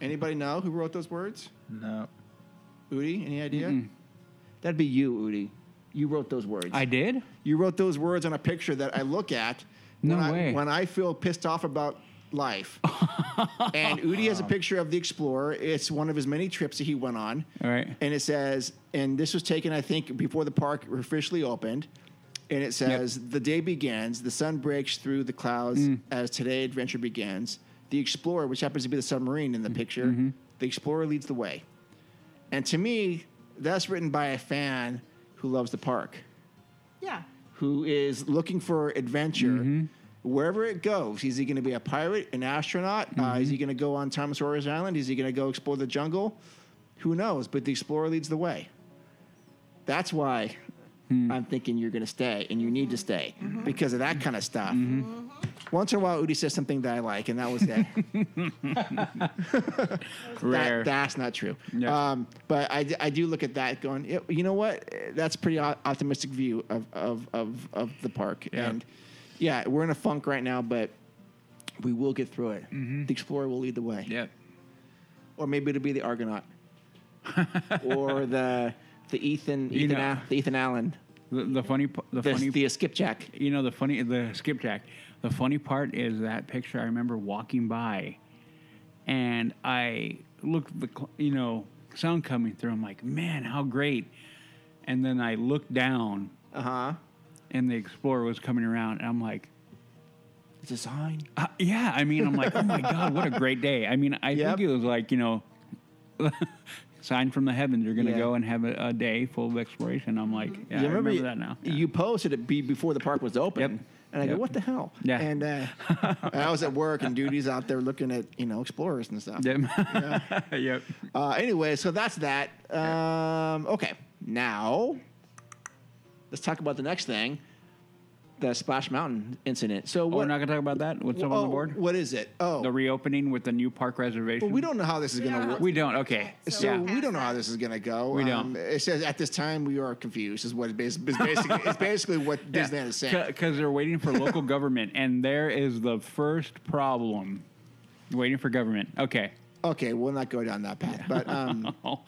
A: Anybody know who wrote those words?
F: No.
A: Udi, any idea? That'd be you, Udi. You wrote those words.
E: I did?
A: You wrote those words on a picture that I look at
E: No
A: when, I,
E: way.
A: when I feel pissed off about
E: *laughs*
A: life. and Udi has a picture of the Explorer. It's one of his many trips that he went on.
E: All right.
A: And it says, and this was taken, I think, before the park officially opened. And it says, the day begins, the sun breaks through the clouds
E: Mm.
A: as today adventure begins. The Explorer, which happens to be the submarine in
E: Mm-hmm.
A: the picture, the Explorer leads the way. And to me, that's written by a fan who loves the park
D: Yeah.
A: who is looking for adventure. Wherever it goes, is he going to be a pirate, an astronaut? Uh, is he going to go on Thomas Sawyer's Island? Is he going to go explore the jungle? Who knows? But the explorer leads the way. That's why I'm thinking you're going to stay and you need to stay because of that kind of stuff. Once in a while, Udi says something that I like, and that was that.
E: Rare.
A: That, that's not true.
E: Yeah.
A: Um, but I, d- I do look at that going, "Yeah, you know what? Eh, That's a pretty o- optimistic view of, of, of, of the park.
E: Yeah.
A: And yeah, we're in a funk right now, but we will get through it. The Explorer will lead the way.
E: Mm-hmm. yeah.
A: Or maybe it'll be the Argonaut.
E: *laughs*
A: or the the Ethan,
E: You
A: Ethan,
E: know-
A: Al- the Ethan Allen.
E: The, the funny, p- the
A: The,
E: funny,
A: the skipjack.
E: you know, the funny, the skipjack. The funny part is that picture. I remember walking by, and I looked at the, cl- you know, sound coming through. I'm like, man, how great! And then I looked down,
A: Uh huh.
E: and the explorer was coming around, and I'm like,
A: It's a sign.
E: Uh, yeah, I mean, I'm like, oh my god, what a great day. I mean, I
A: Yep.
E: think it was like you know, *laughs* sign from the heavens. You're gonna
A: Yeah. Mm-hmm.
E: go and have a, a day full of exploration. I'm like, yeah,
A: You
E: I remember,
A: remember
E: that now. Yeah.
A: You posted it be before the park was open.
E: Yep.
A: And I go,
E: Yep.
A: what the hell?
E: Yeah.
A: And
E: *laughs*
A: uh, I was at work and duties out there looking at, you know, explorers and stuff.
E: Yeah. *laughs* *laughs* yep. Oh,
A: Uh, anyway, so that's that. Um, okay. Now, let's talk about the next thing the Splash Mountain incident. So,
E: Oh,
A: what,
E: we're not gonna talk about that. What's up on
A: oh,
E: the board?
A: What is it? Oh,
E: The reopening with the new park reservation.
A: well, we don't know how this is going
G: don't
A: to
G: know
A: work.
E: We don't. Okay.
A: So
E: yeah.
A: we don't know how this is going to go. Um,
E: We don't.
A: It says at this time we are confused. Is what it bas- is basically, it's basically
E: *laughs*
A: what Disneyland is saying.
E: Because they're waiting
A: *laughs*
E: for local government, and there is the first problem. Waiting for government. Okay.
A: Okay, we'll not go down that path.
E: *laughs*
A: But um,
E: Oh,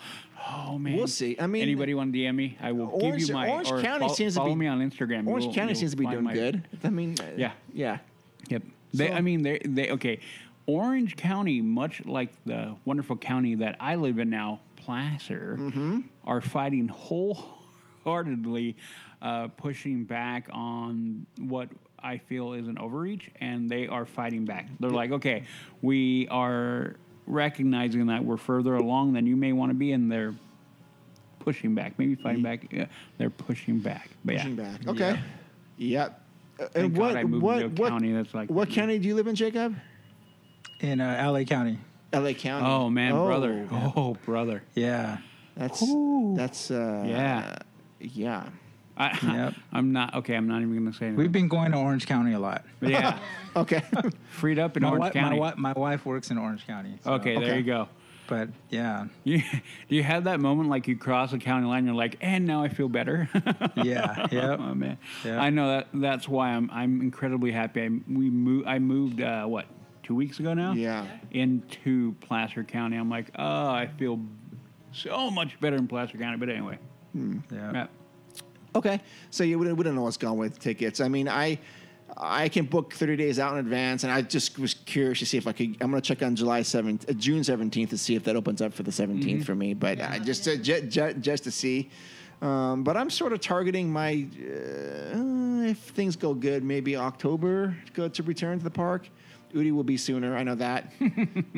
E: oh man.
A: We'll see. I mean-
E: anybody want to DM me? I will
A: Orange,
E: give you my.
A: Orange
E: or
A: County
E: fo-
A: seems to
E: follow
A: be
E: me on Instagram.
A: Orange
E: You'll-
A: County
E: you'll
A: seems to be
E: find
A: doing
E: my-
A: good. I mean, uh,
E: Yeah.
A: yeah.
E: Yep. They,
A: So-
E: I mean, they, they. Okay. Orange County, much like the wonderful county that I live in now, Placer,
A: Mm-hmm.
E: are fighting wholeheartedly, uh, pushing back on what I feel is an overreach, and they are fighting back. They're like, okay, we are recognizing that we're further along than you may want to be, and they're pushing back, maybe fighting back. Yeah, they're pushing back. But yeah.
A: Pushing back. Okay. Yep. Uh,
E: Thank
A: And
E: God
A: what
E: I moved
A: what
E: into a
A: what
E: county that's like
A: what
E: that.
A: county do you live in, Jacob?
F: in uh, LA County.
A: L.A. County.
E: Oh man,
A: Oh,
E: brother. Oh brother.
F: Yeah.
A: That's
E: Ooh.
A: that's uh,
E: Yeah.
A: yeah.
E: I,
F: Yep.
E: *laughs* I'm not okay. I'm not even going to say anything.
F: We've been going to Orange County a lot.
E: But yeah,
A: Okay.
E: *laughs* freed up in
F: My,
E: Orange
F: wi- my,
E: County.
F: wi- my wife works in Orange County. so-
E: okay, there
A: Okay.
E: you go.
F: But
E: *laughs*
F: yeah,
E: You, do you have that moment like you cross the county line? You're like, and now I feel better. *laughs*
F: yeah,
E: oh
F: yeah.
E: man,
F: Yeah.
E: I know that. That's why I'm I'm incredibly happy. I, we moved. I moved uh, what two weeks ago now.
A: Yeah.
E: Into Placer County, I'm like, oh, I feel so much better in Placer County. But anyway,
F: yeah.
E: yeah.
A: okay. So you we don't we don't know what's going with tickets. I mean, I. I can book 30 days out in advance, and I just was curious to see if I could. I'm going to check on July 7th, uh, June 17th, to see if that opens up for the 17th for me. But I just to, ju- ju- just to see. Um, but I'm sort of targeting my uh, if things go good, maybe October to go to return to the park. Udi will be sooner. I know that.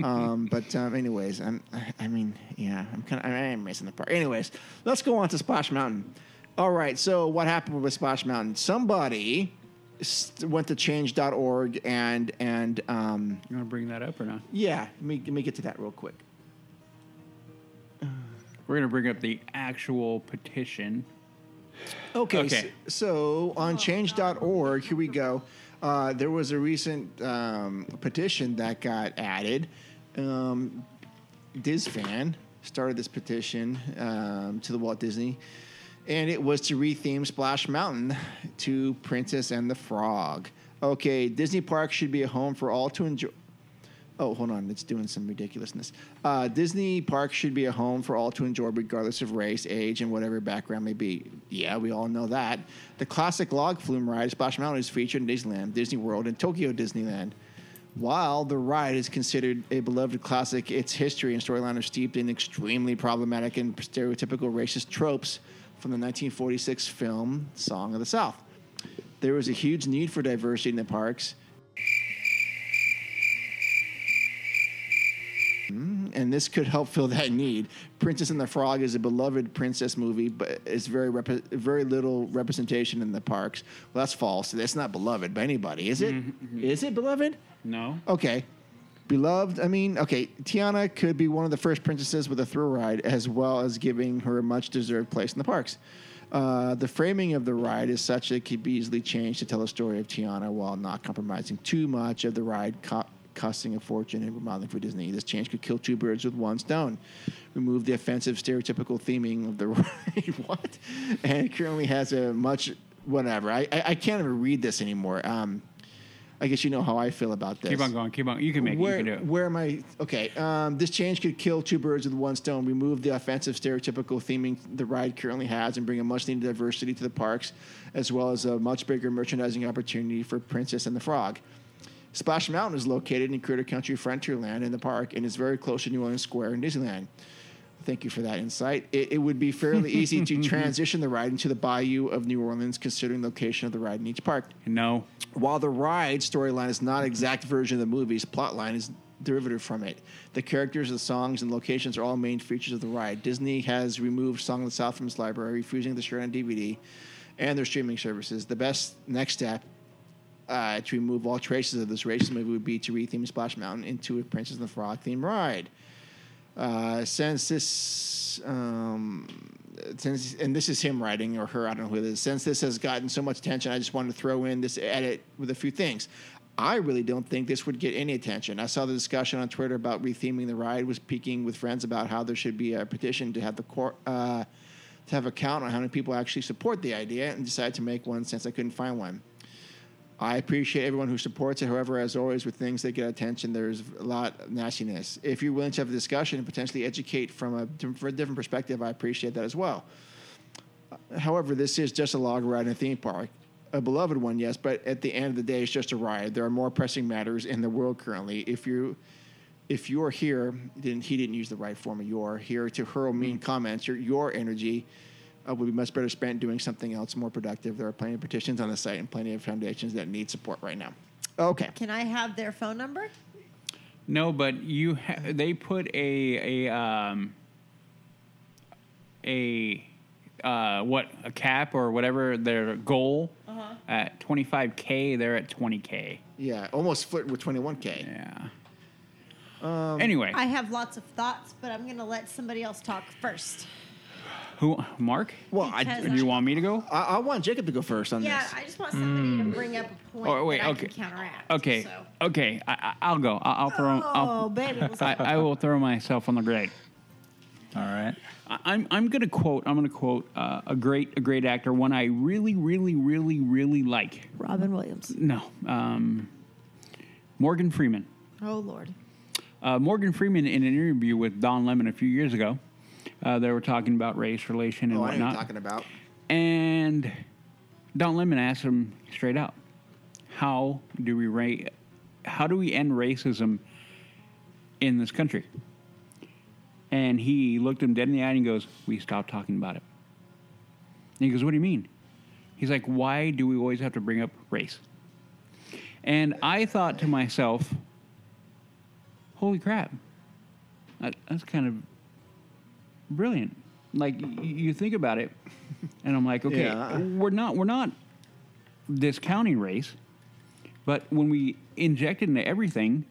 A: um, but um, anyways, I'm. I- I mean, yeah, I'm kind of. I am missing the park. Anyways, let's go on to Splash Mountain. All right. So what happened with Splash Mountain? Somebody s- went to change.org and and um,
E: You want to bring that up or not?
A: yeah. Let me let me get to that real quick.
E: We're gonna bring up the actual petition.
A: Okay.
E: Okay.
A: s- So, on change.org, here we go. Uh, there was a recent um, petition that got added. Um, DisFan started this petition um, to the Walt Disney, and it was to retheme Splash Mountain to Princess and the Frog. Okay, Disney Park should be a home for all to enjoy. Oh, hold on. It's doing some ridiculousness. Uh, Disney Park should be a home for all to enjoy, regardless of race, age, and whatever background may be. Yeah, we all know that. The classic log flume ride, Splash Mountain, is featured in Disneyland, Disney World, and Tokyo Disneyland. While the ride is considered a beloved classic, its history and storyline are steeped in extremely problematic and stereotypical racist tropes from the 1946 film Song of the South. There was a huge need for diversity in the parks. and this could help fill that need. Princess and the Frog is a beloved princess movie, but it's very rep- very little representation in the parks. Well, that's false. That's not beloved by anybody, is it? Is it beloved?
E: No.
A: Okay. Beloved, I mean, okay, Tiana could be one of the first princesses with a thrill ride, as well as giving her a much deserved place in the parks. Uh, the framing of the ride is such that it could be easily changed to tell the story of Tiana while not compromising too much of the ride co- costing a fortune and remodeling for Disney. This change could kill two birds with one stone. Remove the offensive stereotypical theming of the *laughs* ride. what? And it currently has a much whatever. I, I, I can't even read this anymore. Um, I guess you know how I feel about this.
E: Keep on going. Keep on. You can make
A: Where,
E: it. You can do it.
A: where am I? Okay. Um, this change could kill two birds with one stone. Remove the offensive stereotypical theming the ride currently has and bring a much needed diversity to the parks, as well as a much bigger merchandising opportunity for Princess and the Frog. Splash Mountain is located in Critter Country Frontierland in the park and is very close to New Orleans Square and Disneyland. Thank you for that insight. It, it would be fairly easy
E: *laughs*
A: to transition the ride into the bayou of New Orleans, considering the location of the ride in each park.
E: No.
A: While the ride storyline is not an exact version of the movie's plotline is derivative from it. The characters, the songs, and locations are all main features of the ride. Disney has removed Song of the South from its library, refusing to share it on DVD and their streaming services. The best next step uh, to remove all traces of this racist movie would be to retheme Splash Mountain into a Princess and the Frog themed ride. Uh, since this um, since and this is him writing or her, I don't know who it is. Since this has gotten so much attention, I just wanted to throw in this edit with a few things. I really don't think this would get any attention. I saw the discussion on Twitter about retheming the ride was peaking with friends about how there should be a petition to have the court. Uh, to have a count on how many people actually support the idea and decided to make one since I couldn't find one. I appreciate everyone who supports it. However, as always, with things that get attention, there's a lot of nastiness. If you're willing to have a discussion and potentially educate from a, diff- from a different perspective, I appreciate that as well. However, this is just a log ride in a theme park. A beloved one, yes, but at the end of the day, it's just a ride. There are more pressing matters in the world currently. If you if you're here, then he didn't use the right form of you're here to hurl
E: Mm.
A: mean comments. Your your energy uh, would be much better spent doing something else more productive. There are plenty of petitions on the site and plenty of foundations that need support right now. Okay.
G: Can I have their phone number?
E: No, but you ha- they put a a um a uh what a cap or whatever their goal
G: Uh-huh.
E: at 25k they're at 20k.
A: Yeah, almost flirting with 21K.
E: Yeah. Um, anyway,
G: I have lots of thoughts, but I'm going to let somebody else talk first.
E: who Mark?
A: Well, I,
G: Because
E: Do you want me to go?
A: I, I want Jacob to go first on
G: Yeah,
A: this.
G: I just want somebody to bring up a point
E: Mm. Oh, wait,
G: that I
E: okay.
G: can counteract.
E: Okay.
G: so.
E: Okay, I, I- I'll go. I, will throw
G: Oh,
E: I'll,
G: baby. it was
E: I,
G: like-
E: I will throw myself on the grate.
F: All right.
E: I- I'm I'm gonna quote I'm gonna quote uh, a great a great actor one I really really really really like
G: Robin Williams.
E: no um, Morgan Freeman
G: Oh, Lord.
E: uh, Morgan Freeman in an interview with Don Lemon a few years ago uh, they were talking about race relation and
A: oh, I know what
E: whatnot
A: you're talking about.
E: and Don Lemon asked him straight out how do we rate how do we end racism in this country and he looked him dead in the eye and he goes we stopped talking about it and he goes what do you mean he's like why do we always have to bring up race and i thought to myself holy crap that, that's kind of brilliant like y- you think about it and i'm like okay
A: Yeah.
E: we're not we're not discounting race but when we inject it into everything,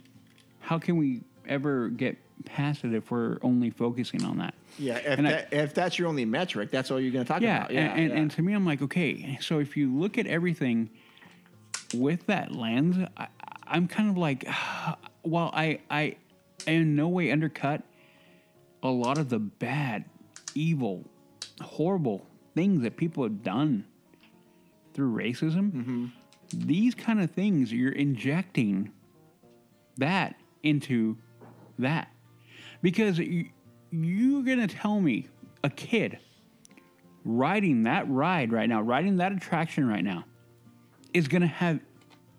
E: how can we ever get past it if we're only focusing on that?
A: Yeah, if,
E: And I-
A: that, if that's your only metric, that's all you're going to talk
E: yeah,
A: about. Yeah,
E: and, and,
A: yeah.
E: and to me, I'm like, okay, so if you look at everything with that lens, I, I'm kind of like, *sighs* while I, I, I in no way undercut a lot of the bad, evil, horrible things that people have done through racism,
A: Mm-hmm.
E: these kind of things, you're injecting that into that. Because you, you're going to tell me a kid riding that ride right now, riding that attraction right now, is going to have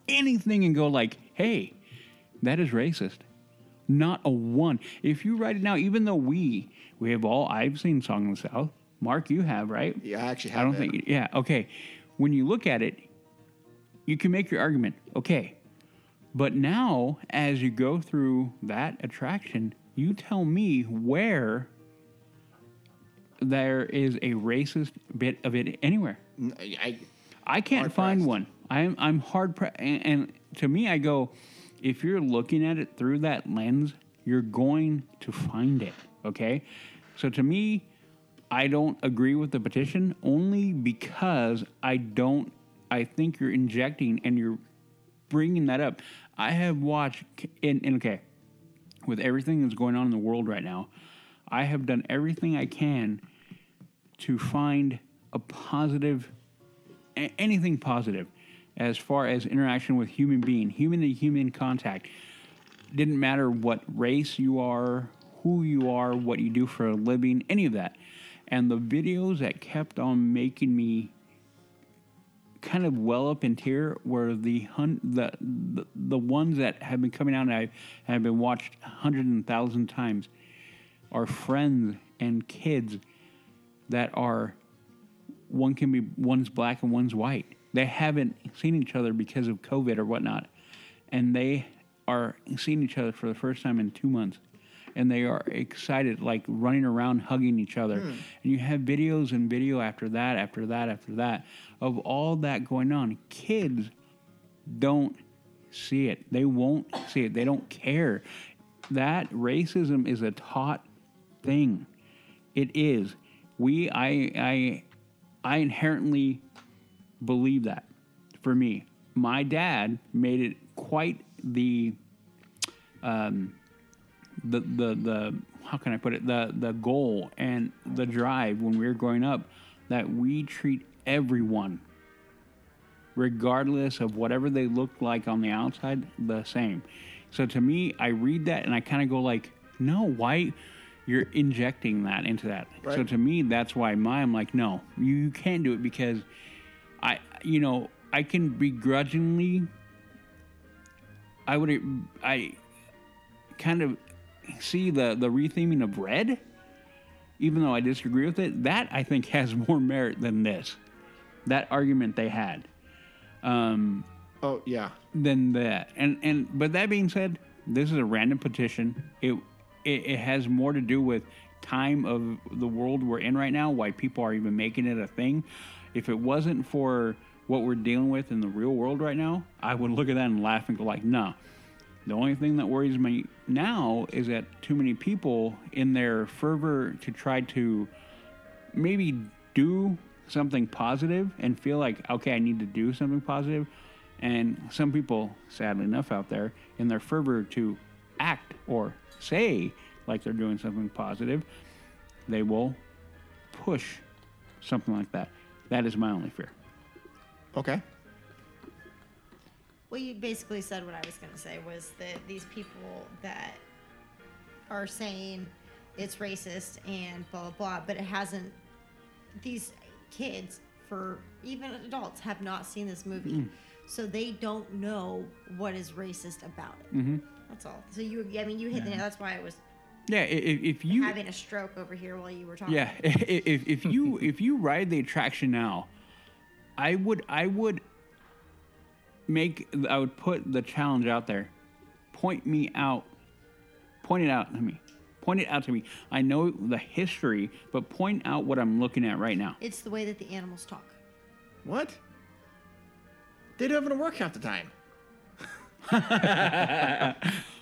E: anything and go like, hey, that is racist. Not a one. If you ride it now, even though we, we have all, I've seen Song of the South. Mark, you have, right?
A: Yeah, I actually
E: I don't
A: haven't.
E: think, yeah, okay. When you look at it, you can make your argument, okay. But now, as you go through that attraction, you tell me where there is a racist bit of it anywhere.
A: I,
E: I can't
A: Hard
E: find
A: pressed.
E: one. I'm I'm hard pressed, and, and to me, I go, if you're looking at it through that lens, you're going to find it. Okay, so to me, I don't agree with the petition only because I don't. I think you're injecting and you're bringing that up. I have watched, and, and okay, with everything that's going on in the world right now, I have done everything I can to find a positive, a- anything positive, as far as interaction with human being, human to human contact. Didn't matter what race you are, who you are, what you do for a living, any of that. And the videos that kept on making me kind of well up in tier were the hun- the, the the ones that have been coming out and I have been watched hundred and thousand times are friends and kids that are one can be one's black and one's white. They haven't seen each other because of COVID or whatnot, and they are seeing each other for the first time in two months, and they are excited, like running around hugging each other. And you have videos and video after that, after that, after that, of all that going on. Kids don't see it. They won't see it. They don't care. That racism is a taught thing. It is. We I I I inherently believe that for me. My dad made it quite the um the the the how can I put it? The the goal and the drive when we were growing up that we treat everyone regardless of whatever they look like on the outside, the same. So to me, I read that and I kind of go like, no, why you're injecting that into that. So
A: Right.
E: to me, that's why my I'm like, no, you, you can't do it because I, you know, I can begrudgingly, I would, I kind of see the the retheming of red. Even though I disagree with it, that I think *laughs* has more merit than this. That argument they had um,
A: Oh yeah.
E: than that. And and but that being said, this is a random petition. It, it it has more to do with time of the world we're in right now, why people are even making it a thing. If it wasn't for what we're dealing with in the real world right now, I would look at that and laugh and go like, no. The only thing that worries me now is that too many people in their fervor to try to maybe do something positive and feel like okay i need to do something positive and some people sadly enough out there in their fervor to act or say like they're doing something positive they will push something like that that is my only fear
A: Okay.
G: Well, you basically said what I was going to say was that these people that are saying it's racist and blah, blah, blah, but it hasn't, these kids, for even adults, have not seen this movie.
E: Mm-hmm.
G: So they don't know what is racist about it.
E: Mm-hmm.
G: That's all. So you, I mean, you hit the nail. That's why I was
E: yeah if, if you
G: having a stroke over here while you were talking.
E: Yeah, *laughs* i- i- if,
G: *laughs*
E: if you if you ride the attraction now, I would I would make I would put the challenge out there. Point me out. Point it out to me. Point it out to me. I know the history, but point out what I'm looking at right now.
G: It's the way that the animals talk.
A: What? They don't even work half the time.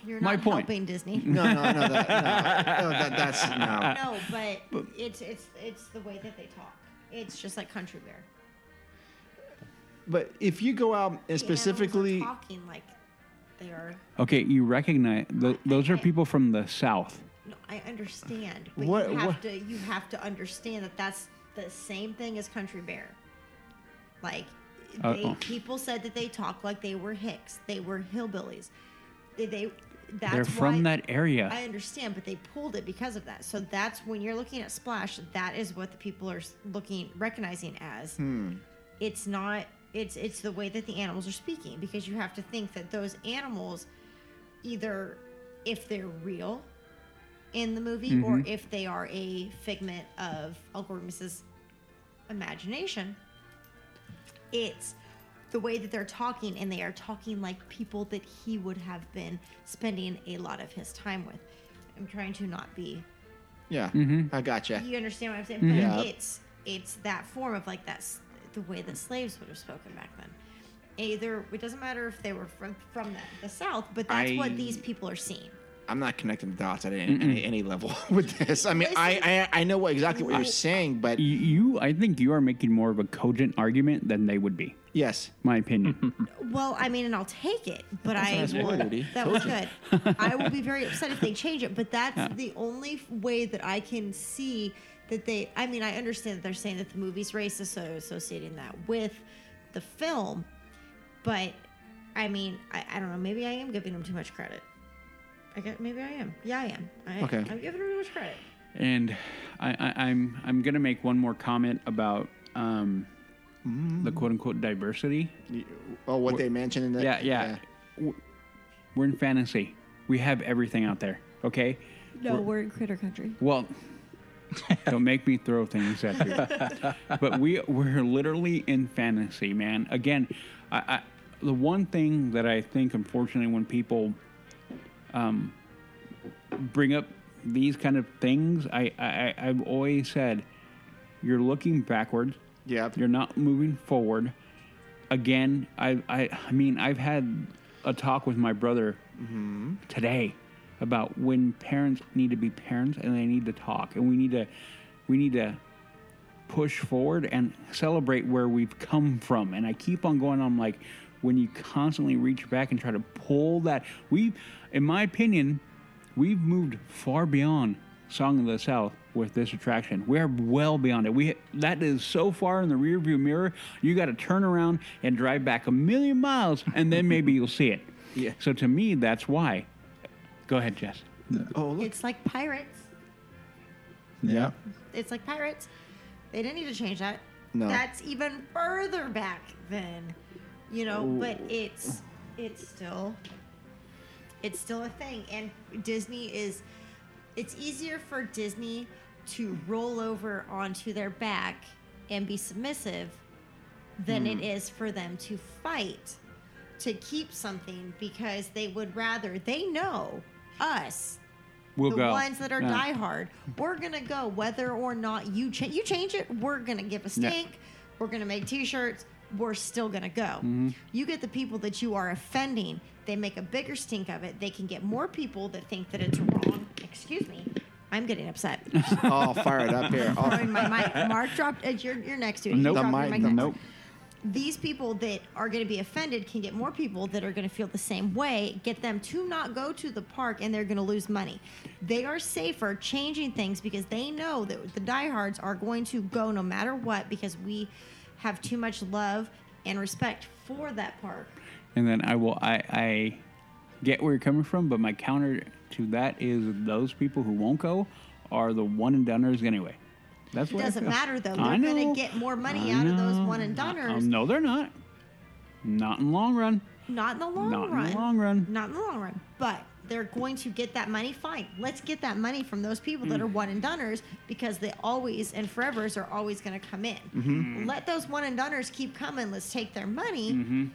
G: You're
E: My
G: not
E: point.
G: helping
E: *laughs*
G: Disney.
A: No, no, no, that, no, no that, that's no.
G: No, but, it's it's it's the way that they talk. It's just like country bear.
A: But if you go out and
G: The animals are
A: specifically,
G: talking like they are.
E: Okay, you recognize th- those are people from the South.
G: No, I understand, but
A: What-
G: you have
A: what-
G: to you have to understand that that's the same thing as country bear. Like they,
E: Uh-oh.
G: people said that they talk like they were hicks, they were hillbillies. They, they that's
E: They're from
G: why-
E: that area.
G: I understand, but they pulled it because of that. So that's when you're looking at Splash, that is what the people are s- looking, recognizing as. It's not. It's it's the way that the animals are speaking because you have to think that those animals, either if they're real in the movie or if they are a figment of Algorithmus's imagination, it's the way that they're talking and they are talking like people that he would have been spending a lot of his time with i'm trying to not be
A: yeah, I gotcha.
G: you understand what i'm saying but
A: Yeah.
G: it's it's that form of like that's the way that slaves would have spoken back then either it doesn't matter if they were from from the, the south but that's
A: I-
G: what these people are seeing
A: I'm not connecting the dots at any, any, any level *laughs* with this. I mean, I, I I know what exactly what you're saying, but
E: Y- You, I think you are making more of a cogent argument than they would be.
A: yes,
E: My
G: *laughs*
E: opinion.
G: Well, I mean, and I'll take it, but I
A: nice word,
G: would.
A: Udi.
G: That was good.
A: *laughs*
G: I will be very upset if they change it, but that's the only f- way that I can see that they. I mean, I understand that they're saying that the movie's racist, so associating that with the film, but I mean, I, I don't know. Maybe I am giving them too much credit. I guess maybe I am. Yeah, I am. I,
A: Okay.
G: I'm giving them too much credit.
E: and I, I, I'm I'm gonna make one more comment about um, the quote unquote diversity.
A: oh, what they mentioned in the
E: yeah, yeah. W- We're in fantasy. We have everything out there. Okay.
J: No, we're in critter country.
E: Well, *laughs* don't make me throw things at you. but we we're literally in fantasy, man. Again, I, I the one thing that I think, unfortunately, when people um, bring up these kind of things, I, I I- I've always said, you're looking backwards.
A: Yep.
E: You're not moving forward. Again, I I I mean, I've had a talk with my brother today about when parents need to be parents and they need to talk and we need to we need to push forward and celebrate where we've come from and i keep on going on like when you constantly reach back and try to pull that we in my opinion we've moved far beyond song of the south with this attraction we're well beyond it we that is so far in the rearview mirror you got to turn around and drive back a million miles and then maybe you'll see it
A: Yeah.
E: so to me that's why go ahead jess
A: Oh, look.
G: It's like pirates.
A: Yeah.
G: It's like pirates. They didn't need to change that.
A: No.
G: That's even further back than, you know, but it's it's still it's still a thing and Disney is it's easier for Disney to roll over onto their back and be submissive than it is for them to fight to keep something because they would rather they know us
E: we'll
G: the
E: go Uh,
G: ones that are
E: Yeah.
G: diehard. We're gonna go whether or not you change. You change it, we're gonna give a
E: Yeah.
G: stink. We're gonna make T-shirts. We're still gonna go.
E: Mm-hmm.
G: You get the people that you are offending. They make a bigger stink of it. They can get more people that think that it's wrong. Excuse me. I'm getting upset.
A: oh, fire it up here.
G: *laughs*
A: Oh,
G: Throwing my mic. Mark dropped. Uh, you're, you're next to it.
E: Nope.
A: the
E: Drop
A: mic,
G: mic
A: the
G: next.
A: nope.
G: These people that are going to be offended can get more people that are going to feel the same way. Get them to not go to the park, and they're going to lose money. They are safer changing things because they know that the diehards are going to go no matter what because we have too much love and respect for that park.
E: And then I will I I get where you're coming from, but my counter to that is those people who won't go are the one and doneers anyway. That's
G: It
E: what I
G: doesn't
E: feel.
G: matter though;
E: I
G: they're going
E: know.
G: to get more money
E: I
G: out of those
E: know.
G: one and
E: Uh,
G: donors.
E: no, they're not. Not in the long run.
G: Not in the long
E: Not in the
G: run.
E: long run.
G: Not in the long run. But they're going to get that money. Fine. Let's get that money from those people that are
E: Mm.
G: one and donors because they always and forevers are always going to come in.
E: Mm-hmm.
G: Let those one and donors keep coming. Let's take their money.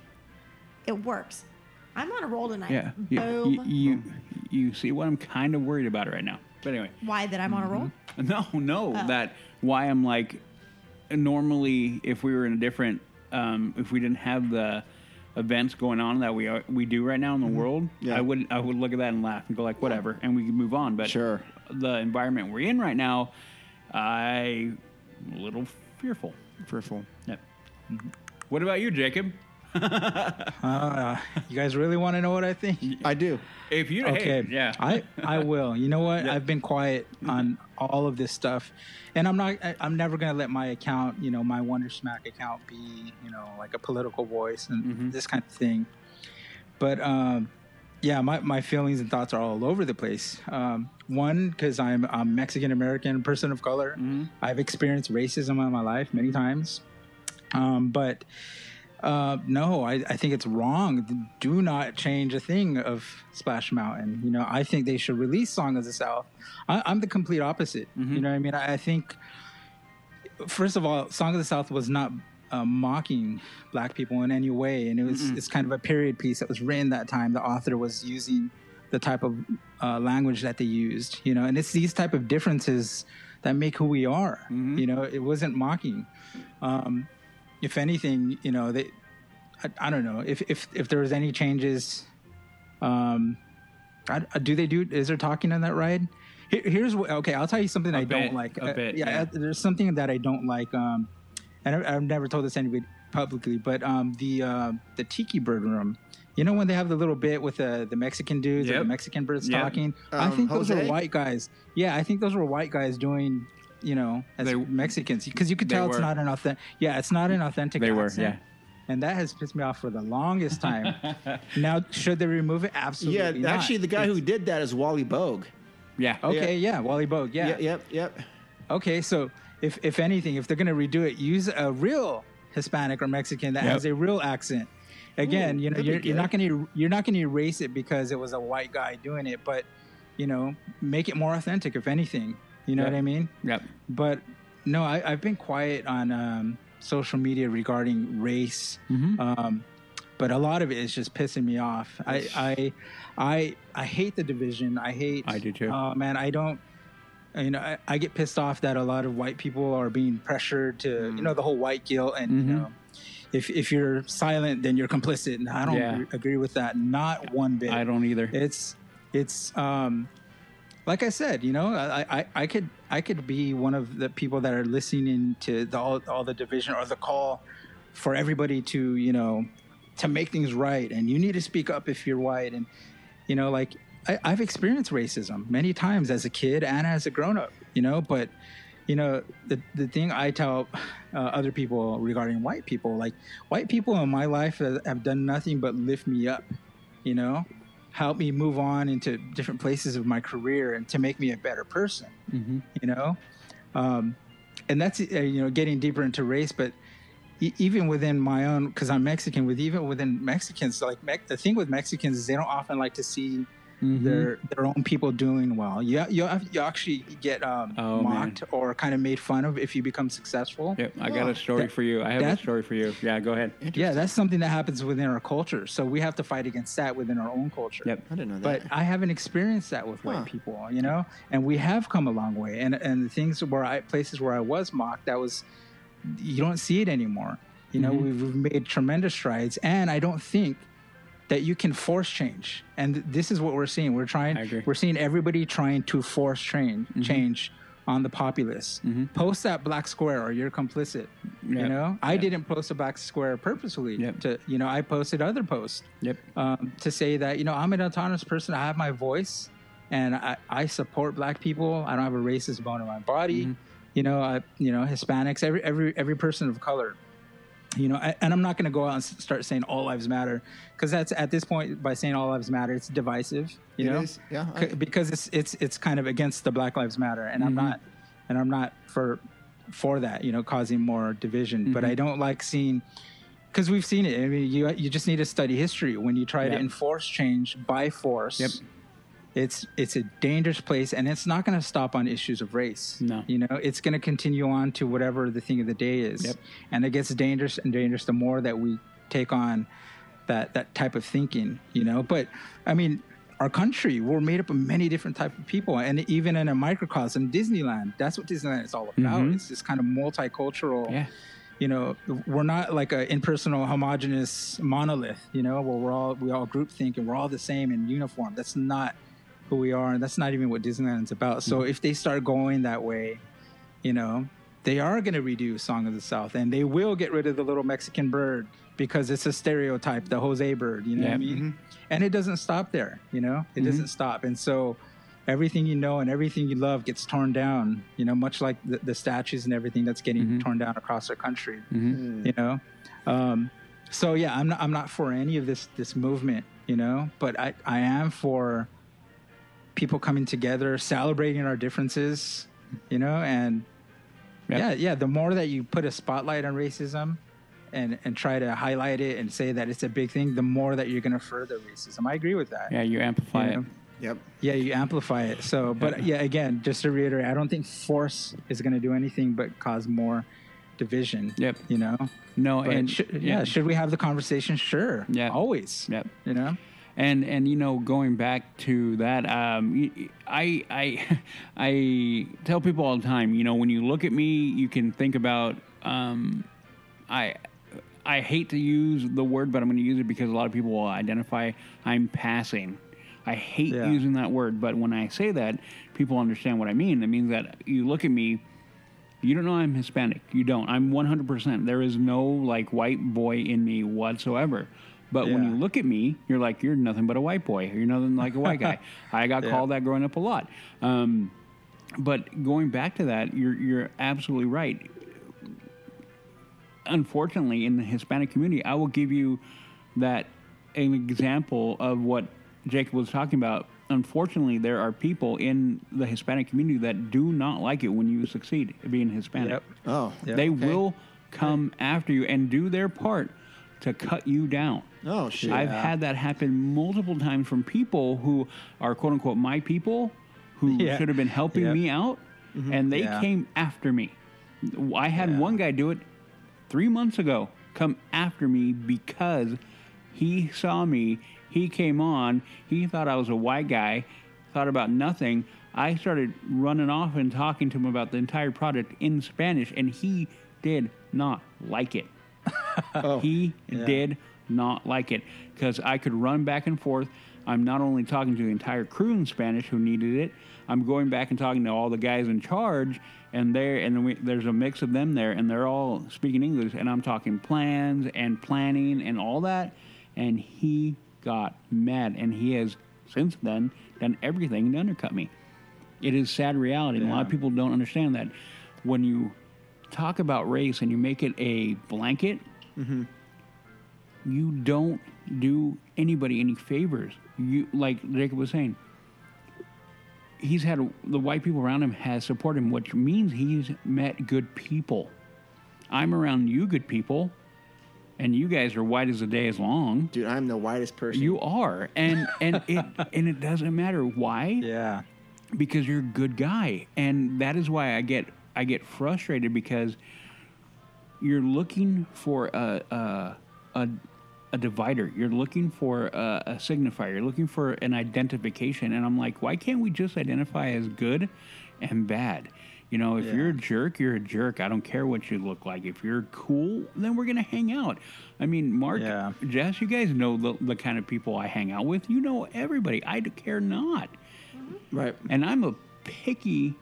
G: It works. I'm on a roll tonight.
E: Yeah. You,
G: Boom.
E: You, you you see what I'm kind of worried about right now. But anyway.
G: Why that I'm on a roll?
E: mm-hmm. *laughs* No, no. That why I'm like normally if we were in a different um, if we didn't have the events going on that we are, we do right now in the world,
A: Yeah.
E: I would I would look at that and laugh and go like whatever and we can move on. But
A: Sure.
E: the environment we're in right now, I a little fearful.
A: Fearful.
E: Yep. What about you, Jacob?
F: Uh, You guys really want to know what
E: *laughs*
F: I think?
A: I do.
E: If you
F: Okay.
E: hey, yeah.
F: *laughs* I I will. You know what? I've been quiet on all of this stuff, and I'm not. I, I'm never gonna let my account, you know, my Wonder Smack account, be you know like a political voice and
E: Mm-hmm.
F: this kind of thing. But um, yeah, my, my feelings and thoughts are all over the place. Um, one, because I'm a Mexican American person of color,
E: Mm-hmm.
F: I've experienced racism in my life many times. Um, but uh, no, I, I think it's wrong. Do not change a thing of Splash Mountain. You know, I think they should release Song of the South. I, I'm the complete opposite. You know what I mean? I, I think, first of all, Song of the South was not uh, mocking black people in any way. And it was it's kind of a period piece that was written that time. The author was using the type of uh, language that they used, you know, and it's these type of differences that make who we are. You know, it wasn't mocking if anything, you know, they, I, I don't know if, if, if there was any changes, um, I, I- do they do? Is there talking on that ride? Here, here's what. Okay, I'll tell you something I I
E: bit,
F: don't like.
E: a
F: Uh,
E: bit,
F: yeah,
E: yeah.
F: uh, there's something that I don't like. Um, and I, I've never told this to anybody publicly, but um, the uh, the tiki bird room. You know when they have the little bit with the the Mexican dudes or
E: Yep.
F: the Mexican birds
E: Yep.
F: talking? I
A: Um,
F: think those
A: Jose?
F: were white guys. Yeah, I think those were white guys doing. You know, as
E: They-
F: Mexicans, because you could
E: they
F: tell it's
E: were.
F: not an authentic. Yeah, it's not an authentic.
E: They were,
F: accent. And that has pissed me off for the longest
E: *laughs*
F: time. now, should they remove it? Absolutely.
A: yeah,
F: not.
A: actually, the guy who did that is Wally Bogue.
E: Yeah.
F: Okay, yeah, Wally Bogue. Yeah.
A: Yeah, yep, yep.
F: Okay, so if if anything, if they're gonna redo it, use a real Hispanic or Mexican that
E: Yep.
F: has a real accent. Again, you know,
A: that'd be
F: you're, you're
A: good.
F: not gonna you're not gonna erase it because it was a white guy doing it, but you know, make it more authentic. If anything, you know
E: Yep.
F: what I mean.
E: Yep.
F: But no, I, I've been quiet on um, social media regarding race.
E: Mm-hmm.
F: Um, but a lot of it is just pissing me off. I, I, I, I hate the division. I hate.
E: I do too.
F: Oh man, I don't. You know, I, I get pissed off that a lot of white people are being pressured to.
E: Mm.
F: You know, the whole white guilt, and
E: Mm-hmm.
F: you know, if if you're silent, then you're complicit. And I don't
E: Yeah.
F: agree- agree with that, not one bit.
E: I don't either.
F: It's it's um like I said, you know, I, I, I could I could be one of the people that are listening to the, all all the division or the call for everybody to you know to make things right, and you need to speak up if you're white, and you know, like I, I've experienced racism many times as a kid and as a grown up, you know, but you know the the thing I tell uh, other people regarding white people, like white people in my life have have done nothing but lift me up, you know, help me move on into different places of my career and to make me a better person,
E: Mm-hmm.
F: you know, um, and that's uh, you know getting deeper into race, but e- even within my own because i'm mexican with even within mexicans like Mex the thing with mexicans is they don't often like to see
E: Mm-hmm.
F: their their own people doing well you, you, you actually get um,
E: Oh,
F: mocked or kind of made fun of if you become successful
E: Yep. I got a story
F: That-
E: for you. I have
F: that-
E: a story for you. Yeah. Go ahead.
F: yeah that's something that happens within our culture so we have to fight against that within our own culture
E: Yep.
A: I didn't know
F: but
A: that.
F: I haven't experienced that with
A: Huh.
F: white people, you know. And we have come a long way. And and the things where I places where I was mocked, that was you don't see it anymore. You know, we've,
E: Mm-hmm.
F: we've made tremendous strides, and I don't think that you can force change. And th- this is what we're seeing. We're trying.
E: I agree. Mm-hmm.
F: We're seeing everybody trying to force change change on the populace. Post that black square, or you're complicit.
E: Yep.
F: You know, I
E: Yep.
F: didn't post a black square purposely.
E: Yep.
F: To you know, I posted other posts
E: Yep.
F: um, to say that you know I'm an autonomous person. I have my voice, and I, I support Black people. I don't have a racist bone in my body.
A: Mm-hmm.
F: You know, I you know Hispanics, every every every person of color. You know, I, and I'm not going to go out and s- start saying all lives matter because that's at this point by saying all lives matter, it's divisive. You
A: It
F: know,
A: is, yeah, I- Mm-hmm.
F: C- because it's it's it's kind of against the Black Lives Matter, and I'm not, and I'm not for for that. You know, causing more division. But
A: Mm-hmm.
F: I don't like seeing because we've seen it. I mean, you you just need to study history when you try
E: Yeah.
F: to enforce change by force.
E: Yep.
F: It's it's a dangerous place, and it's not going to stop on issues of race.
E: No.
F: you know, it's going to continue on to whatever the thing of the day is.
E: Yep.
F: and it gets dangerous and dangerous the more that we take on that that type of thinking. You know, but I mean, our country we're made up of many different type of people, and even in a microcosm, Disneyland. That's what Disneyland is all about. It's this kind of multicultural
E: Mm-hmm. Yeah.
F: you know we're not like a impersonal homogenous monolith you know where we're all we all group think and we're all the same in uniform that's not who we are and that's not even what disneyland's about so if they start going that way you know they are going to redo song of the south and they will get rid of the little mexican bird because it's a stereotype the jose bird you know what
E: Yeah.
F: i mean and it doesn't stop there you know it doesn't stop and so everything you know and everything you love gets torn down you know much like the, the statues and everything that's getting torn down across our country you know um, so yeah i'm not i'm not for any of this this movement you know but i i am for people coming together celebrating our differences you know and
E: Yep.
F: yeah yeah the more that you put a spotlight on racism and and try to highlight it and say that it's a big thing the more that you're going to further racism i agree with that
E: Yeah. You amplify
F: You
E: it.
F: know?
A: Yep.
F: yeah, you amplify it. So, but yeah, again, just to reiterate, I don't think force is going to do anything but cause more division.
E: Yep.
F: You know.
E: No.
F: But
E: and
F: sh- yeah. should we have the conversation? Sure.
E: Yeah.
F: Always.
E: Yep.
F: You know.
E: and and you know going back to that um y- i i *laughs* i tell people all the time you know when you look at me you can think about um i i hate to use the word but i'm going to use it because a lot of people will identify i'm passing I hate
F: Yeah.
E: using that word, but when I say that, people understand what I mean. It means that you look at me, you don't know I'm Hispanic. You don't. I'm 100%. There is no like white boy in me whatsoever. But when
F: Yeah.
E: you look at me, you're like, you're nothing but a white boy. You're nothing like a white
F: *laughs*
E: guy. I got
F: Yeah.
E: called that growing up a lot. Um, but going back to that, you're, you're absolutely right unfortunately in the Hispanic community, I will give you that an example of what Jacob was talking about. Unfortunately, there are people in the Hispanic community that do not like it when you succeed at being Hispanic.
F: Yep.
A: Oh.
F: Yeah.
E: they
A: okay.
E: will come after you and do their part to cut you down.
A: Oh shit.
E: I've had that happen multiple times from people who are quote unquote my people who
F: Yeah.
E: should have been helping
F: Yep.
E: me out and they
F: Mm-hmm. Yeah.
E: came after me. I had
F: Yeah.
E: one guy do it three months ago, come after me because he saw me, he came on, he thought I was a white guy, thought about nothing. I started running off and talking to him about the entire product in Spanish and he did not like it. *laughs* He did not like it because I could run back and forth. I'm not only talking to the entire crew in Spanish who needed it. I'm going back and talking to all the guys in charge, and there and we, there's a mix of them there, and they're all speaking English, and I'm talking plans and planning and all that, and he got mad, and he has since then done everything to undercut me. It is sad reality. and A lot of
F: Yeah.
E: people don't understand that when you talk about race and you make it a blanket,
F: Mm-hmm.
E: you don't do anybody any favors. You like Jacob was saying, he's had the white people around him has supported him, which means he's met good people. I'm around you, good people, and you guys are white as the day is long.
A: Dude, I'm the whitest person.
E: You are, and and it and it doesn't matter why
F: Yeah.
E: because you're a good guy and that is why i get i get frustrated because you're looking for a a a, a divider you're looking for a, a signifier you're looking for an identification and i'm like why can't we just identify as good and bad you know if
F: Yeah.
E: you're a jerk you're a jerk i don't care what you look like if you're cool then we're gonna hang out i mean mark
F: Yeah.
E: jess you guys know the, the kind of people i hang out with you know everybody i d- care not
A: right.
E: and I'm a picky.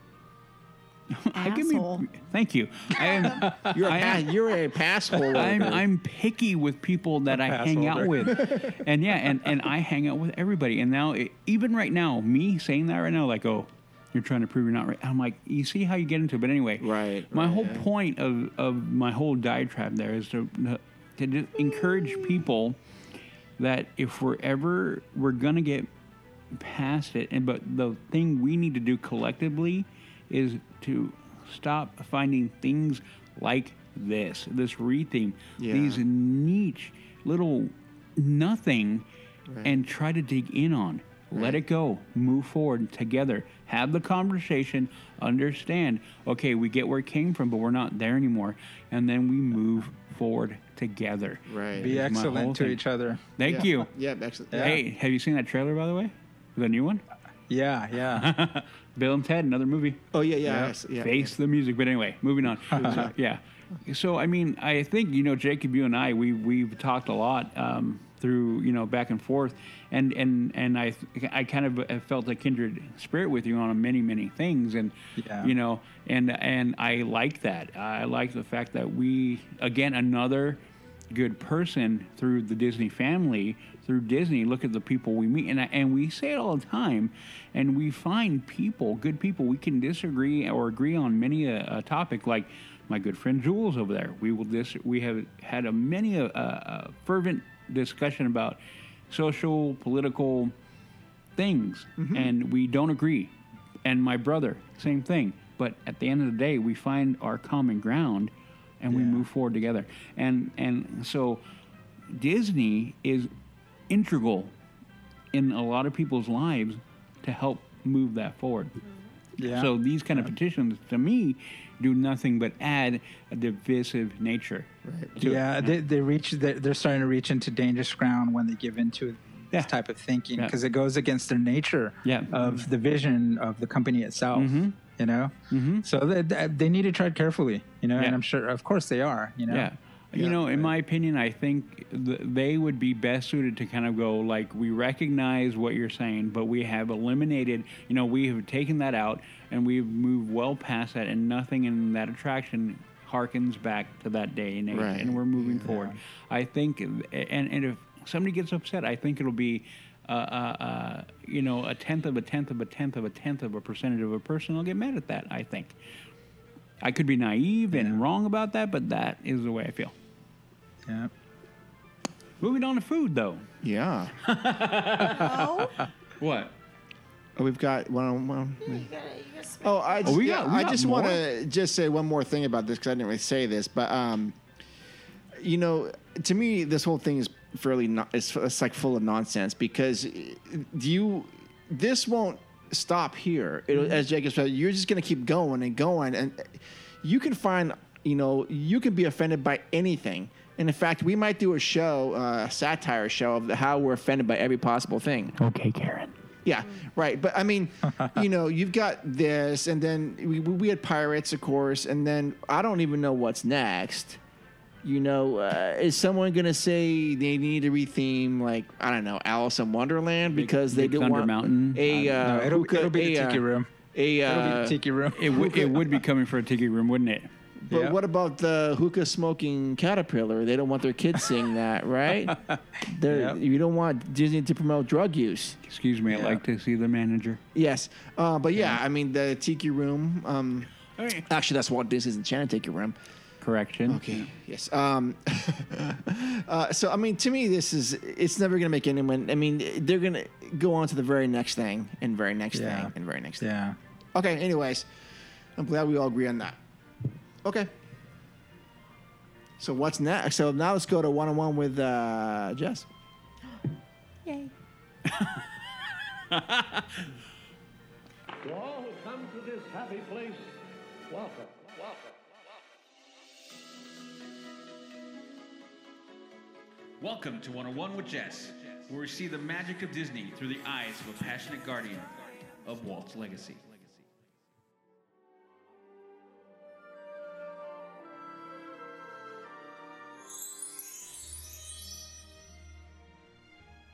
E: *laughs* I can be-
D: Asshole.
E: thank you. I
A: *laughs* *laughs*
E: am.
A: You're a
E: I
A: pa-
E: am-
A: you're a pass holder.
E: *laughs* I'm,
A: dude.
E: I'm picky with people that I hang out with,
A: *laughs*
E: and yeah, and, and I hang out with everybody. And now, it, even right now, me saying that right now, like, oh, you're trying to prove you're not right. I'm like, you see how you get into it. But anyway,
A: Right,
E: My
A: right,
E: whole
A: yeah.
E: point of of my whole diatribe there is to to just encourage people that if we're ever we're gonna get past it, and but the thing we need to do collectively is to stop finding things like this, this retheme,
A: Yeah.
E: these niche little nothing, and try to dig in on. Let it go. Move forward together. Have the conversation. Understand. Okay, we get where it came from, but we're not there anymore. And then we move forward together.
A: right.
F: Be
E: my whole
F: excellent to
E: thing.
F: each other.
E: Thank
A: Yeah.
E: you.
A: *laughs* Yeah, excellent.
F: Yeah.
E: Hey, have you seen that trailer by the way? The new one? *laughs*
F: Yeah, yeah.
E: Bill and Ted, another movie.
A: Oh yeah, yeah, yes, yeah.
E: Face the music. But anyway,
A: *laughs*
E: moving on. So, *laughs* yeah. So I mean, I think you know, Jacob, you and I, we we've talked a lot um, through you know back and forth, and and and I I kind of have felt a kindred spirit with you on many many things, and
F: Yeah.
E: you know, and and I like that. I like the fact that we again another good person through the Disney family, through Disney. Look at the people we meet, and I- and we say it all the time, and we find people, good people. We can disagree or agree on many a, a topic, like my good friend Jules over there. We will dis. We have had a many a, a, a fervent discussion about social, political things,
F: Mm-hmm.
E: and we don't agree. And my brother, same thing. But at the end of the day, we find our common ground, and we
F: Yeah.
E: move forward together. And and so, Disney is integral in a lot of people's lives to help move that forward.
F: Mm-hmm. Yeah.
E: So these kind of petitions, to me, do nothing but add a divisive nature. Right.
F: yeah,
A: Mm-hmm.
F: they, they reach they're, they're starting to reach into dangerous ground when they give into
E: Yeah.
F: this type of thinking
E: Yeah.
F: because it goes against their nature
E: Yeah.
F: of the vision of the company itself
A: Mm-hmm.
F: you know mm-hmm. so they, they they need to tread carefully you know
E: Yeah.
F: and i'm sure of course they are you know
E: Yeah. You
A: Yeah,
E: know, in
A: right.
E: my opinion, I think th- they would be best suited to kind of go like, we recognize what you're saying, but we have eliminated, you know, we have taken that out and we've moved well past that, and nothing in that attraction harkens back to that day and age,
A: Right.
E: and we're moving forward. I think, and, and if somebody gets upset, I think it'll be. Uh, uh, uh, you know, a tenth of a tenth of a tenth of a tenth of a percentage of a person will get mad at that. I think I could be naive and wrong about that, but that is the way I feel.
F: Yeah.
E: Moving on to food, though.
A: Yeah.
E: What?
A: Oh, we've got one on one. Oh, I just,
E: Oh, we
A: yeah,
E: got- we
A: I
E: got
A: just
E: more?
A: want to just say one more thing about this because I didn't really say this, but um, you know, to me, this whole thing is fairly no, it's, it's like full of nonsense because uh, do you this won't stop here. It'll,
E: Mm-hmm.
A: As Jacob said, you're just going to keep going and going, and you can find you know you can be offended by anything. And in fact, we might do a show, uh, a satire show of how we're offended by every possible thing.
E: Okay, Karen.
F: Mm.
A: Yeah, right. But I
F: *laughs*
A: mean, you know, you've got this, and then we, we had pirates, of course, and then I don't even know what's next. You know, uh, is someone going to say they need to retheme, like I don't know, Alice in Wonderland because they
E: Big
A: didn't
E: Thunder
A: want
E: Mountain?
A: a
E: I
A: uh,
F: No, it'll,
A: hookah-
F: it'll be
A: a,
F: the
A: uh,
F: tiki room.
A: A,
F: It'll
A: uh,
F: be the tiki room.
E: It, *laughs* w-
K: *laughs*
E: it would be coming for a tiki room, wouldn't it?
A: but
F: yeah.
A: what about the hookah smoking caterpillar? They don't want their kids seeing that, right?
F: *laughs*
A: They're
F: Yep.
A: You don't want Disney to promote drug use.
E: Excuse me, I'd
F: Yeah.
E: like to see the manager.
A: Yes, uh, but yeah, I mean the tiki room. Um,
E: Okay.
A: Actually, that's Walt Disney's Enchanted Tiki Room.
E: Correction.
A: Okay. Yes. Um, *laughs* uh, so, I mean, to me, this is, it's never going to make anyone, I mean, they're going to go on to the very next thing and very next
F: Yeah.
A: thing and very next thing.
F: Yeah.
A: Okay. Anyways, I'm glad we all agree on that. Okay. So, what's next? So, now let's go to one on one with uh, Jess.
J: Yay.
L: To all who come to this happy place, welcome.
K: Welcome to 101 with Jess, where we see the magic of Disney through the eyes of a passionate guardian of Walt's legacy.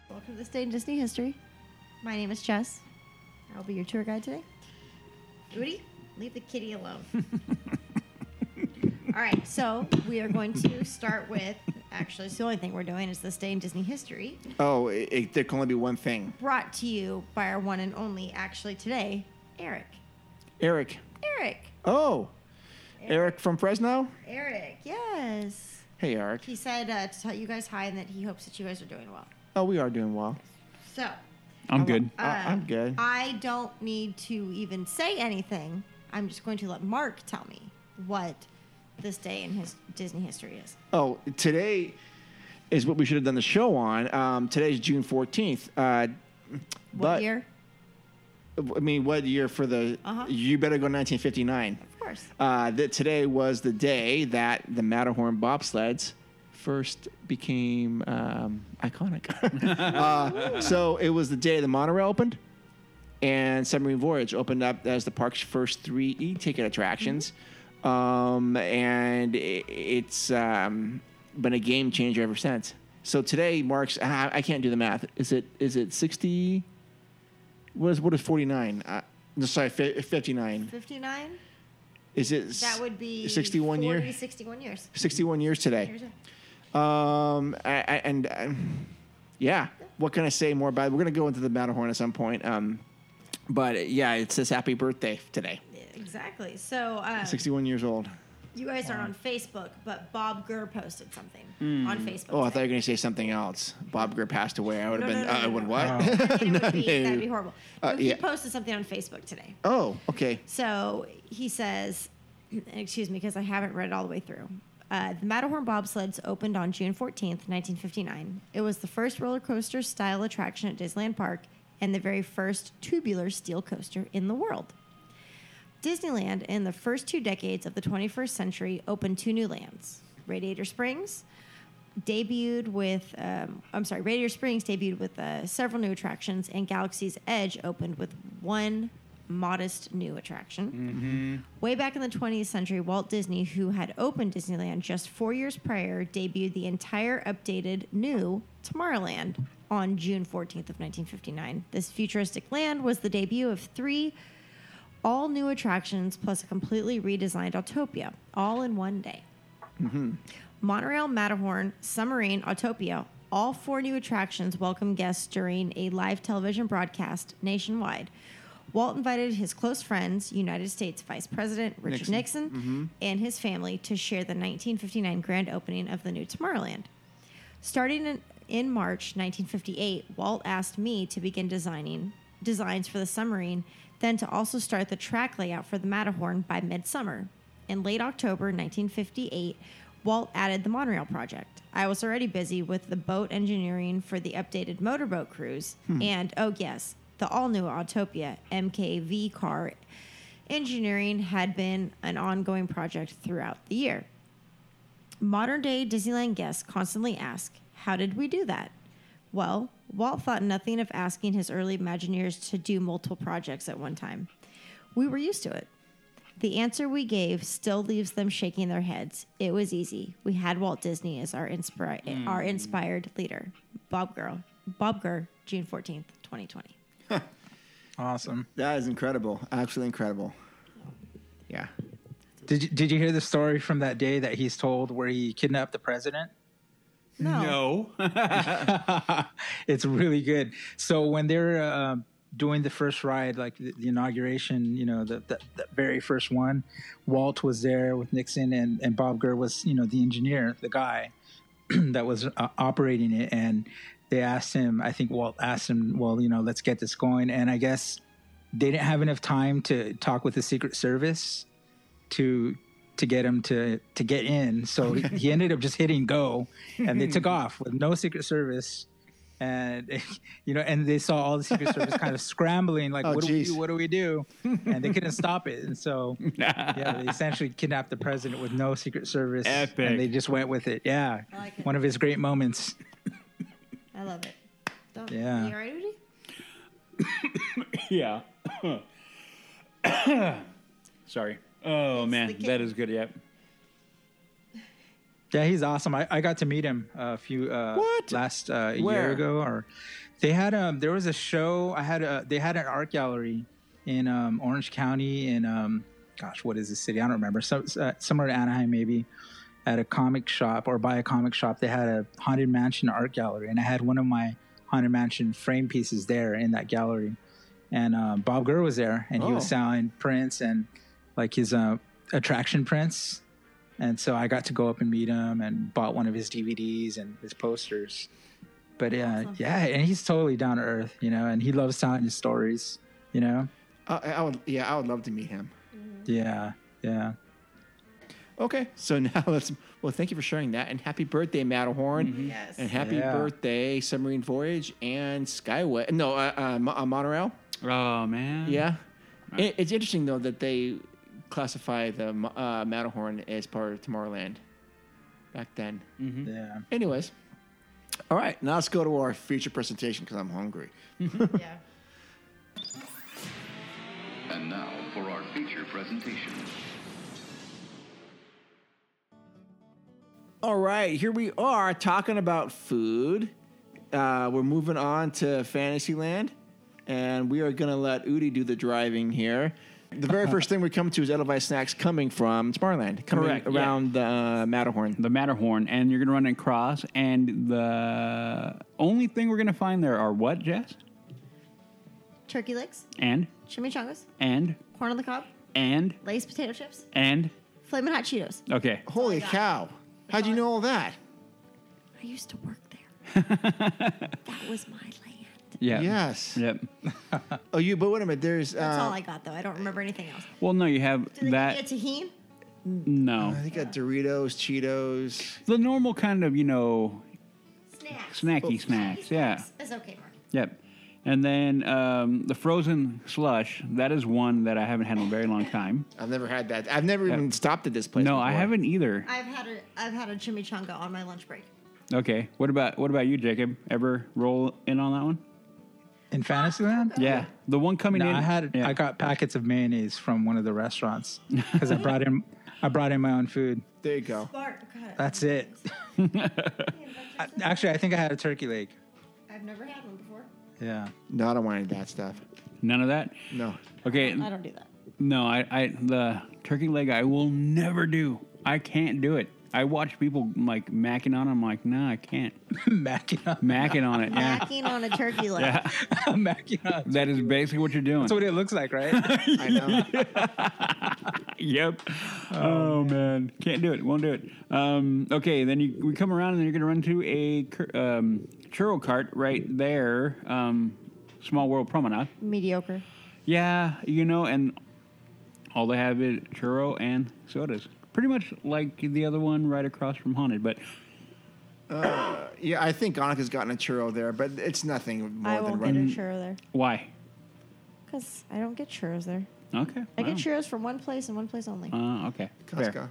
J: Welcome to this day in Disney history. My name is Jess. I'll be your tour guide today.
G: Booty, leave the
J: *laughs*
G: kitty alone. All right, so we are going to start with actually, it's the only thing we're doing is this day in Disney history,
A: Oh, it, it, there can only be one thing.
G: brought to you by our one and only, actually today, Eric.
A: Eric.
G: Eric,
A: Oh, Eric from Fresno?
G: Eric, yes.
A: Hey, Eric.
G: He said uh, to tell you guys hi and that he hopes that you guys are doing well.
A: Oh, we are doing well.
G: So,
E: I'm good.
A: I- I'm
G: uh,
A: good.
G: I don't need to even say anything. I'm just going to let Mark tell me what this day in his Disney history is.
A: Oh, today is what we should have done the show on. Um, today's June fourteenth. Uh,
G: What
A: but,
G: year?
A: I mean, what year for the?
G: Uh-huh.
A: You better go nineteen fifty nine.
G: Of course.
A: Uh, that today was the day that the Matterhorn bobsleds first became um, iconic. *laughs* uh, so it was the day the monorail opened. and Submarine Voyage opened up as the park's first three e-ticket attractions, um, and it, it's um, been a game changer ever since. So today marks I, I can't do the math. Is it is it sixty? What is what is forty nine? Uh, no, sorry, fifty nine.
G: 59?
A: Is it s-
G: That would be
A: sixty one
G: 40,
A: years?
G: 61 years.
A: Sixty one years today.
G: Years.
A: Um, I, I, and um, yeah, what can I say more about it? We're gonna go into the Matterhorn at some point. Um, but yeah, it says happy birthday today.
G: Exactly. So uh,
A: 61 years old.
G: you guys are on Facebook, but Bob Gurr posted something on Facebook.
A: Oh, I thought you
G: today.
A: were going to say something else. Bob Greer passed away. I would have
G: No,
A: been,
G: no, no,
A: uh,
G: no,
A: I would
G: no.
A: what?
G: *laughs* It would be, that'd be horrible.
A: Uh,
G: he
A: yeah.
G: posted something on Facebook today.
A: *laughs* oh, okay.
G: So he says, excuse me, because I haven't read it all the way through. Uh, the Matterhorn bobsleds opened on June 14th, 1959. It was the first roller coaster style attraction at Disneyland Park and the very first tubular steel coaster in the world. Disneyland, in the first two decades of the 21st century, opened two new lands Radiator Springs, debuted with, um, I'm sorry, Radiator Springs debuted with uh, several new attractions, and Galaxy's Edge opened with one modest new attraction.
E: Mm-hmm.
G: Way back in the 20th century, Walt Disney, who had opened Disneyland just four years prior, debuted the entire updated new Tomorrowland on June 14th of 1959. This futuristic land was the debut of three all new attractions plus a completely redesigned Autopia, all in one day. Monorail, Matterhorn, Submarine, Autopia, all four new attractions welcome guests during a live television broadcast nationwide. Walt invited his close friends, United States Vice President Richard Nixon,
A: Nixon.
G: and his family to share the 1959 grand opening of the new Tomorrowland. Starting in, in March 1958, Walt asked me to begin designing designs for the submarine, then to also start the track layout for the Matterhorn by midsummer. In late October 1958, Walt added the monorail project. I was already busy with the boat engineering for the updated motorboat cruise and, oh yes, the all new Autopia MKV car. Engineering had been an ongoing project throughout the year. Modern day Disneyland guests constantly ask, How did we do that? Well, Walt thought nothing of asking his early Imagineers to do multiple projects at one time. We were used to it. The answer we gave still leaves them shaking their heads. It was easy. We had Walt Disney as our inspira- our inspired leader. Bob Girl. Bob Gurr, June 14th, 2020.
F: Awesome.
A: That is incredible. Absolutely incredible. Yeah.
F: Did you, did you hear the story from that day that he's told where he kidnapped the president?
K: *laughs*
E: No.
F: *laughs* it's really good. So when they're uh, doing the first ride, like the, the inauguration, you know, the, the, the very first one, Walt was there with Nixon, and, and Bob Gurr was, you know, the engineer, the guy that was uh, operating it, and they asked him. I think Walt asked him, "Well, you know, let's get this going," and I guess they didn't have enough time to talk with the Secret Service to to get him to to get in. So he, he ended up just hitting go, and they took off with no Secret Service. And *laughs* you know, and they saw all the Secret Service kind of scrambling, like,
A: Oh,
F: "What
A: geez.
F: do we do? What do we do?" And they couldn't stop it. And so, yeah, they essentially kidnapped the president with no Secret Service,
E: Epic.
F: and they just went with it. Yeah,
G: I like it.
F: one of his great moments.
G: I love it. Don't,
F: Yeah.
G: You all right, Udi?
E: *laughs* yeah. *coughs* Sorry. Oh man, that is good. Yep.
F: Yeah, he's awesome. I, I got to meet him a few uh,
A: What?
F: last uh,
A: Where?
F: year ago, or they had um there was a show. I had a they had an art gallery in um, Orange County in um gosh what is this city? I don't remember. So uh, somewhere in Anaheim maybe at a comic shop or by a comic shop they had a haunted mansion art gallery, and I had one of my haunted mansion frame pieces there in that gallery, and um, Bob Gurr was there, and he was
A: Oh.
F: selling prints and like his uh, attraction prints. And so I got to go up and meet him and bought one of his DVDs and his posters. But yeah, yeah, and he's totally down to earth, you know, and he loves telling his stories, you know?
A: I, Uh, I would. Yeah, I would love to meet him.
F: Yeah, yeah.
A: Okay, so *laughs* now let's. Well, thank you for sharing that, and happy birthday, Matterhorn,
G: Yes.
A: and happy
F: Yeah.
A: birthday, Submarine Voyage and Skyway. No, uh, uh, Mo- uh, monorail.
E: Oh man.
A: Yeah, it, it's interesting though that they classify the Mo- uh, Matterhorn as part of Tomorrowland back then.
F: Yeah.
A: Anyways, all right, now let's go to our feature presentation because I'm hungry.
G: yeah.
K: And now for our feature presentation.
A: All right, here we are talking about food. Uh, we're moving on to Fantasyland, and we are going to let Udi do the driving here. The
E: Uh-huh.
A: very first thing we come to is Edelweiss snacks coming from Tomorrowland, coming
E: Correct, yeah.
A: around the uh, Matterhorn.
E: The Matterhorn, and you're gonna run across, and the only thing we're gonna find there are what, Jess?
G: Turkey licks,
E: And
G: chimichangas,
E: and
G: corn on the cob,
E: and
G: Lay's potato chips,
E: and
G: flaming hot Cheetos.
E: okay.
A: Holy cow! How'd you know all that?
G: I used to work there.
E: *laughs*
G: that was my land.
A: Uh,
E: Yeah.
A: Yes.
E: Yep.
A: Oh, you. But wait a minute. There's. Uh,
G: That's all I got though. I don't remember anything else.
E: Well, no, you have
G: Did
E: that.
G: they get a tahine?
E: no,
A: I think I got Doritos, Cheetos.
E: the normal kind of you know
G: Snacks.
E: snacky snacks. Yeah.
G: It's okay, Mark.
E: Yep. And then um, the frozen slush. That is one that I haven't had in a very long time.
A: I've never had that. I've never even stopped at this place.
E: No, I
A: before.
E: haven't either.
G: I've had a I've had a chimichanga on my lunch break.
E: Okay. What about what about you, Jacob? Ever roll in on that one?
F: in Fantasyland?
E: Yeah, the one coming
F: No,
E: in.
F: I had I got packets of mayonnaise from one of the *laughs* restaurants because I brought in I brought in my own food.
A: There you go.
M: Bart, God,
F: That's it. *laughs* I- Actually, I think I had a turkey leg.
M: I've never had one before.
F: *laughs* Yeah.
A: No, I don't want any of that stuff.
E: None of that. *laughs*
A: No.
E: Okay.
M: I don't do that.
E: No, I, I the turkey leg I will never do. I can't do it. I watch people like macking on. it. I'm like, nah, I can't.
F: *laughs* macking on.
E: Macking on it. Yeah.
F: *laughs*
M: Macking on a turkey leg.
E: Yeah.
F: macking on.
E: That is basically what you're doing.
F: That's what it looks like, right? *laughs*
A: I know.
E: Yep. Oh, man. can't do it. Won't do it. Um, okay, then you, we come around and you're gonna run to a cur- um, churro cart right there, um, Small World Promenade.
G: Mediocre.
E: Yeah, you know, and all they have is churro and sodas. Pretty much like the other one right across from Haunted, but
A: Yeah, I think Annika's gotten a churro there, but it's nothing more
G: I
A: than
G: won't get a
A: running.
G: churro there
E: why?
G: because I don't get churros there.
E: Okay.
G: I get
E: wow.
G: churros from one place and one place only.
E: Uh, okay. fair.
A: Costco.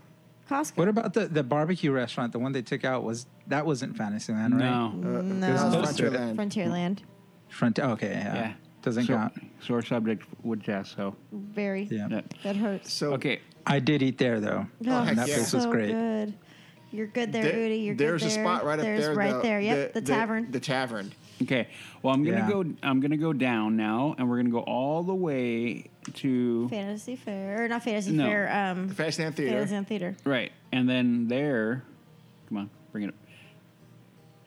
G: Costco.
F: what about the, the barbecue restaurant? The one they took out was that wasn't Fantasyland, right?
E: No.
A: Uh,
G: No.
A: This is
F: Close to it.
A: Frontierland.
G: Frontierland.
F: Front. Okay. Yeah.
E: Yeah.
F: Doesn't
E: so,
F: count.
E: Sore subject with Jess, so.
G: Very.
F: Yeah.
E: Yeah.
G: That hurts.
A: So
E: Okay.
F: I did eat there though.
G: No,
A: Oh, heck
F: and that
A: yeah.
F: place was
G: Oh, so
F: great.
G: good. You're good there,
A: There-
G: Udi. You're
A: there's
G: good there.
A: a spot right up
G: there's
A: there.
G: Right
A: the,
G: there. Yep. The, tavern.
A: The, tavern.
E: Okay. Well, I'm gonna
F: Yeah.
E: go. I'm gonna go down now, and we're gonna go all the way to
G: Fantasy Fair, or not Fantasy
E: No.
G: Fair. Um,
A: The Fantasyland Theater.
G: Fantasyland Theater.
E: right, and then there. Come on, bring it up.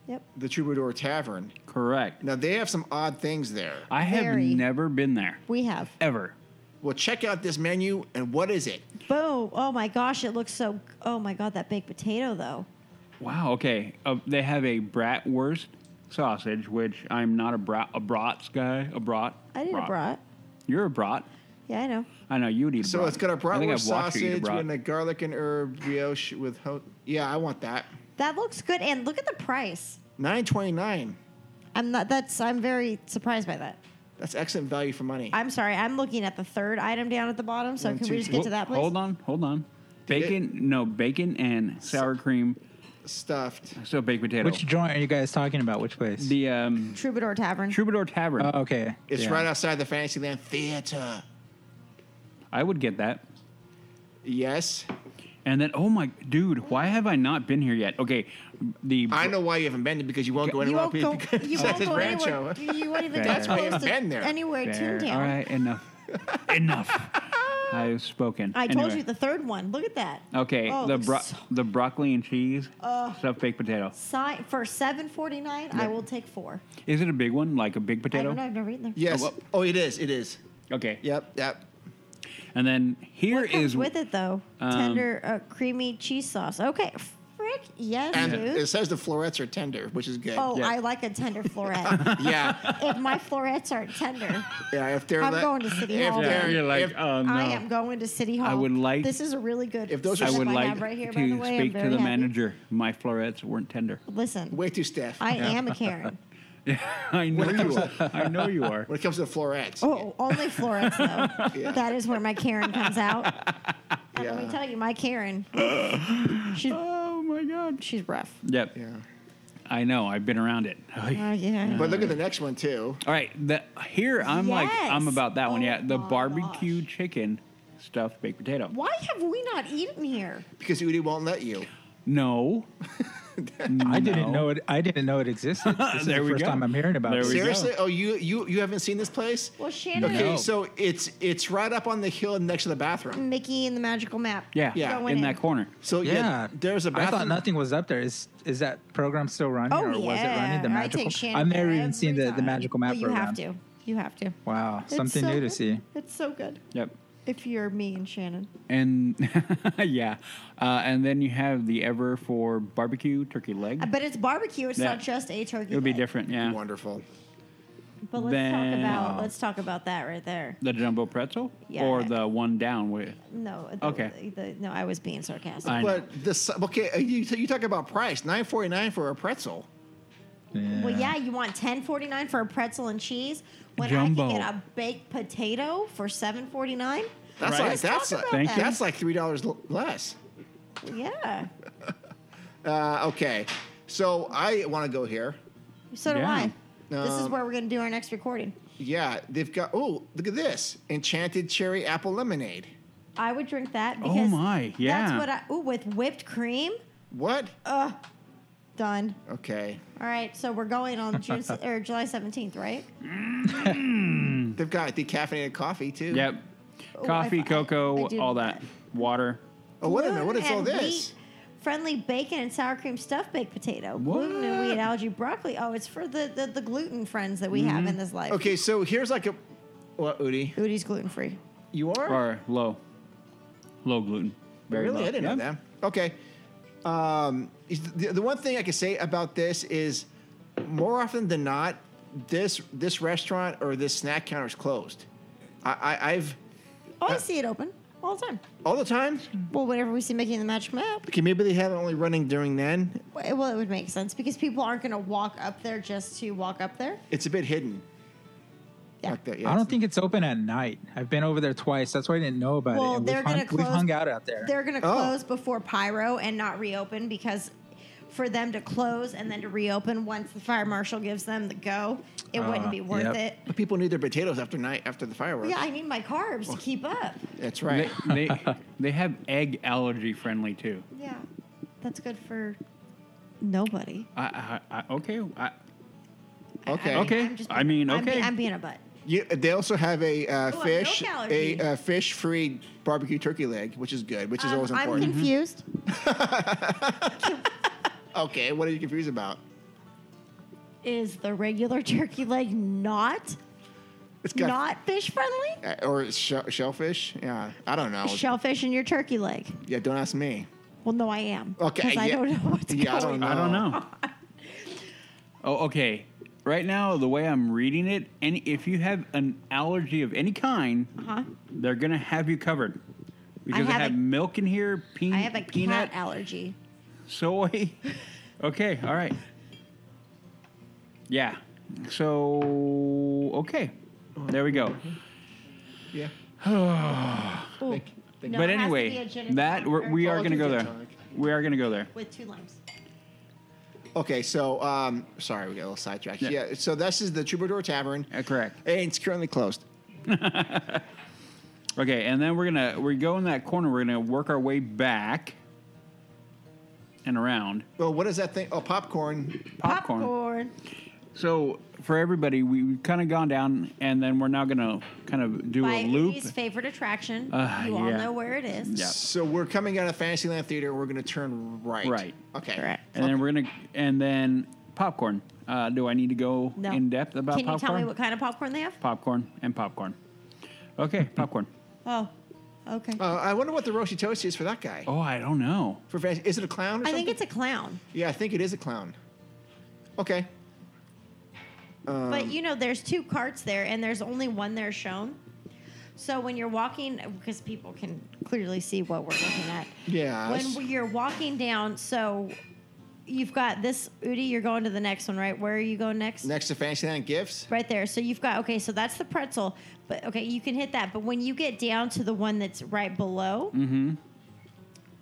G: Yep.
A: The Troubadour Tavern.
E: Correct.
A: Now they have some odd things there.
E: I have
G: Very.
E: never been there
G: We have.
E: ever.
A: Well, check out this menu and what is it?
G: Boom. Oh my gosh, it looks so. Oh my god, that baked potato though.
E: Wow. Okay. Uh, they have a bratwurst sausage, which I'm not a brat a brats guy. A brat.
G: I did a brat.
E: You're a brat.
G: Yeah, I know.
E: I know you would eat. A
A: So
E: brat.
A: it's got a
E: I think
A: bratwurst
E: I've watched you eat a
A: sausage
E: brat.
A: with a garlic and herb brioche with ho- yeah, I want that.
G: That looks good. And look at the price.
A: Nine twenty nine.
G: I'm not. That's. I'm very surprised by that.
A: That's excellent value for money.
G: I'm sorry. I'm looking at the third item down at the bottom. So
A: One,
G: can
A: two,
G: we just
A: three.
G: get to that, please?
E: Hold on. Hold on.
A: Did it-
E: Bacon. No bacon and sour cream.
A: Stuffed.
E: So baked potato.
F: Which joint are you guys talking about? Which place?
E: the um,
G: Troubadour Tavern.
E: Troubadour Tavern.
F: oh, okay.
A: It's
F: Yeah.
A: right outside the Fantasyland Theater.
E: I would get that.
A: Yes.
E: And then, oh my, dude, why have I not been here yet? Okay, the
A: I know why you haven't been there because you won't go
G: you
A: anywhere
G: won't go.
A: because *laughs*
G: You
A: it
G: won't
A: says
G: go anywhere. Oh,
A: Rancho.
G: You won't even
E: That's
G: get
A: why you
G: close
A: haven't been
G: to
A: there.
G: anywhere.
E: There.
G: Toontown.
E: All right, enough,
G: *laughs*
E: enough. I've spoken.
G: I told
E: Anyway.
G: you the third one. Look at that.
E: Okay,
G: Oh, it
E: the
G: looks
E: bro-
G: so-
E: the broccoli and cheese stuffed baked potato.
G: Si- for seven forty nine, I will take four.
E: Is it a big one, like a big
G: I
E: potato?
G: don't know. I've never eaten there.
A: Yes.
E: Oh,
A: Oh,
E: well-
A: it is. It is.
E: Okay.
A: Yep. Yep.
E: And then here
G: What
E: is
G: comes with it though?
E: um,
G: Tender, uh, creamy cheese sauce. Okay, frick, yes,
A: And
G: dude.
A: it says the florets are tender, which is good.
G: oh,
E: yeah.
G: I like a
A: *laughs*
G: tender floret.
A: Yeah.
G: if my florets aren't tender,
A: yeah. If they're
G: I'm
A: le-
G: going to City Hall.
A: If
E: Yeah,
A: they're,
E: you're like,
A: if,
E: oh no.
G: I am going to City Hall.
E: I would like-
G: This is a really good.
A: If those are
E: I
A: Yes,
E: would
G: I
E: like
G: have right here, by
E: to
G: the way. I'm
E: speak to
G: very
E: the
G: happy.
E: manager. My florets weren't tender.
G: Listen,
A: way too stiff.
G: I am a Karen.
E: *laughs* I know
A: When it
E: you.
A: comes-
E: Are. I know you are.
A: when it comes to the florets.
G: Oh, only florets though. That is where my Karen comes out. And let
A: Yeah.
G: me tell you, my Karen, she's
E: Oh my god.
G: she's rough.
E: Yep.
A: Yeah.
E: I know. I've been around it.
G: Oh yeah.
A: But look at the next one too.
E: All right, the, here I'm like I'm
G: Yes.
E: about that one.
G: Oh
E: Yeah, the
G: my
E: barbecue chicken stuffed baked potato.
G: Why have we not eaten here?
A: Because Udi won't let you.
E: *laughs* No,
F: I didn't know it. I didn't know it existed. This is
E: There
F: the
E: we
F: first
E: go.
F: time I'm hearing about
E: There
F: it.
E: we go.
A: Seriously? Oh, you you you haven't seen this place?
G: Well, Shannon
A: Okay,
F: No.
A: so it's it's right up on the hill next to the bathroom.
G: and Mickey and the magical map.
E: Yeah,
A: Yeah.
E: in,
G: Going
E: that corner.
A: So yeah,
F: Yeah.
A: there's a
F: I
A: bathroom.
F: thought nothing was up there. Is is that program still running,
G: Oh
F: or
G: yeah.
F: was it running the
G: I
F: magical?
G: take Shannon
F: I've never even
G: every
F: seen the, the
G: time.
F: magical map
G: Well, you
F: program.
G: have to. You have to.
F: Wow,
G: It's
F: something
G: so
F: new to
G: good.
F: see.
G: It's so good.
E: Yep.
G: If you're me and Shannon.
E: And *laughs* yeah, uh, and then you have the ever for barbecue turkey leg.
G: Uh, But it's barbecue. It's
E: Yeah.
G: not just a turkey.
E: It would be
G: leg.
E: different. Yeah,
A: Wonderful.
G: But let's
E: Then-
G: talk about let's talk about that right there.
E: the jumbo pretzel
G: Yeah.
E: or the one down with.
G: No. uh, The,
E: Okay.
G: The, no, I was being sarcastic.
E: I know.
A: But this okay, uh, you you talk about price nine forty nine for a pretzel.
G: Well, yeah, you want ten forty nine for a pretzel and cheese when I
E: Jumbo.
G: can get a baked potato for seven forty nine.
A: That's
E: Right.
A: like
E: Let's
A: that's
G: talk
A: like,
G: about
E: Thank
G: that.
E: you.
A: that's like three dollars l- less.
G: Yeah.
A: Uh, okay, so I want to go here.
G: So do
E: Yeah.
G: I. this is
A: Um,
G: where we're going to do our next recording.
A: Yeah, they've got. Oh, look at this enchanted cherry apple lemonade.
G: I would drink that
E: Oh
G: because
E: my, yeah.
G: that's what I ooh with whipped cream.
A: What?
G: Ugh, done.
A: Okay.
G: All right, so we're going on June
E: *laughs*
G: se- or July seventeenth, right?
A: They've got decaffeinated coffee too.
E: Yep.
G: Oh,
E: Coffee,
G: I- I-
E: cocoa,
G: I do
E: all
G: like
E: that. Water.
A: Oh, wait a minute. What is
G: Gluten
A: all
G: and
A: this?
G: wheat, friendly bacon and sour cream stuffed baked potato. Gluten and wheat algae broccoli. Oh, it's for the the, the gluten friends that we have in this life.
A: Okay, so here's like a. What, Udi?
G: Udi's gluten free.
A: You are?
E: Or low. Low gluten. Very
A: really?
E: low.
A: I didn't know
E: Yeah.
A: that. Okay. Um, is- the, the one thing I can say about this is more often than not, this this restaurant or this snack counter is closed. I, I, I've.
G: Oh, I see it open all the time.
A: All the time?
G: Well, whenever we see making the Magic Map,
A: Okay, maybe they have it only running during then.
G: w- well, it would make sense because people aren't going to walk up there just to walk up there.
A: It's a bit hidden.
G: Yeah.
A: Like that,
F: I
A: yeah.
F: don't think it's open at night. I've been over there twice. That's why I didn't know about
G: Well,
F: it. And
G: they're
F: we've, hung,
G: gonna
F: we've
G: close-
F: hung out out there.
G: They're going to
A: Oh.
G: close before Pyro and not reopen because for them to close and then to reopen once the fire marshal gives them the go, it
F: Uh,
G: wouldn't be worth
F: yep.
G: it.
A: But people need their potatoes after night after the fireworks.
G: Yeah, I need my carbs to keep up.
A: That's right.
G: *laughs*
E: They, they, they have egg allergy friendly too.
G: Yeah, that's good for nobody.
E: I, I, I, okay. I,
A: Okay.
E: Okay. I mean,
G: I'm be-
E: okay.
G: I'm being a butt.
A: You, they also have a uh,
G: no
A: fish, a
G: Oh, allergy.
A: uh, fish-free barbecue turkey leg, which is good, which is always
G: Um, I'm
A: important. Mm-hmm.
G: confused.
A: okay, what are you confused about?
G: Is the regular *laughs* turkey leg not
A: It's got
G: not fish friendly?
A: uh, or sh- shellfish. Yeah, I don't know.
G: Shellfish in your turkey leg.
A: yeah, don't ask me.
G: Well, no, I am.
A: Okay,
G: Because I
A: yeah.
G: don't know what's
A: Yeah, I
G: going
A: don't
E: I
G: *laughs*
E: don't know. oh, okay. Right now, the way I'm reading it, any if you have an allergy of any kind,
G: on. Huh?
E: they're gonna have you covered because they
G: have
E: have
G: a-
E: milk in here, pe-
G: I have a
E: peanut,
G: cat allergy. *laughs*
E: soy. okay, all right. Yeah. So okay, there we go.
G: Mm-hmm.
A: Yeah.
E: *sighs*
G: No,
E: but
G: it has to be
E: anyway,
G: a gin and
E: that
G: tonic
E: we're,
G: or-
E: we
A: Oh,
E: are
A: it's
E: gonna
A: a
E: go
A: gin
E: there.
A: tonic.
E: We are gonna go there.
G: with two limes.
A: Okay, so um, sorry, we got a little sidetracked. Yeah. so this is the Troubadour Tavern,
E: Uh, correct.
A: and it's currently closed.
E: Okay, and then we're gonna we go in that corner. We're gonna work our way back and around
A: Well, what is that thing? Oh, popcorn.
E: popcorn. So for everybody, we, we've kind of gone down, and then we're now gonna kind of do
G: My
E: a loop.
G: Udi's favorite attraction.
E: Ah,
G: you all
E: yeah.
G: know where it is.
E: Yeah.
A: So we're coming out of Fantasyland Theater. We're going to turn right.
E: Right.
A: Okay.
G: Correct.
E: And then we're gonna and then popcorn. Uh, do I need to go
G: No.
E: in depth about
G: Can you
E: popcorn?
G: tell me what kind of popcorn they have?
E: popcorn and popcorn. Okay,
G: *laughs*
E: popcorn.
G: Oh, okay.
A: Uh, I wonder what the Roshitoshi is for that guy.
E: Oh, I don't know.
A: For fantasy, is it a clown? Or
G: I
A: something?
G: think it's a clown.
A: Yeah, I think it is a clown. Okay.
G: but you know, there's two carts there, and there's only one there shown. So when you're walking, because people can clearly see what we're looking at.
A: Yes.
G: When you're walking down, so you've got this Udi. You're going to the next one, right? Where are you going next?
A: Next to Fantasyland gifts.
G: Right there. So you've got okay. So that's the pretzel, but okay, you can hit that. But when you get down to the one that's right below,
E: Mm-hmm.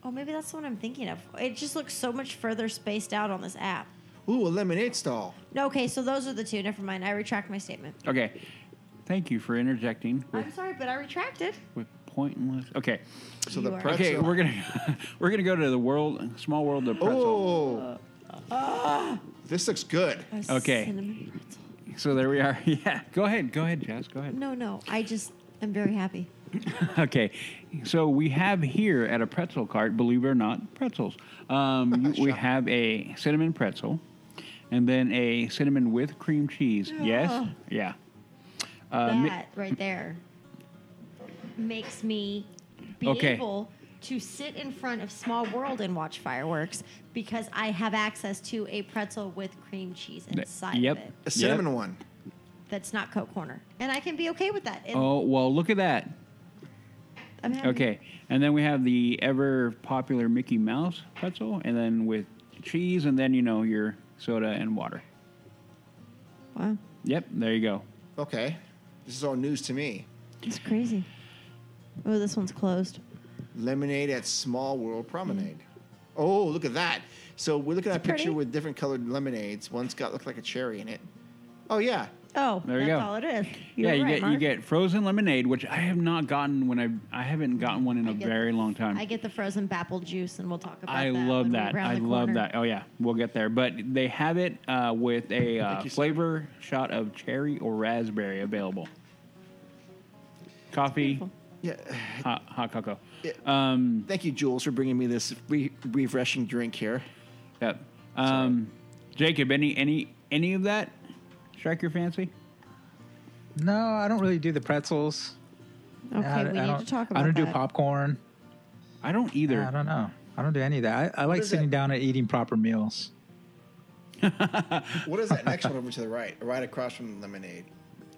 G: oh, maybe that's the one I'm thinking of. It just looks so much further spaced out on this app.
A: Ooh, a lemonade stall.
G: No, okay, so those are the two. Never mind. I retract my statement.
E: Okay. Thank you for interjecting with,
G: I'm sorry, but I retracted.
E: with pointless. Okay.
A: So the
G: You are-
A: pretzel.
E: Okay, we're gonna *laughs* we're gonna go to the world small world of pretzel.
A: Oh. Ah. This looks good.
G: A
E: Okay.
G: cinnamon pretzel.
E: So there we are. *laughs* Yeah. Go ahead. Go ahead, Jess. Go ahead.
G: No, no. I just am very happy.
E: Okay, so we have here at a pretzel cart, believe it or not, pretzels.
D: *laughs*
E: Um, you- we have a cinnamon pretzel, and then a cinnamon with cream cheese. Yes, yeah. Uh, mi-
G: that right there makes me be
E: Okay.
G: able to sit in front of Small World and watch fireworks because I have access to a pretzel with cream cheese inside
E: yep.
G: of it.
A: A cinnamon one.
G: That's not Coke Corner, and I can be okay with that. And
E: Oh well, look at that.
D: Mm-hmm.
G: I'm happy.
E: Okay, and then we have the ever popular Mickey Mouse pretzel, and then with cheese, and then you know your soda and water.
G: Wow,
E: Yep, there you go.
A: Okay. This is all news to me.
G: it's crazy. Oh, this one's closed.
A: Lemonade at Small World Promenade. Oh, look at that. So we're looking at a picture
G: pretty.
A: with different colored lemonades. One's got look like a cherry in it. Oh yeah.
D: Oh,
E: There you
D: that's
E: go.
D: all it is. You're
E: yeah, you
D: right,
E: get you
D: Mark.
E: get frozen lemonade, which I have not gotten when I I haven't gotten one in a
D: I get-
E: very long time.
D: I get the frozen Bapple juice, and we'll talk about
E: I
D: that.
E: love
D: when we're
E: that.
D: around
E: I
D: the
E: love
D: corner.
E: that. Oh yeah, we'll get there. But they have it uh, with a uh,
A: you, sir.
E: flavor shot of cherry or raspberry available. Coffee,
A: Yeah.
E: hot, hot cocoa.
A: Yeah.
E: Um,
A: Thank you, Jules, for bringing me this re- refreshing drink here.
E: yep. Um, Jacob, any any any of that strike your fancy?
F: No, I don't really do the pretzels.
D: Okay,
F: I,
D: we need
F: I
D: to
F: don't-
D: talk
F: I
D: about
F: don't do
D: that.
F: popcorn.
E: I don't either.
F: I don't know. I don't do any of that. I, I like
A: is
F: sitting down and eating proper meals.
A: What is that *laughs* next one over to the right? Right across from lemonade.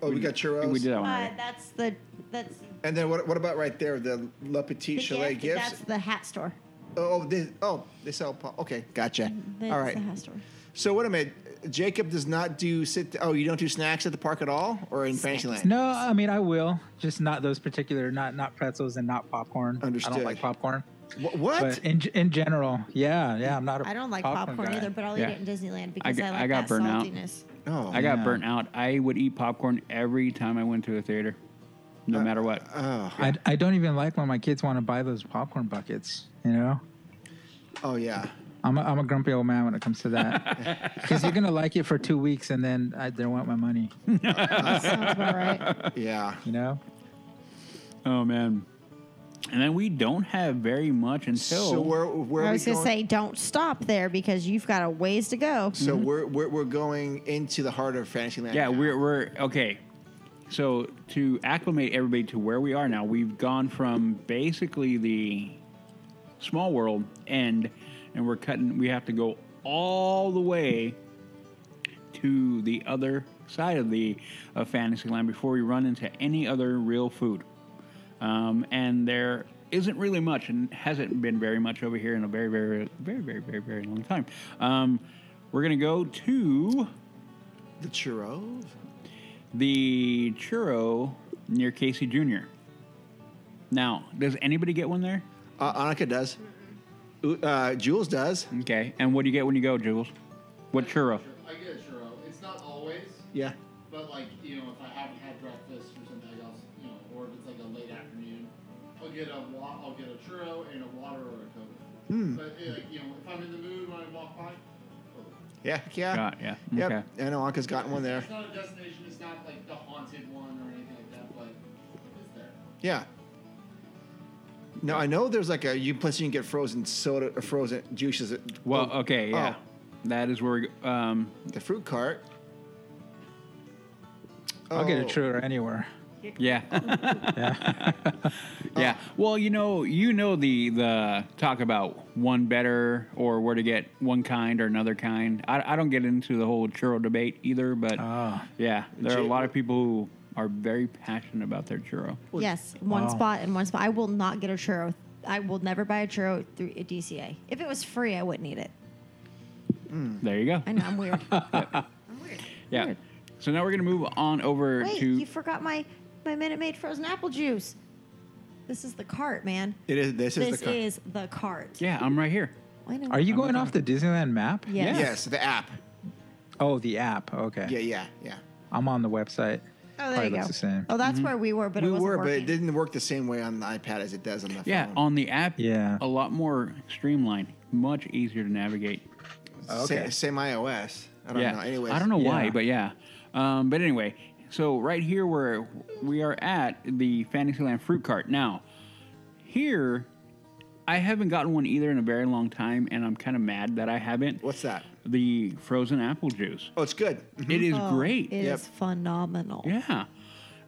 A: Oh, we, got churros.
E: We did that one.
D: Uh,
E: already.
D: that's the that's
A: And then what, what about right there? The Le Petit
D: the
A: Chalet
D: gift,
A: gifts.
D: That's the hat store.
A: Oh, they, oh, they sell. Po- okay, gotcha.
D: That's
A: All right.
D: the hat store.
A: So wait a minute. Jacob does not do sit. Oh, you don't do snacks at the park at all, or in Fantasyland?
F: No, I mean I will, just not those particular, not not pretzels and not popcorn. I
A: Understood.
F: don't like popcorn.
A: Wh- what?
F: But in in general, yeah, yeah, I'm not. I
D: I don't like popcorn,
F: guy.
D: either, but I'll
E: Yeah.
D: eat it in Disneyland because I,
E: g-
D: like
E: I
D: that
E: got burnt
A: *laughs*
E: out.
D: saltiness.
A: oh,
E: I got
F: yeah.
E: burnt out. I would eat popcorn every time I went to a theater, no matter what.
A: oh,
F: I, I don't even like when my kids want to buy those popcorn buckets. You know,
A: oh yeah.
F: I'm a, I'm a grumpy old man when it comes to that.
A: *laughs*
F: Because you're gonna like it for two weeks and then I they want my money.
D: Sounds about right.
A: Yeah.
F: You know,
E: oh man. And then we don't have very much until
A: So where where
D: I
A: are we
D: was gonna
A: going?
D: say, don't stop there because you've got a ways to go.
A: so we're, we're we're going into the heart of Fantasyland.
E: Yeah,
A: now.
E: we're we're okay. So to acclimate everybody to where we are now, we've gone from basically the small world end, and we're cutting. We have to go all the way to the other side of the of Fantasyland before we run into any other real food. Um, and there isn't really much, and hasn't been very much over here in a very, very, very, very, very, very long time. Um, we're gonna go to
A: the churros.
E: the churro near Casey Jr. Now, does anybody get one there?
A: Uh, Annika does. Ooh, Uh, Jules does.
E: Okay. And what do you get when you go, Jules? What churro?
N: I get a churro. It's not always,
A: Yeah.
N: but like you know, if I haven't had breakfast or something else, you know, or if it's like a late afternoon, I'll get a wa- I'll get a churro and a water or a coke. But it, like you know, if I'm in the mood when I walk by,
A: Yeah. Yeah.
E: Got yeah.
A: Yep.
E: Okay.
A: I know Anka's gotten one there.
N: it's not a destination. It's not like the haunted one or anything like that. But it's there.
A: Yeah. Now I know there's like a you plus you can get frozen soda, or frozen juices. At,
E: Well,
A: oh,
E: okay, yeah. That is where we go. Um,
A: the fruit cart.
F: I'll get
A: Oh,
F: a churro anywhere.
E: yeah. yeah. Well, you know, you know the the talk about one better or where to get one kind or another kind. I, I don't get into the whole churro debate either, but
F: Ah.
E: yeah, there are a
A: Jay-
E: lot of people who are very passionate about their churro.
D: Yes, one
F: Wow.
D: spot and one spot. I will not get a churro. I will never buy a churro through a DCA. If it was free, I wouldn't eat it.
E: There you go.
D: I know I'm weird.
E: Yeah.
D: Weird.
E: So now we're gonna move on over
D: Wait,
E: to
D: you forgot my my Minute Maid frozen apple juice. This is the cart, man.
A: It is. This is
D: This
A: the cart.
D: is the cart.
E: yeah. I'm right here.
D: Why don't-
F: Are you going off the Disneyland map?
D: Yes.
A: yes, the app.
F: Oh, the app. Okay.
A: Yeah, yeah, yeah.
F: I'm on the website.
D: Oh, there
F: Probably
D: you go.
F: looks the same.
D: Oh, that's where we were, but
A: Mm-hmm. we
D: it wasn't
A: were, but
D: working.
A: it didn't work the same way on the iPad as it does on the
E: Yeah,
A: phone.
E: on the app.
F: Yeah.
E: A lot more streamlined, much easier to navigate.
A: Sa-
F: Okay.
A: same iOS. I don't
E: yeah.
A: know. Anyways,
E: I don't know why,
F: Yeah.
E: but yeah. Um, but anyway, so right here where we are at the Fantasyland fruit cart. Now, here, I haven't gotten one either in a very long time, and I'm kind of mad that I haven't.
A: What's that?
E: The frozen apple juice.
A: Oh, it's good. Mhm.
E: It is
D: Oh,
E: great.
D: It is
A: Yep.
D: phenomenal.
E: Yeah.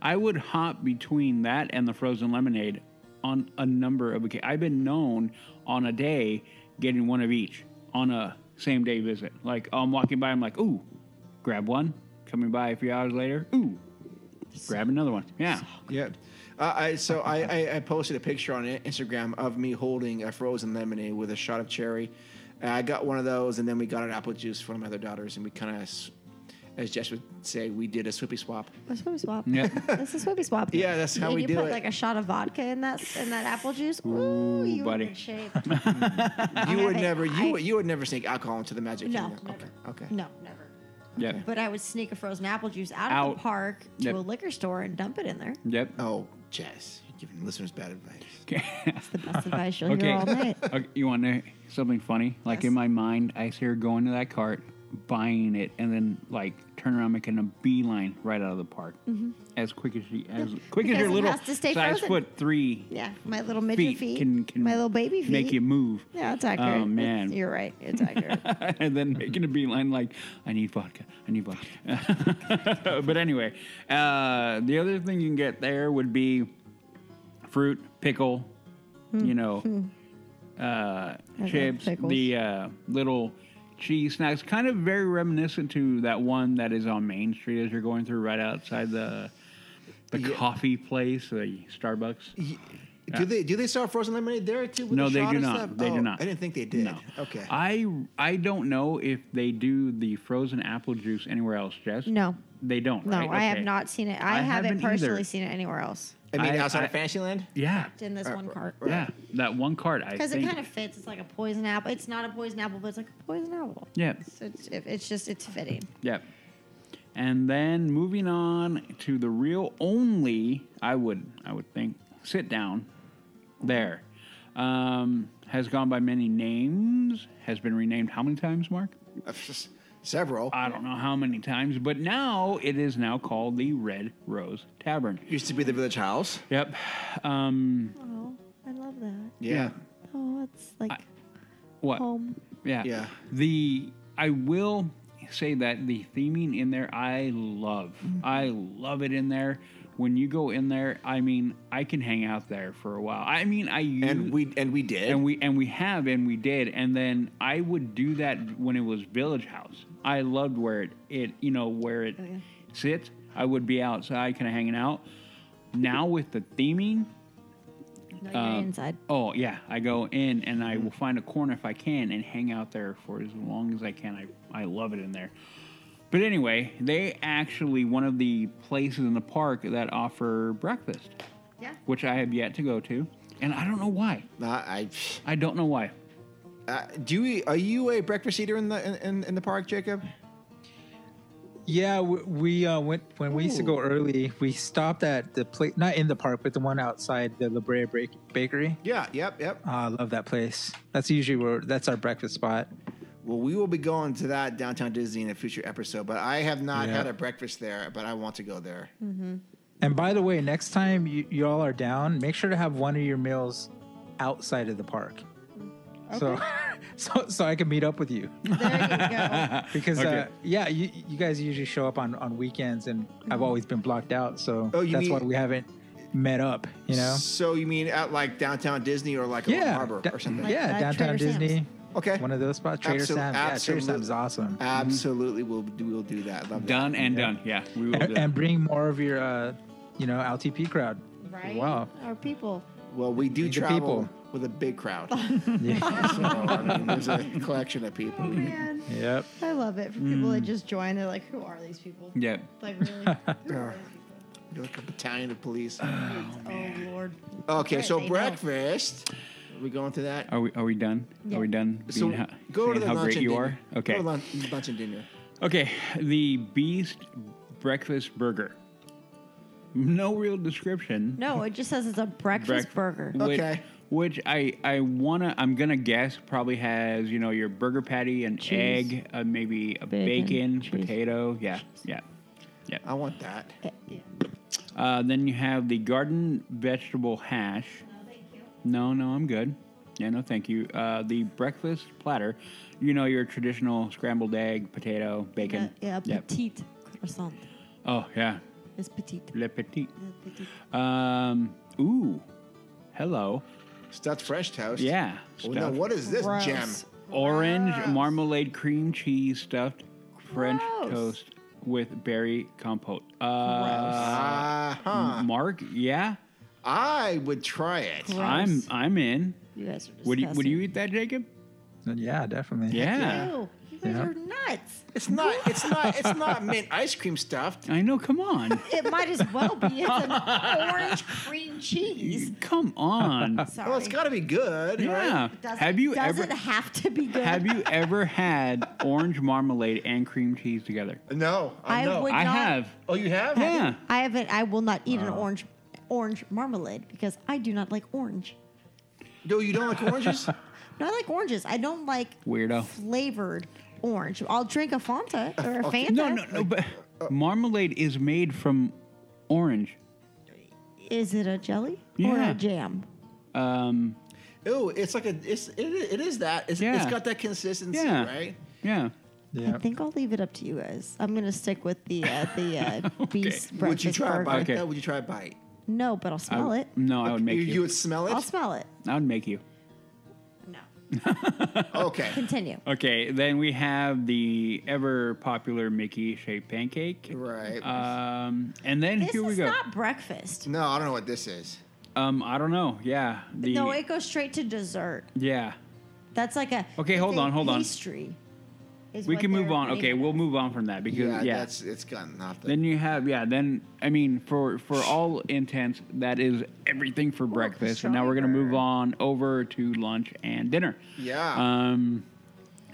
E: I would hop between that and the frozen lemonade on a number of occasions. I've been known on a day getting one of each on a same day visit. Like oh, I'm walking by, I'm like, ooh, grab one. Coming by a few hours later, ooh, grab another one. Yeah.
A: Yep. Uh, I, so I, I, I posted a picture on Instagram of me holding a frozen lemonade with a shot of cherry. Uh, I got one of those, and then we got an apple juice for my other daughters, and we kind of, as Jess would say, we did a swippy swap.
D: A Swippy swap.
E: Yeah.
D: That's a Swippy swap.
A: *laughs* Yeah, that's how
D: and
A: we
D: you
A: do
D: put
A: it.
D: like a shot of vodka in that in that apple juice. Ooh, you
E: buddy.
D: Are in shape.
A: *laughs* You would
D: haven't-
A: never,
D: I-
A: you would, you would never sneak alcohol into the Magic
D: No,
A: Kingdom.
D: never.
A: Okay. Okay.
D: No, never.
E: Yep.
G: But I would sneak a frozen apple juice out, of
E: Out.
G: the park to
E: Yep.
G: a liquor store and dump it in there.
E: Yep.
A: Oh, Jess, you're giving listeners bad advice.
E: That's
A: *laughs*
G: the best advice you'll hear all night.
E: *laughs* Okay, You want to something funny? Like in my mind, I see her going to that cart, buying it, and then like turn around making a beeline right out of the park
G: Mhm.
E: as quick as she as quick
G: Because
E: as your
G: it
E: little
G: has to stay
E: size
G: frozen.
E: foot three
G: Yeah, my little midget feet,
E: can, can
G: my little baby feet.
E: make you move.
G: Yeah, it's accurate.
E: Oh man,
G: It's- you're right.
E: *laughs*
G: It's accurate.
E: and then making a beeline like, I need vodka. I need vodka. *laughs* but anyway, uh, the other thing you can get there would be fruit, pickle, you know, uh,
K: Hmm. love
E: chips,
K: pickles.
E: the uh, little cheese snacks. Kind of very reminiscent to that one that is on Main Street as you're going through right outside the the coffee place, the Starbucks.
A: Do they do they sell frozen lemonade there too? with
E: No,
A: the
E: they
A: shot
E: do
A: and
E: not.
A: stuff?
E: They do
A: Oh,
E: not.
A: I didn't think they did.
E: No.
A: Okay.
E: I I don't know if they do the frozen apple juice anywhere else, Jess.
G: No.
E: They don't.
G: No,
E: right?
G: I have
E: Okay.
G: not seen it. I,
E: I
G: haven't,
E: haven't
G: personally
E: either.
G: seen it anywhere else.
A: I mean,
E: I-
A: outside
E: I-
A: of Fantasyland.
E: Yeah.
G: In this one cart.
E: Yeah, that one card. I
G: Because
E: think.
G: it kind of fits. It's like a poison apple. It's not a poison apple, but it's like a poison apple.
E: Yeah.
G: So it's, it- it's just, it's fitting.
E: Yep. And then moving on to the real only, I would I would think sit down there um, has gone by many names. Has been renamed how many times, Mark?
A: Several.
E: I don't know how many times, but now it is now called the Red Rose Tavern.
A: Used to be the Village House.
E: Yep. Um,
G: Oh, I love that.
E: yeah.
G: Oh, it's like
E: What?
G: home.
E: Yeah.
A: Yeah.
E: The I will say that the theming in there I love. I love it in there. When you go in there, I mean, I can hang out there for a while. I mean, I and
A: we and we did
E: and we and we have and we did. And then I would do that when it was Village House. I loved where it, it you know where it sits. I would be outside, kind of hanging out. Now with the theming,
G: No,
E: um,
G: you're inside.
E: Oh yeah, I go in and I will find a corner if I can and hang out there for as long as I can. I I love it in there. But anyway, they actually one of the places in the park that offer breakfast.
G: *laughs* Yeah.
E: Which I have yet to go to, and I don't know why.
A: I
E: I don't know why.
A: Uh, do you are you a breakfast eater in the in, in, in the park, Jacob?
F: Yeah, we, we uh, went when we used to go early. We stopped at the place, not in the park, but the one outside the La Brea Bra- Bakery.
A: Yeah, yep, yep.
F: Ah, I love that place. That's usually where that's our breakfast spot.
A: Well, we will be going to that downtown Disney in a future episode, but I have not
F: Yeah.
A: had a breakfast there, but I want to go there.
F: Mm-hmm. And by the way, next time you, you all are down, make sure to have one of your meals outside of the park. So, *laughs* so so I can meet up with you. because
A: Okay.
F: uh, yeah, you, you guys usually show up on on weekends, and I've
A: Mhm.
F: always been blocked out. So
A: Oh, you
F: that's why
A: mean-
F: we haven't met up. You know.
A: So you mean at like downtown Disney or like
F: Yeah,
A: a harbor
F: da-
A: or something?
F: yeah, Like, uh, downtown Trader Disney. Sam's.
A: Okay,
F: *laughs* One of those spots, Trader
A: Absol-
F: Sam's. Yeah, Trader
A: absolute-
F: Sam's is awesome.
A: Absolutely, we'll do we'll do that. Love
E: Done and
A: Yeah.
E: done. Yeah, we will. do
F: And,
E: that.
F: and bring more of your, uh, you know, LTP crowd.
E: *laughs*
G: Right?
F: Wow.
G: Our people.
A: that. Well, we do
F: Meet the
A: travel
F: people.
A: with a big
F: *laughs*
A: crowd. so, I mean, there's a collection of people.
G: Man,
F: Yep.
G: I love it. For people
E: Mm.
G: that just join, they're like, who are these people?
E: Yep.
G: Like, really?
E: *laughs*
A: You're like a battalion of police.
F: Uh,
G: oh, Lord.
A: Okay,
G: Right,
A: so
G: they know.
A: breakfast. Are we going to that?
E: Are we are we done?
A: Yeah.
E: Are we done?
A: So
E: being ho-
A: go to
E: saying
A: the
E: how
A: lunch
E: great
A: and
E: you
A: dinner.
E: are. Okay.
A: Go to lunch, lunch and dinner.
E: Okay, the Beast Breakfast Burger. No real description.
G: No, it just says it's a breakfast
E: Breakfast
G: burger.
E: Which, Which I I wanna I'm gonna guess probably has you know your burger patty, an
A: Cheese.
E: egg, uh, maybe a
A: Bacon,
E: bacon, potato. Yeah, yeah, yeah.
A: I want that.
F: Eh.
E: Uh, then you have the garden vegetable hash. No, no, I'm good. Yeah, no, thank you. Uh, the breakfast platter, you know your traditional scrambled egg, potato, bacon.
G: Yeah, yeah,
E: Yep.
G: petite croissant.
E: Oh yeah,
G: It's petite.
E: le petit.
G: Le petit.
E: Um, ooh, hello.
A: Stuffed fresh toast.
E: Yeah.
A: Oh, now
E: stuffed.
A: what is this Gross. gem?
E: Orange marmalade cream cheese stuffed French
A: Gross.
E: toast with berry compote. Uh,
A: Uh-huh.
E: Mark, yeah,
A: I would try it.
E: I'm I'm in.
G: You guys are
E: Would you Would you eat that, Jacob?
F: Yeah, definitely.
E: Yeah.
G: Ew. You guys
F: Yeah.
G: are nuts.
A: It's not. It's not. It's
E: *laughs*
A: not mint ice cream stuffed.
E: I know.
G: *laughs*
E: Come on.
G: It might as well be. It's *laughs* an orange cream cheese.
E: *laughs* Come
G: *laughs*
E: on.
A: Well, it's got to be good.
E: Yeah.
A: Right?
G: Does
E: Have
G: it,
E: you
G: does
E: ever
G: it have *laughs* to be good?
E: have you ever had orange marmalade and cream cheese together?
A: No,
G: I
A: no.
G: would
E: I
G: not-
E: have.
A: Oh, you have?
E: Yeah.
G: I haven't. I will not eat an orange orange marmalade because I do not like orange.
A: No, you don't like
E: *laughs*
A: oranges?
G: No, I like oranges. I don't like
E: Weirdo.
G: flavored orange. I'll drink a Fanta
A: *laughs*
G: or a Fanta.
E: No, no, no. But
G: uh,
E: marmalade is made from orange.
G: Is it a jelly or
E: Yeah.
G: a jam?
E: Um.
A: Ooh, it's like a. It's it, is- it is that. It's,
E: Yeah.
A: it's got that consistency,
E: Yeah.
A: right?
E: Yeah.
G: I think I'll leave it up to you guys. I'm gonna stick with the uh, the
E: *laughs*
G: uh, beast breakfast
A: Would you try a
G: burger.
A: bite?
E: Okay.
A: That? Would you try a bite?
G: No, but I'll smell it.
E: No, I would make
A: you,
E: you.
A: you would smell it.
G: I'll *laughs* smell it.
E: I would make you.
G: No.
A: okay.
G: Continue.
E: Okay. Then we have the ever popular Mickey shaped pancake.
A: Right.
E: Um. And then
G: This
E: here we
G: is
E: go.
G: not breakfast.
A: no, I don't know what this is.
E: um. I don't know. Yeah. The,
G: No, it goes straight to dessert.
E: Yeah.
G: That's like a
E: Okay, hold
G: it's a
E: on, hold on.
G: Pastry. is
E: We
G: what
E: can move
G: they're
E: on. Okay,
G: making.
E: we'll move on from that because
A: Yeah,
E: yeah.
A: that's it's got nothing.
E: Then you have yeah. Then I mean, for for all intents, that is everything for breakfast. And now we're gonna move
G: burger.
E: on over to lunch and dinner.
A: Yeah.
E: Um,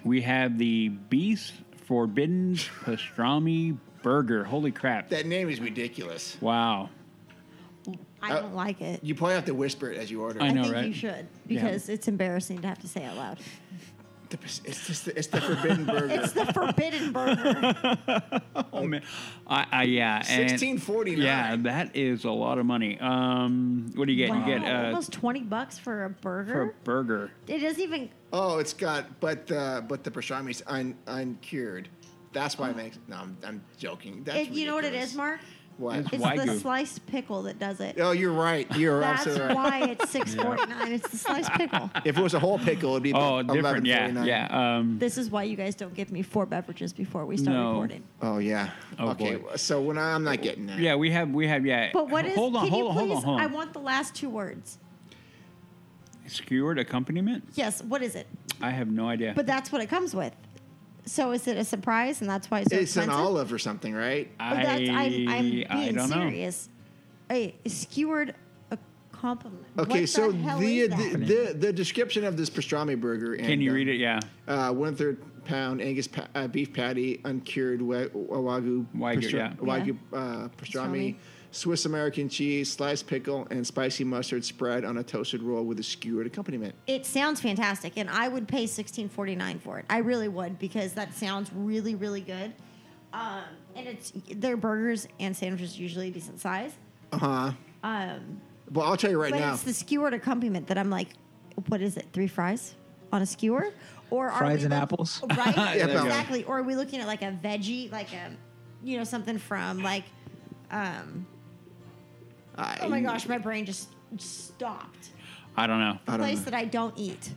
E: we have the Beast Forbidden Pastrami Burger. Holy crap!
A: that name is ridiculous.
E: wow.
G: I
A: Uh,
G: don't like it.
A: You probably have to whisper it as you order.
E: I
G: I,
E: know,
G: think
E: right?
G: you should because it's embarrassing to have to say out loud.
A: The- It's just the, it's the forbidden burger.
E: *laughs*
G: It's the forbidden burger.
E: Oh man. I, I yeah. and-
A: 1649.
E: Yeah, that is a lot of money. Um, what do you get?
G: Wow,
E: You get uh,
G: almost twenty bucks for a
E: for a
G: burger.
E: burger.
G: it doesn't even.
A: oh, it's got but the but the pastrami's un, uncured. That's why it makes. No, I'm, I'm joking. That's
G: Oh. It, you know what it
A: ridiculous.
G: is, Mark?
A: What?
E: It's
G: It's the
E: Wagyu.
G: sliced pickle that does it.
A: Oh, you're right. You're
G: That's
A: absolutely right.
G: why
E: *laughs*
G: it's six forty nine. It's the sliced pickle.
A: If it was a whole pickle, it'd be
E: Oh,
A: about
E: different. Yeah,
A: 11.49.
E: yeah. Um,
G: This is why you guys don't give me four beverages before we start
E: No.
G: recording.
A: Oh yeah.
E: Oh,
A: okay.
E: boy.
A: So when I, I'm not getting that.
E: yeah, we have we have yeah.
G: But what is?
E: Hold on,
G: can
E: hold
G: you
E: on,
G: please?
E: hold on, hold
G: I
E: on.
G: want the last two words.
E: skewered accompaniment.
G: Yes. What is it?
E: I have no idea.
G: But that's what it comes with. So is it a surprise, and that's why it's so
A: It's an
G: expensive?
A: olive or something, right?
G: Oh,
E: I,
G: that's, I'm, I'm being
E: I don't
G: serious. A skewered a compliment.
A: Okay,
G: What
A: so
G: the, hell
A: the,
G: is
A: the,
G: that?
A: the the description of this pastrami burger. And,
E: know. Can you
A: um,
E: read it? Yeah.
A: Uh, one third pound Angus pa- uh, beef patty, uncured wa- wa- wagyu,
E: Wagyu, yeah.
A: wagyu uh, pastrami,
G: Pastrami.
A: Swiss American cheese, sliced pickle, and spicy mustard spread on a toasted roll with a skewered accompaniment.
G: it sounds fantastic, and I would pay sixteen forty nine for it. I really would because that sounds really really good. Um, and it's their burgers and sandwiches usually decent size,
A: Uh huh.
G: um,
A: Well, I'll tell you right
G: but
A: now.
G: it's the skewered accompaniment that I'm like, what is it? Three fries on a skewer, or are
F: Fries
G: we
F: and
G: look-
F: apples?
G: right?
F: *laughs*
A: there you go.
G: exactly. Or are we looking at like a veggie, like a, you know, something from like, um,
A: I,
G: oh my gosh, my brain just stopped.
E: I don't know.
A: I don't
G: place
A: know.
G: that I don't eat.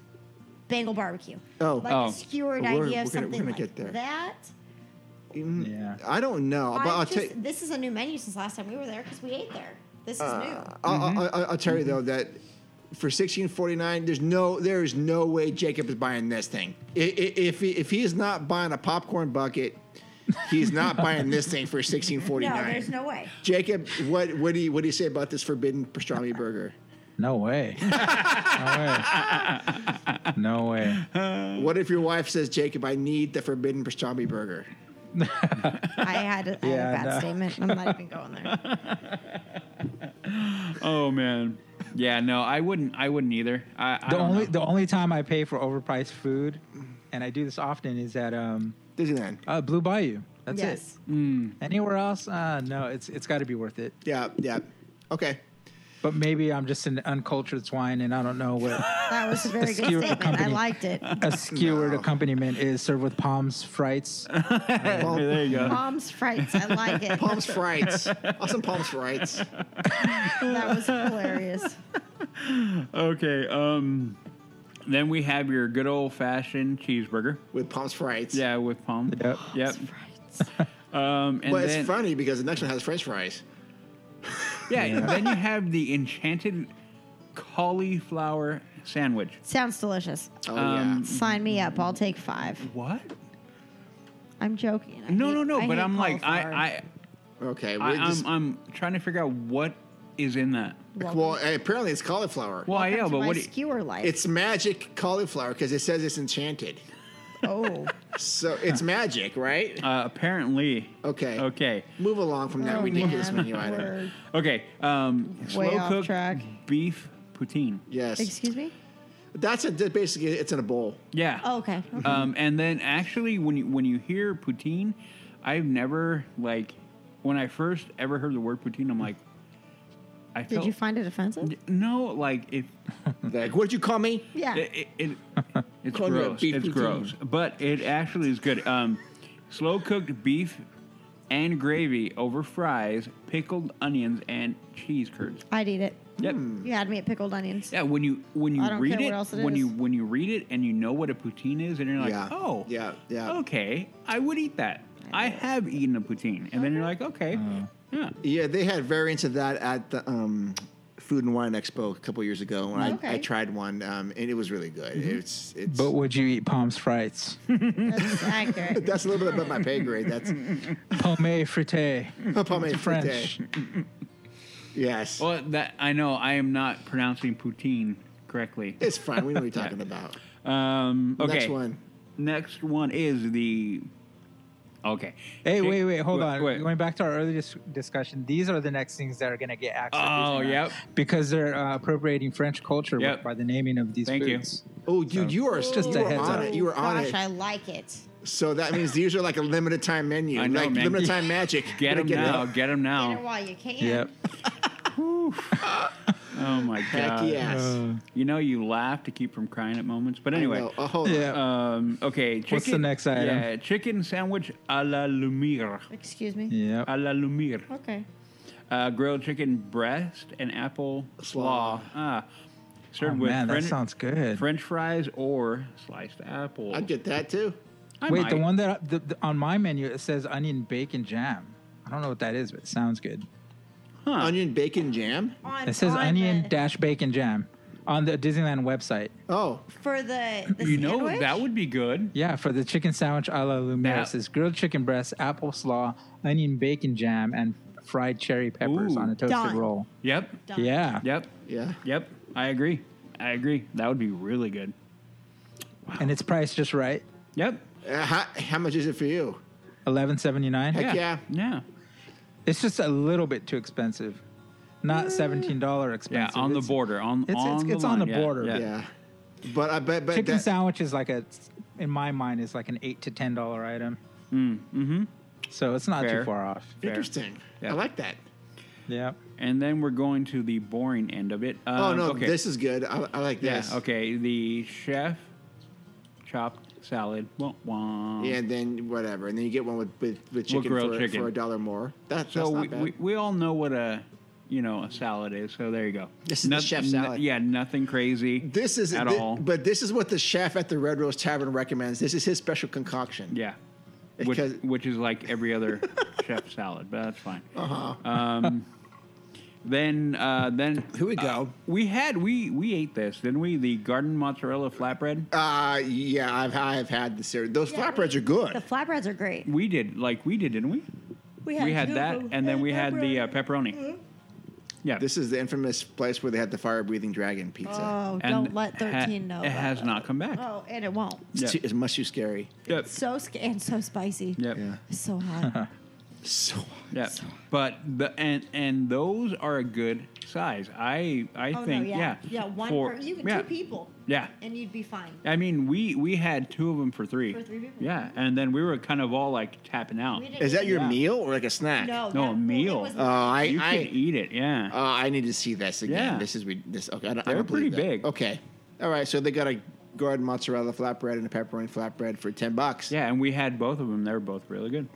G: Bagel barbecue.
A: Oh.
G: like
E: Oh.
G: a skewered
A: We're- we're
G: idea of
A: gonna- we're
G: something
A: gonna
G: like
A: get there.
G: that.
A: Mm,
F: Yeah.
A: I don't know, but
G: I
A: I'll
G: just-
A: tell you.
G: this is a new menu since last time we were there because we ate there. This is new.
A: I'll, I'll- I'll, I'll tell you though that for sixteen forty nine, there's no there is no way Jacob is buying this thing. I- i- If he, if he's not buying a popcorn bucket, he's not buying this thing for sixteen forty
G: *laughs* No,
A: nine.
G: there's no way.
A: *laughs* Jacob, what what do you what do you say about this forbidden pastrami burger?
F: No way. no way. No way.
A: What if your wife says, Jacob, I need the forbidden pastrami burger?
G: I had a, I had a
F: Yeah,
G: bad
F: no.
G: statement. I'm not even going
E: *laughs*
G: there.
E: Oh man. Yeah. No, I wouldn't. I wouldn't either. I, I
F: The
E: don't
F: only
E: know.
F: the only time I pay for overpriced food, and I do this often, is at um
A: Disneyland.
F: uh, Blue Bayou. That's
G: yes.
F: it. Anywhere else? Uh, no, it's it's got to be worth it.
A: Yeah, yeah. Okay.
E: *laughs*
F: But maybe I'm just an uncultured swine, and I don't know what
G: That was a
E: *laughs*
G: very good
F: Skewered
G: statement. I
F: company.
G: liked it.
F: a skewered
A: No.
F: accompaniment is served with palms, frites.
E: There you go.
G: Palms frites. I like it.
A: Palms frites.
E: *laughs*
A: Awesome palms frites.
G: That was hilarious.
E: Okay. Um. Then we have your good old fashioned cheeseburger.
A: With palms frites.
E: Yeah, with palm.
F: Yep.
E: Yep. Um, and
A: But
E: then,
A: it's funny because the next one has french fries.
E: yeah, and then you have the enchanted cauliflower sandwich.
G: Sounds delicious.
A: Oh,
E: Um,
G: Sign me up. I'll take five.
E: What?
G: I'm joking. I
E: No,
G: hate-
E: no, no.
G: I
E: but
G: hate
E: I'm like,
G: cauliflower.
E: I,
A: I. Okay.
E: I,
A: we're just-
E: I'm, I'm trying to figure out what is in that.
A: well, apparently it's cauliflower.
E: Well, I know, but what? do you-
G: skewer life?
A: It's magic cauliflower because it says it's enchanted.
G: oh,
A: So
E: *laughs*
A: it's magic, right?
E: Uh, apparently.
A: Okay.
E: Okay.
A: Move along from that
G: Oh,
A: ridiculous
G: man.
A: menu item.
G: Word.
E: Okay. Um,
G: Way
E: slow
G: off
E: cooked
G: track.
E: beef poutine.
A: Yes.
G: Excuse me.
A: That's a, that basically it's in a bowl.
E: Yeah.
G: Oh, okay. okay.
E: *laughs* Um, and then actually, when you when you hear poutine, I've never like when I first ever heard the word poutine, I'm like, I
G: Did
E: felt
G: you find it offensive?
E: no like if
A: Like, what'd you call me?
G: Yeah.
E: it, it, it- *laughs* it's
A: Call me a
E: gross.
A: beef
E: It's
A: poutine.
E: gross, but it actually is good. Um, slow cooked beef and gravy over fries, pickled onions, and cheese curds.
G: I'd eat it.
E: Yep.
G: You had me at pickled onions.
E: Mm. Yeah, when you when you
G: Hmm. I don't
E: read
G: care
E: it,
G: what else it
E: when you
G: is.
E: when you read it and you know what a poutine is, and you're like,
A: Yeah.
E: oh,
A: Yeah, yeah.
E: okay, I would eat that. I have eaten a poutine, and then you're like, okay,
G: Uh-huh.
E: yeah,
A: Yeah, they had variants of that at the um, Food and Wine Expo a couple years ago, and I, I
G: Okay.
A: tried one, um, and it was really good. It's it's
F: But would you eat palm
E: *laughs*
F: frites?
G: That's accurate.
A: that's a little bit above my pay grade. That's
F: Pomme eh, frite.
A: pomade
F: French.
A: Yes,
E: Well, that I know I am not pronouncing poutine correctly.
A: it's fine. We know what you're talking about.
E: Um, okay,
A: Next one.
E: Next one is the okay.
F: Hey,
E: Chick-
F: wait, wait, hold on.
E: wait.
F: Going back to our earlier dis- discussion, these are the next things that are going to get access.
E: Oh, yep.
F: Because they're uh, appropriating French culture with-
E: Yep.
F: by the naming of these
E: Thank you.
F: foods.
A: Oh, dude, you are
F: just
A: you
F: a
A: were
F: heads
A: on
F: up.
A: it. You were on
G: Gosh,
A: it.
G: I like it.
A: So that means these are like a limited time menu,
E: I know,
A: like
E: man.
A: limited time magic.
E: Get
A: Gotta
E: him now!
A: it.
E: Get him
G: Get it
E: now!
G: while you can.
E: *laughs*
F: Yep.
E: Oh my
A: Heck
E: god!
A: yes.
E: You know you laugh to keep from crying at moments, but Oh. anyway.
A: No, oh, hold on.
F: Yeah.
E: Um, okay. Chicken,
F: What's the next item?
E: Yeah, chicken sandwich a la lumiere.
G: Excuse me.
F: yep.
E: A la lumiere.
G: Okay.
E: Uh, grilled chicken breast and apple slaw. Ah, served
F: Oh,
E: with
F: man, that
E: French,
F: sounds good.
E: French fries or sliced apple.
A: I'd get that too.
E: I
F: Wait, the
E: might.
F: one that the, the, on my menu it says onion bacon jam. I don't know what that is, but it sounds good.
E: Huh.
A: Onion bacon jam.
G: On,
F: It says
G: on
F: onion
G: the-
F: dash bacon jam on the Disneyland website.
A: Oh,
G: for the, the
E: you know
G: sandwich?
E: that would be good.
F: Yeah, for the chicken sandwich a la Lumiere,
E: That-
F: it says grilled chicken breast, apple slaw, onion bacon jam, and fried cherry peppers
E: Ooh.
F: on a toasted
G: Done.
F: roll.
E: Yep.
G: Done.
F: Yeah.
E: Yep.
A: yeah.
E: Yep. I agree. I agree. That would be really good.
F: And it's priced just right.
E: Yep.
A: Uh, how, how much is it for you?
F: Eleven seventy nine.
A: Heck yeah.
E: Yeah.
F: It's just a little bit too expensive.
G: Mm.
F: Not seventeen dollar
E: Yeah.
F: expensive.
E: on the
F: It's-
E: border. On
F: it's-
E: on
F: it's-
E: the
F: it's on the
E: line, yeah,
F: border.
E: Yeah.
A: Yeah. But I bet, but
F: Chicken
A: that,
F: sandwich is like a in my mind is like an eight to ten dollar item.
E: Mm-hmm.
F: So it's not
E: Fair.
F: too far off.
E: fair.
A: interesting.
E: Yeah.
A: I like that.
F: Yeah.
E: And then we're going to the boring end of it. Um,
A: oh no,
E: okay.
A: this is good. I, I like
E: Yeah.
A: this.
E: Okay. The chef chopped salad. Wah, wah.
A: Yeah, and then whatever, and then you get one with with, with chicken,
E: grilled
A: for,
E: chicken.
A: for a dollar more. That,
E: So
A: that's not
E: we,
A: bad.
E: we, we all know what a you know a salad is. So there you go.
A: This is the chef's
E: no-
A: salad.
E: yeah. Nothing crazy.
A: this is
E: at
A: thi-
E: all.
A: but this is what the chef at the Red Rose Tavern recommends. This is his special concoction.
E: Yeah. Which,
A: Because-
E: which is like
A: *laughs*
E: every other chef salad, but that's fine. Um, then, uh, then
A: Uh-huh. Here we
E: uh,
A: go.
E: we had we we ate this, didn't we? The garden mozzarella flatbread.
A: Uh, yeah, I've I've had the cereal. Those
G: Yeah,
A: flatbreads are good.
G: The flatbreads are great.
E: We did like we did, didn't we? we had that, and then we had the uh,
G: Mm-hmm.
E: pepperoni. Yeah,
A: this is the infamous place where they had the fire breathing dragon pizza.
G: Oh,
E: and
G: don't let
E: ha-
G: thirteen know.
E: It
G: about
E: has
G: that.
E: not come back.
G: Oh, and it won't.
E: Yeah.
A: It's, too, it's much too scary.
E: Yep.
G: So sc- and so spicy.
E: Yep.
A: Yeah.
G: It's so
E: *laughs*
G: hot.
A: So
E: Yeah, but the and and those are a good size. I I
G: oh
E: think
G: no,
E: yeah
G: yeah, yeah. One
E: For-
G: per, you can
E: yeah.
G: two people,
E: Yeah,
G: and you'd be fine.
E: I mean we we had two of them for three.
G: For three people.
E: Yeah, and then we were kind of all like tapping out.
G: We didn't
A: is that your
E: Yeah.
A: meal or like a snack?
G: No,
E: No,
G: that-
E: a meal. Uh,
G: It was,
A: Oh, I
E: you
A: I,
E: can eat it. Yeah.
A: oh, I need to see this again.
E: Yeah.
A: This is re- this. Okay, I don't, I
E: They're
A: don't believe
E: pretty
A: that.
E: big.
A: Okay, all right. So they got a garden mozzarella flatbread and a pepperoni flatbread for ten bucks.
E: yeah, and we had both of them. They were both really good.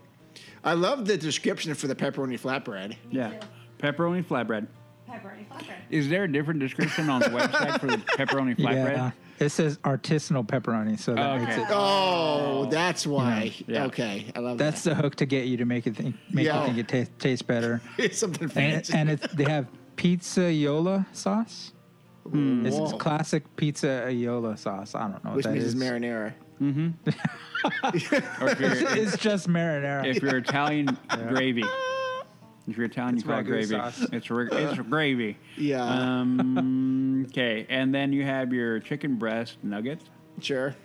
A: I love the description for the pepperoni flatbread.
E: Yeah. Pepperoni flatbread.
G: pepperoni flatbread.
E: Is there a different description on the website for the pepperoni
F: Yeah. uh,
E: flatbread?
F: It says artisanal pepperoni, so that
E: Oh,
F: makes
E: okay.
F: it
A: Oh, that's why.
E: Yeah.
A: Okay, I love
F: that's
A: that.
F: the hook to get you to make it think make
A: Yeah.
F: you think it ta- tastes better.
A: *laughs* It's something
F: and it,
A: fancy.
F: and it's, they have pizzaiola sauce. It's
A: Whoa.
E: mm,
F: classic pizzaiola sauce. I don't know what
A: which
F: that
A: means it's
F: is.
A: marinara.
E: Mm-hmm. Or if you're-
F: *laughs* it's just marinara.
E: If you're *laughs* Italian, gravy. If you're Italian,
F: It's
E: you call it
F: ragu
E: gravy.
F: sauce.
E: It's *laughs* ri- it's gravy.
A: Yeah.
E: Uh, Um, okay, and then you have your chicken breast nuggets.
A: Sure.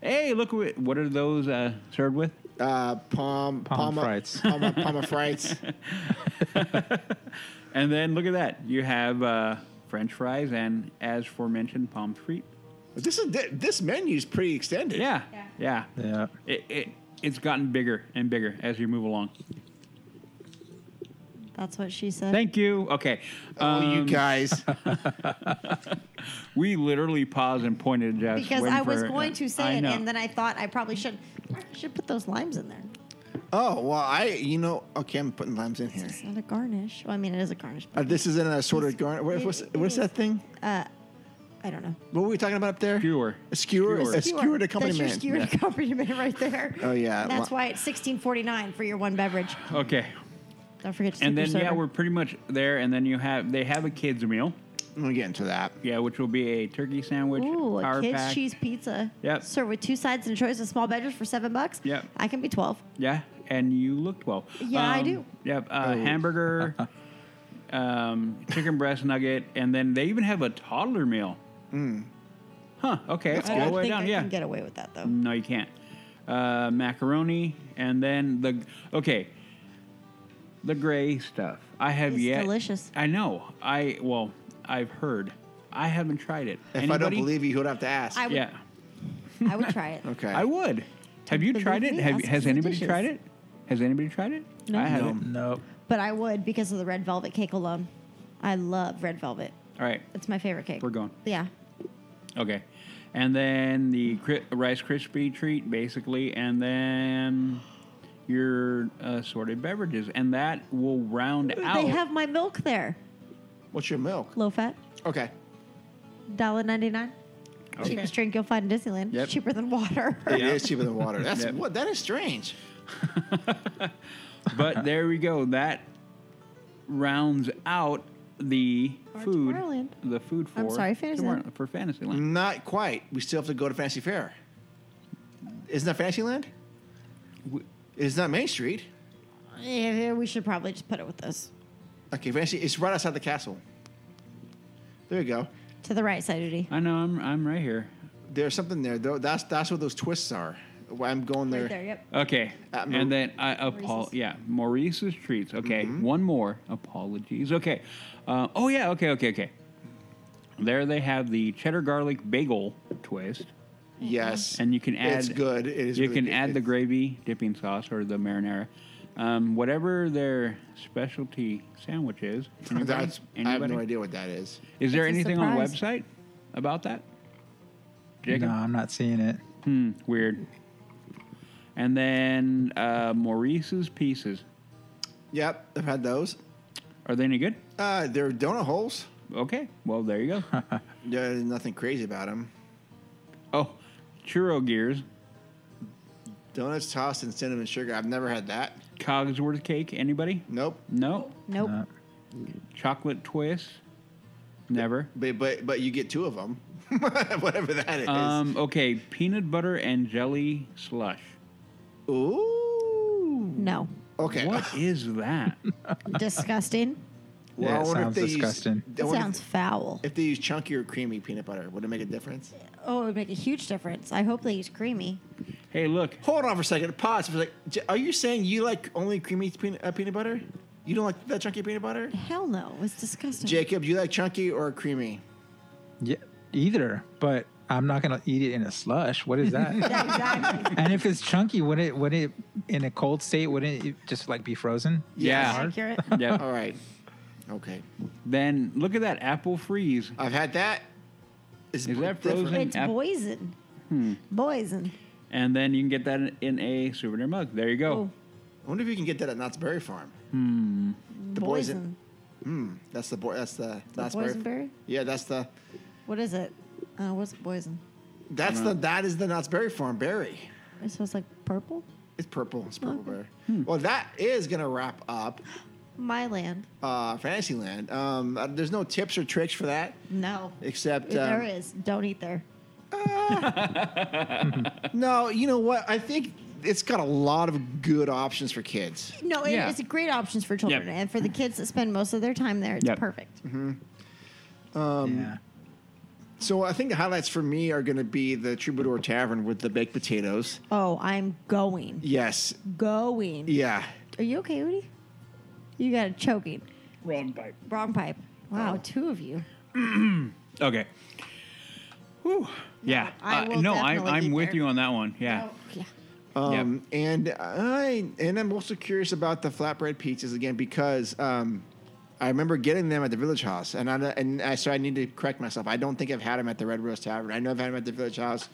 E: Hey, look what what are those uh, served with?
A: Uh, palm
F: Palm frites.
A: Palma,
E: *laughs*
A: palma frites.
E: And then look at that. You have uh, French fries and, as forementioned, palm frite.
A: This is thi- this menu's pretty extended.
E: Yeah, yeah.
F: Yeah.
E: It, it it's gotten bigger and bigger as you move along.
J: That's what she said.
E: Thank you. Okay.
A: Oh, you
E: Um,
A: guys.
E: We literally paused and pointed at Jess
G: Because
E: waiting
G: I was
E: for-
G: going to
E: I
G: say it,
E: know.
G: and then I thought I probably should. I should put those limes in there.
A: Oh well, I you know okay, I'm putting limes in here.
J: It's not a garnish. Well, I mean, it is a garnish.
A: Uh, this is in a sort of garnish. What, what's what's that thing?
J: I don't know.
A: What were we talking about up there?
E: Skewer.
A: A skewer. A skewered
G: That's your
A: accompaniment.
G: skewered accompaniment right there.
A: Oh, yeah.
G: That's
A: Well-
G: why it's sixteen forty nine for your one beverage.
E: Okay.
J: Don't forget to tip
E: And
J: your
E: then yeah,
J: server.
E: we're pretty much there. And then you have they have a kids meal.
A: I'm gonna get into that.
E: Yeah, which will be a turkey sandwich,
J: Ooh,
E: power
J: a kids
E: pack.
J: cheese pizza.
E: Yep.
J: Served with two sides and a choice of small bedrooms for seven bucks.
E: Yep.
J: I can be twelve.
E: Yeah, and you looked well.
J: Yeah, I do.
E: Yep, uh,
A: Oh. *laughs*
E: hamburger, um, chicken breast nugget, and then they even have a toddler meal.
A: Hmm.
E: Huh. Okay,
J: I
E: all the
J: don't
E: way
J: think
E: down.
J: I
E: yeah. Mm.
J: can get away with that though.
E: No, you can't. Uh, macaroni, and then the okay, the gray stuff. I have
J: It's
E: yet.
J: delicious.
E: I know. I well, I've heard. I haven't tried it.
A: If I don't believe you, you'd have to ask.
G: I would,
E: yeah,
G: I would
E: *laughs*
G: try it.
A: okay.
E: I would. Have you
J: believe
E: tried it?
J: me,
E: Have,
J: ask
E: has
J: the
E: anybody
J: dishes.
E: tried it? Has anybody tried it?
J: No.
E: I haven't.
F: Nope.
J: But I would because of the red velvet cake alone. I love red velvet.
E: All right,
J: It's my favorite cake.
E: we're going.
J: Yeah.
E: Okay. And then the cri- Rice Krispie treat, basically, and then your uh, assorted beverages. And that will round out.
J: They have my milk there.
A: What's your milk?
J: Low fat.
A: Okay.
J: Dollar ninety nine. Cheapest drink you'll find in Disneyland.
E: Yep.
J: Cheaper than water. *laughs*
A: It is cheaper than
E: *laughs*
A: water. That's
E: Yep.
A: what. That is strange.
E: but there we go. That rounds out the
J: Or
E: food.
J: Tomorrowland.
E: The food for
J: I'm sorry, Fantasyland.
E: Tomorrow- for Fantasyland.
A: Not quite. We still have to go to Fantasy Fair. Isn't that Fantasyland? It's not Main Street.
J: Yeah, yeah, we should probably just put it with this.
A: Okay, Fantasy. It's right outside the castle. There you go.
J: To the right side, Judy.
E: I know. I'm I'm right here.
A: There's something there. Though that's that's what those twists are. Why I'm going there.
J: Right there, yep.
E: Okay.
A: At Uh, Mo-
E: and then I apo- yeah, Maurice's treats. Okay,
A: Mm-hmm.
E: one more. Apologies. Okay. Uh, oh yeah. Okay. Okay. Okay. There they have the cheddar garlic bagel twist,
J: Mm-hmm.
A: Yes.
E: and you can add.
A: It's good. It is.
E: you
A: really
E: can
A: good.
E: add the
A: It's-
E: gravy dipping sauce or the marinara, um, whatever their specialty sandwich is. Anybody?
A: That's, I have no
E: Anybody?
A: idea what that is.
E: Is there
J: It's a
E: anything on the
J: surprise.
E: website about that? Jacob?
F: No, I'm not seeing it.
E: Hmm, weird. And then uh, Maurice's pieces.
A: Yep, I've had those.
E: Are they any good?
A: Uh, they're donut holes.
E: Okay. Well, there you go. *laughs*
A: There's nothing crazy about them.
E: oh, churro gears,
A: Donuts tossed in cinnamon sugar. I've never had that.
E: Cogsworth cake. Anybody?
A: Nope.
E: No.
J: Nope.
F: No.
E: Chocolate twist. Never.
A: But but but you get two of them, *laughs* whatever that is.
E: Um, okay, peanut butter and jelly slush.
A: Ooh.
J: No.
A: Okay.
G: *laughs*
E: What is that?
A: *laughs*
J: Disgusting.
A: Well,
F: Yeah,
A: I
F: it
A: wonder
F: sounds
A: if they use-
F: disgusting.
A: I
J: It
A: wonder
J: sounds foul.
A: If, if they use chunky or creamy peanut butter, would it make a difference?
J: Oh, it would make a huge difference. I hope they use creamy.
E: hey, look.
A: Hold on for a second. Pause for a second. J- Are you saying you like only creamy peanut, uh, peanut butter? You don't like that chunky peanut *laughs* butter?
J: Hell no. It's disgusting.
A: Jacob, you like chunky or creamy?
F: Yeah, either, but I'm not gonna eat it in a slush. What is that?
J: *laughs* Yeah, exactly.
F: and if it's chunky, would it would it in a cold state? Wouldn't it just like be frozen?
E: Yeah.
A: *laughs*
J: Accurate.
E: *laughs* Yep.
A: All right. Okay.
E: Then look at that apple freeze.
A: I've had that. Is,
E: that frozen?
J: It's
E: App-
J: poison.
A: Hmm.
J: Poison.
E: And then you can get that in a souvenir mug. There you go.
J: Oh,
A: I wonder if you can get that at Knott's Berry Farm.
J: poison.
A: The poison. Hmm. That's the boy. That's the Knott's Berry.
J: boysenberry?
A: Yeah, that's the.
J: What is it? Uh, what's poison?
A: That's the. That is the Knott's Berry Farm berry.
J: It smells like purple.
A: It's purple. It's purple berry. Well, that is gonna wrap up
J: My land.
A: uh, Fantasyland. Um, uh, there's no tips or tricks for that,
J: No.
A: except um,
J: there is. Don't eat there.
A: no, you know what? I think it's got a lot of good options for kids.
G: No, it- it's great options for children
A: Yep.
G: and for the kids that spend most of their time there. It's
A: Yep. Mm-hmm.
G: perfect.
A: Um, So I think the highlights for me are going to be the Troubadour Tavern with the baked potatoes.
G: Oh, I'm going,
A: Yes.
G: going.
A: Yeah.
G: Are you okay, Woody? You got a choking.
E: Wrong pipe.
G: Wrong pipe.
A: Oh.
G: Wow, two of you.
E: Okay. Whew. Yeah.
G: I
E: Uh,
G: will
E: no, I,
G: definitely
E: I'm
G: be
E: with
G: there.
E: you on that one. Yeah.
A: Um, And I and I'm also curious about the flatbread pizzas again because um, I remember getting them at the Village House, and I and I, so I need to correct myself. I don't think I've had them at the Red Rose Tavern. I know I've had them at the Village House,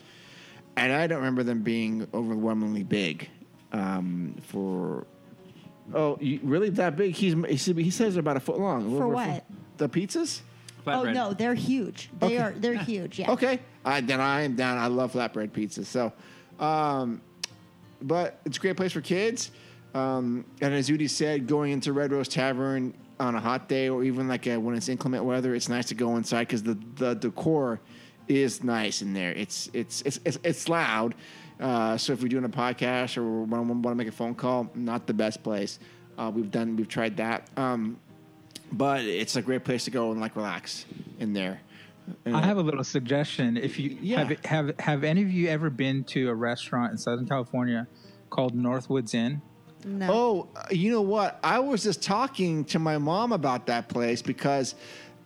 A: and I don't remember them being overwhelmingly big um, for. Oh, you, really? That big? He's he says they're about a foot long. A little
G: For
A: over a
G: what?
A: foot- The pizzas?
G: Oh no, they're huge. They
A: Okay.
G: are. They're huge. Yeah.
A: Okay. I, then I am down. I love flatbread pizza. So, um, but it's a great place for kids. Um, and as Udi said, going into Red Rose Tavern on a hot day or even like uh when it's inclement weather, it's nice to go inside because the, the decor is nice in there. It's it's it's it's, it's loud. Uh, so if you're doing a podcast or want to, want to make a phone call, not the best place. Uh, we've done we've tried that. Um, but it's a great place to go and like relax in there. And-
F: I have a little suggestion. If you
A: Yeah.
F: have, have have any of you ever been to a restaurant in Southern California called Northwoods Inn?
A: Oh, uh, you know what? I was just talking to my mom about that place because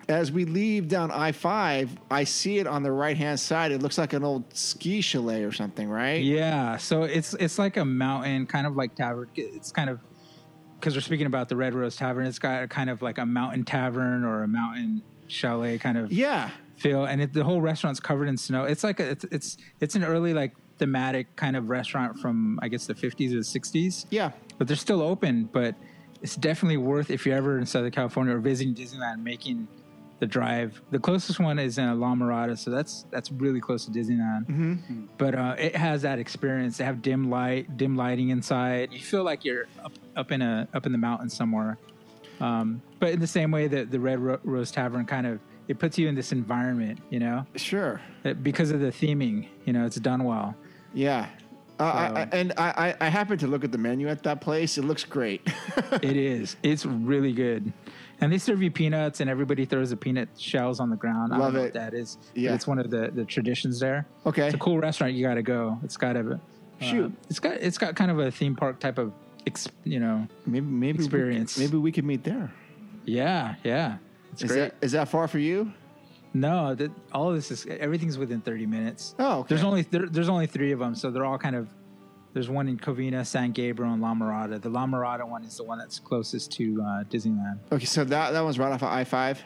A: as we leave down I 5, I see it on the right hand side. It looks like an old ski chalet or something, right?
F: Yeah, so it's it's like a mountain, kind of like tavern. It's kind of because we're speaking about the Red Rose Tavern. It's got a kind of like a mountain tavern or a mountain chalet kind of
A: yeah
F: feel, and it, the whole restaurant's covered in snow. It's like a, it's it's it's an early like thematic kind of restaurant from I guess the 50s or the 60s.
A: Yeah,
F: but they're still open. But it's definitely worth if you're ever in Southern California or visiting Disneyland, making the drive. The closest one is in La Mirada, so that's that's really close to Disneyland
L: Mm-hmm.
F: but uh, it has that experience. They have dim light, dim lighting inside. You feel like you're up, up in a up in the mountains somewhere. Um, but in the same way that the Red Ro- Rose Tavern kind of it puts you in this environment, you know.
A: Sure.
F: That- because of the theming, you know, it's done well.
A: Yeah. Uh, I, I, and I, I I happened to look at the menu at that place. It looks great. *laughs*
F: it is. It's really good. And they serve you peanuts, and everybody throws the peanut shells on the ground. I
A: Love
F: don't know
A: it.
F: what that is. but
A: Yeah.
F: it's one of the, the traditions there.
A: Okay.
F: It's a cool restaurant. You got to go. It's got a
A: Shoot.
F: it's got it's got kind of a theme park type of ex, you know
A: maybe maybe
F: experience.
A: We, maybe we could meet there.
F: Yeah, yeah. It's
A: Is
F: great.
A: that, is that far for you?
F: No, that, all of this is everything's within 30 minutes.
A: Oh, okay.
F: there's only there, there's only three of them, so they're all kind of. There's one in Covina, San Gabriel, and La Mirada. The La Mirada one is the one that's closest to uh, Disneyland.
A: Okay, so that, that one's right off of I 5.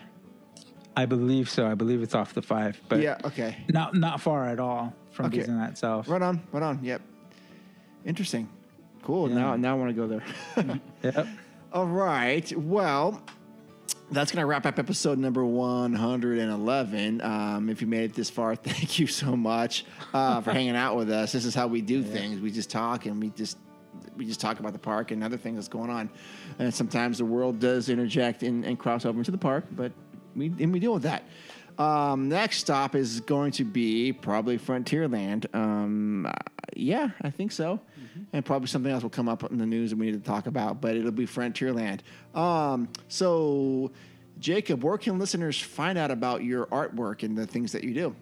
F: I believe so. I believe it's off the five, but
A: yeah, okay.
F: not not far at all from
A: Okay.
F: Disneyland itself.
A: Right on, right on. Yep. Interesting. Cool.
F: Yeah.
A: Now, now I want to go there. *laughs*
F: yep.
A: All right. Well, that's going to wrap up episode number 111. Um, if you made it this far, *laughs* thank you so much uh, for hanging out with us. This is how we do things. We just talk and we just we just talk about the park and other things that's going on. And sometimes the world does interject and, and cross over into the park, but we and we deal with that. Um, next stop is going to be probably Frontierland. Um, uh, yeah, I think so. Mm-hmm. And probably something else will come up in the news that we need to talk about, but it'll be Frontierland. Um, so, Jacob, where can listeners find out about your artwork and the things that you do?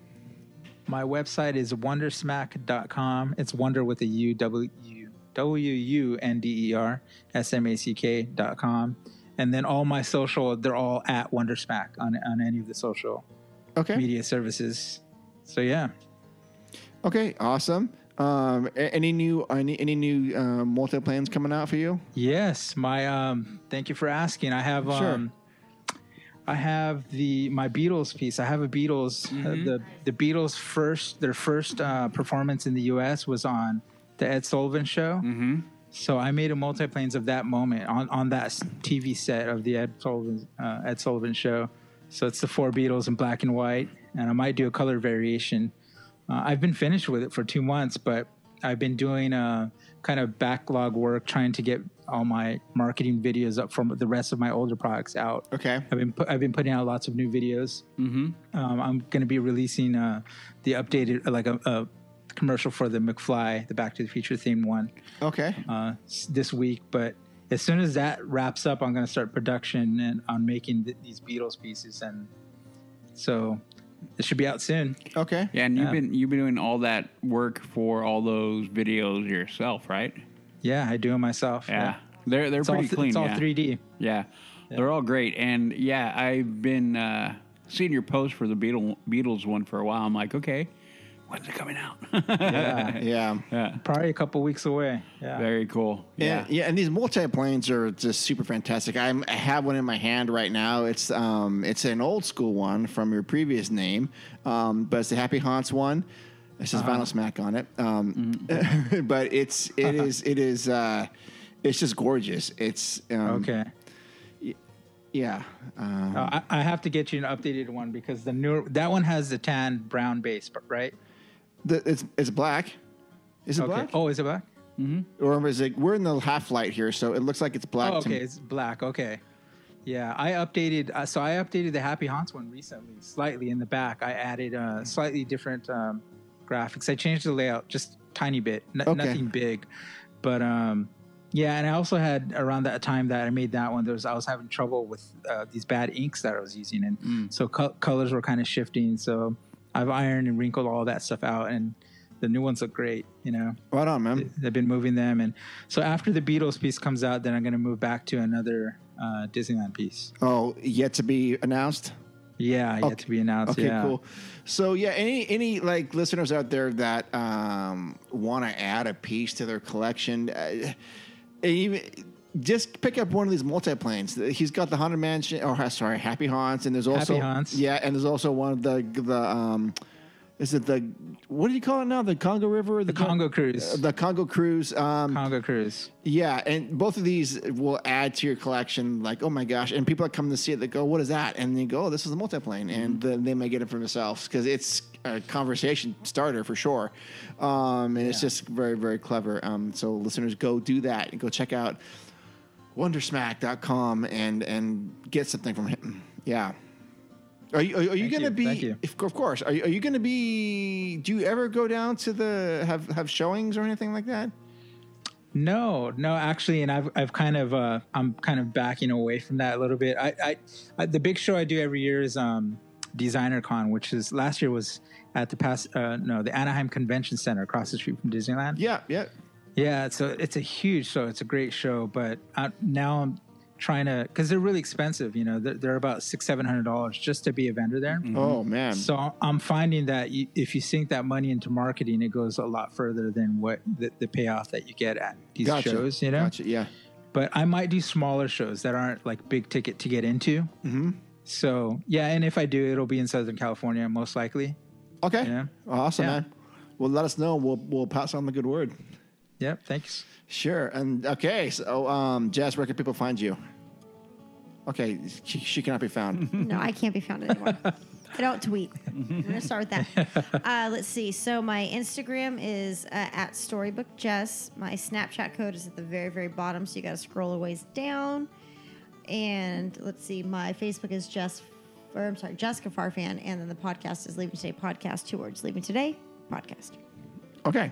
F: My website is wondersmack.com. It's wonder with a U W W U N D E R S M A C K dot com. And then all my social, they're all at Wondersmack on, on any of the social
A: okay.
F: media services. So yeah.
A: Okay, awesome. Um, a- any new any any new uh, multi plans coming out for you?
F: Yes, my um thank you for asking. I have
A: Sure.
F: um I have the my Beatles piece. I have a Beatles uh, the the Beatles first their first uh, performance in the US was on the Ed Sullivan show. Mm-hmm. So I made a multiplanes of that moment on on that s- TV set of the Ed Sullivan uh, Ed Sullivan show. So it's the four Beatles in black and white and I might do a color variation. Uh, I've been finished with it for two months, but I've been doing uh, kind of backlog work trying to get all my marketing videos up from the rest of my older products out.
A: Okay.
F: I've been pu- I've been putting out lots of new videos.
E: Mm-hmm.
F: Um, I'm going to be releasing uh, the updated like a, a commercial for the McFly, the Back to the Future themed one
A: Okay.
F: uh, s- this week. But as soon as that wraps up, I'm going to start production and on making th- these Beatles pieces, and so it should be out soon.
A: Okay.
E: Yeah, and you've
F: Yeah.
E: been you've been doing all that work for all those videos yourself, right?
F: Yeah, I do it myself.
E: Yeah, they're they're
F: It's all
E: pretty
F: th-
E: clean.
F: it's all
E: yeah.
F: 3D.
E: Yeah. they're all great. And yeah, I've been uh, seeing your post for the Beatle, Beatles one for a while. I'm like, okay, when's it coming out? *laughs*
A: Yeah. yeah.
F: Probably a couple weeks away. Yeah.
E: Very cool.
A: Yeah. yeah, and these multi-planes are just super fantastic. I'm, I have one in my hand right now. It's um, it's an old school one from your previous name, um, but it's the Happy Haunts one. It
F: Uh-huh.
A: says Vinyl Smack on it, um, *laughs*
F: Mm-hmm.
A: but it's it
F: Uh-huh.
A: is it is uh, it's just gorgeous. It's um,
F: Okay.
A: Yeah,
E: Mm-hmm.
A: um,
F: Uh, I, I have to get you an updated one because the newer that one has the tan brown base, but- right?
A: the, it's it's black. Is it
F: okay.
A: black?
F: Oh, is it black?
A: Or is it? We're in the half light here, so it looks like it's black.
F: oh,
A: to
F: okay,
A: me.
F: it's black. Okay. Yeah, I updated. Uh, so I updated the Happy Haunts one recently, slightly in the back. I added uh, slightly different um, graphics. I changed the layout just tiny bit, n-
A: Okay.
F: nothing big, but um, yeah. And I also had around that time that I made that one. There was I was having trouble with uh, these bad inks that I was using, and
A: Mm.
F: so co- colors were kind of shifting. So I've ironed and wrinkled all that stuff out, and the new ones look great. You know
A: Right on, man.
F: they've been moving them and so after the beatles piece comes out then i'm going to move back to another uh, disneyland piece
A: Oh, yet to be announced.
F: yeah yet to be announced
A: Okay,
F: yeah.
A: cool. So yeah, any any like listeners out there that um, want to add a piece to their collection, uh, even just pick up one of these multiplanes. He's got the haunted mansion, or uh, sorry, Happy Haunts, and there's also
F: Haunts.
A: yeah, and there's also one of the the um, is it the what do you call it now? The Congo River, or the,
F: the congo cruise
A: the Congo Cruise. Um,
F: congo cruise
A: yeah, and both of these will add to your collection. Like, oh my gosh! And people that come to see it, they go, "What is that?" And they go, "Oh, this is a multiplane,"
F: Mm-hmm.
A: and then they may get it for themselves because it's a conversation starter for sure. Um, and it's just very, very clever. Um, so listeners, go do that and go check out wondersmack.com and and get something from him. Yeah. Are you, are, you- are you
F: Thank
A: gonna
F: you,
A: be?
F: thank you.
A: If, of course. Are you, are you gonna be? Do you ever go down to the have have showings or anything like that?
F: no no actually and i've, I've kind of uh, i'm kind of backing away from that a little bit I, I, I the big show i do every year is um, designer con which is last year was at the past uh, no the anaheim convention center across the street from disneyland
A: Yeah. Yeah.
F: Yeah, so it's a huge show. It's a great show, but I, now I'm trying to because they're really expensive. You know, they're, they're about six, seven hundred dollars just to be a vendor there.
A: Oh man.
F: Mm-hmm. So I'm finding that you, if you sink that money into marketing, it goes a lot further than what the, the payoff that you get at these
A: Gotcha.
F: shows. You know,
A: Gotcha. Yeah.
F: but I might do smaller shows that aren't like big ticket to get into.
A: Mhm.
F: So yeah, and if I do, it'll be in Southern California most likely.
A: Okay.
F: Yeah.
A: Awesome,
F: Yeah.
A: man. Well, let us know. We'll we'll pass on the good word.
F: Yep. Thanks.
A: Sure. And okay. So, um, Jazz, where can people find you? Okay, she, she cannot be
F: *laughs*
A: found.
G: No, I can't be found anymore. I don't tweet. I'm going to start with that. Uh, let's see. So my Instagram is uh, at StorybookJess. My Snapchat code is at the very, very bottom, so you got to scroll a ways down. And let's see. My Facebook is Jess, or I'm sorry, Jessica Farfan. And then the podcast is Leaving Today Podcast. Two words, Leaving Today Podcast.
A: okay.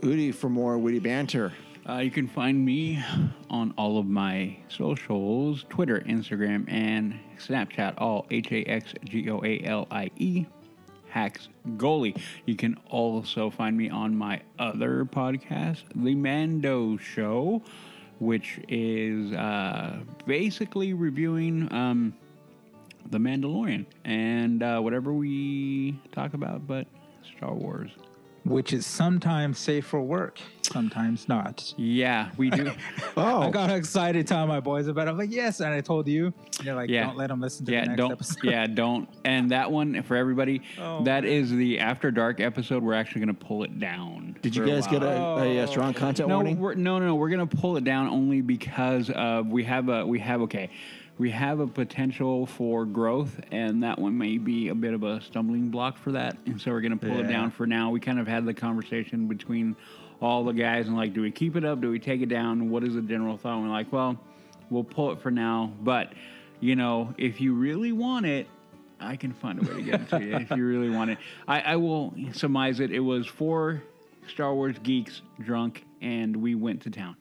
A: Udi for more witty banter.
E: Uh, you can find me on all of my socials Twitter, Instagram, and Snapchat, all H A X G O A L I E, Hacks Goalie. You can also find me on my other podcast, The Mando Show, which is uh, basically reviewing. Um, the Mandalorian and uh, whatever we talk about, but Star Wars.
F: Which is sometimes safe for work, sometimes not.
E: Yeah, we do.
A: Oh,
F: I got excited telling my boys about it. I'm like, yes, and I told you. And you're like,
E: Yeah.
F: don't let them listen to
E: yeah,
F: the next
E: don't.
F: episode.
E: Yeah, don't. And that one for everybody.
F: *laughs* Oh,
E: that is the after dark episode. We're actually going to pull it down.
A: Did you
E: for
A: guys get a,
E: while.
A: a, uh, strong content
E: No,
A: warning?
E: we're, no, no, no. We're going to pull it down only because uh, we have a we have okay. we have a potential for growth, and that one may be a bit of a stumbling block for that. And so we're going to pull it
F: Yeah.
E: down for now. We kind of had the conversation between all the guys and like, do we keep it up? Do we take it down? What is the general thought? And we're like, well, we'll pull it for now. But, you know, if you really want it, I can find a way to get it to you if you really want it. I, I will surmise it. It was four Star Wars geeks drunk, and we went to town.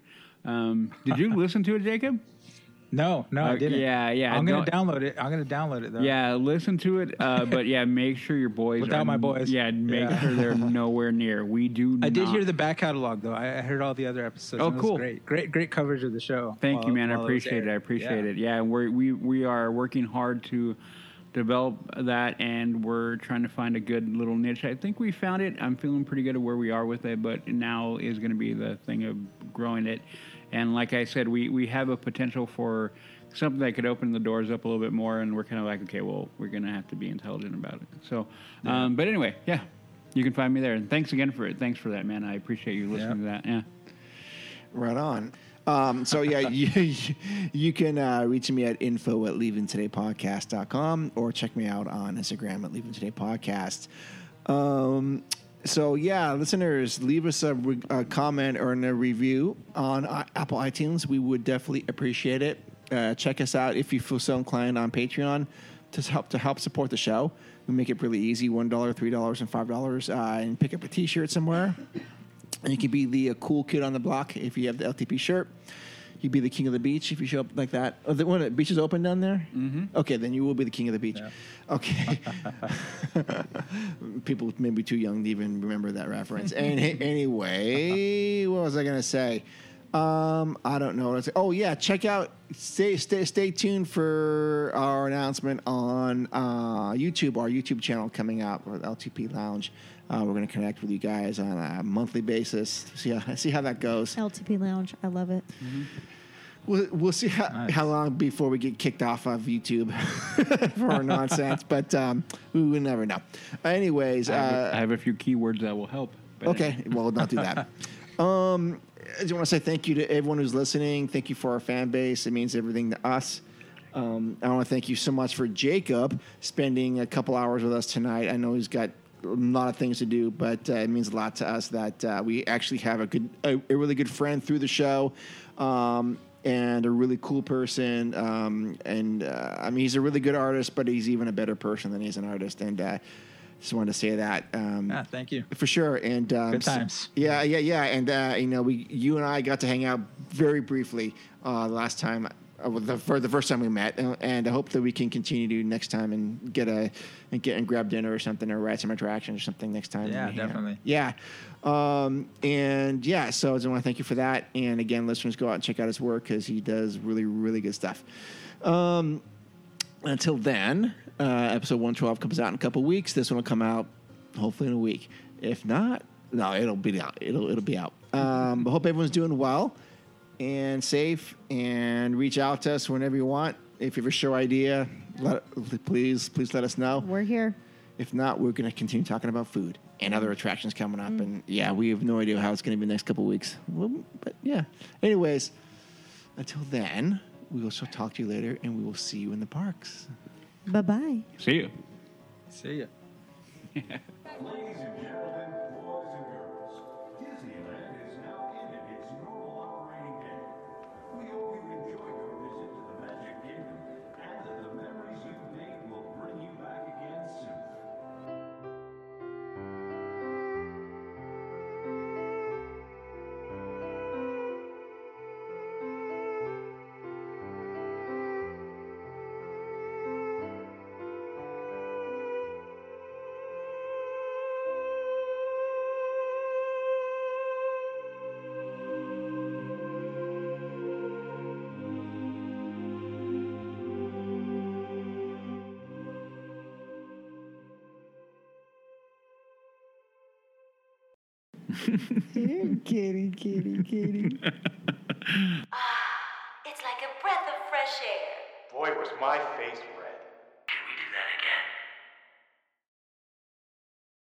E: Um, did you listen to it, Jacob?
F: *laughs* No, no, I
E: Uh,
F: didn't.
E: yeah, yeah,
F: I'm gonna
E: don't-
F: download it. I'm gonna download it though.
E: Yeah, listen to it. Uh, but yeah, make sure your boys
F: Without
E: are-
F: my boys.
E: Yeah, make
F: Yeah.
E: sure they're nowhere near. We do.
F: I did
E: not-
F: hear the back catalog though. I I heard all the other episodes.
E: Oh,
F: and it was
E: cool.
F: Great, great, great coverage of the show.
E: Thank you,
F: while-
E: man. I
F: while was
E: appreciate it. I
F: aired.
E: appreciate
F: Yeah.
E: it. Yeah, and we're, we we are working hard to develop that, and we're trying to find a good little niche. I think we found it. I'm feeling pretty good at where we are with it, but now is going to be the thing of growing it. And like I said, we we have a potential for something that could open the doors up a little bit more. And we're kind of like, okay, well, we're going to have to be intelligent about it. So, um, but anyway, yeah. You can find me there. And thanks again for it. Thanks for that, man. I appreciate you listening to that. Yeah.
A: Right on. Um, so yeah, *laughs* you, you can uh, reach me at info at leavingtodaypodcast.com or check me out on Instagram at leaving today podcast. Um, so yeah, listeners, leave us a, re- a comment or in a review on uh, Apple iTunes. We would definitely appreciate it. Uh, check us out if you feel so inclined on Patreon to help to help support the show. We make it really easy: one dollar, three dollars, and five dollars, uh, and pick up a T-shirt somewhere. And you could be the uh, cool kid on the block if you have the LTP shirt. You'd be the king of the beach if you show up like that. Oh, the, when the beach is open down there? Mm-hmm. Okay, then you will be the king of the beach. Okay. *laughs* People may be too young to even remember that reference. And anyway, what was I going to say? Um, I don't know. What I was- oh, yeah, check out, stay, stay, stay tuned for our announcement on uh, YouTube, our YouTube channel coming out with LTP Lounge. Uh, we're going to connect with you guys on a monthly basis. See how *laughs* see how that goes.
G: Oh.
J: LTP Lounge. I love it.
A: We'll, we'll see how, how long before we get kicked off of YouTube *laughs* for our nonsense, but um, we will never know. Anyways,
E: I have, a-
A: uh,
E: I have a few keywords that will help. but
A: okay, well, don't do that. um, I just want to say thank you to everyone who's listening. Thank you for our fan base. It means everything to us. Um, I want to thank you so much for Jacob spending a couple hours with us tonight. I know he's got a lot of things to do, but uh, it means a lot to us that uh, we actually have a good, a, a really good friend through the show. Um, and a really cool person. Um, and uh, I mean, he's a really good artist, but he's even a better person than he's an artist. And uh, just wanted to say that. Um,
F: Ah, thank you.
A: for sure. And um,
F: Good
A: so-
F: times.
A: yeah, yeah, yeah. And uh, you know, we you and I got to hang out very briefly uh, the last time. Uh, well, the, for the first time we met, uh, and I hope that we can continue to next time and get a and get and grab dinner or something or ride some attractions or something next time.
F: Yeah,
A: we hang out.
F: definitely.
A: Yeah, um, and yeah. So I just want to thank you for that. And again, listeners, go out and check out his work because he does really, really good stuff. Um, until then, uh, episode 112 comes out in a couple weeks. This one will come out hopefully in a week. If not, no, it'll be out. It'll it'll be out. Um, but hope everyone's doing well and safe. And reach out to us whenever you want. If you have a show idea, let, please please let us know.
J: We're here.
A: If not, we're going to continue talking about food and other attractions coming up. And yeah, we have no idea how it's going to be the next couple weeks. Well, but yeah. Anyways, until then, we will shall talk to you later, and we will see you in the parks.
J: Bye bye.
E: See you.
F: See ya.
L: Ladies and gentlemen, boys and girls, Disneyland is now ended its normal operating day. We hope you enjoyed your visit to the Magic Kingdom and that the memories you've made will bring you back again soon.
A: kitty, kitty, kitty.
O: It's like a breath of fresh air.
P: Boy, was my face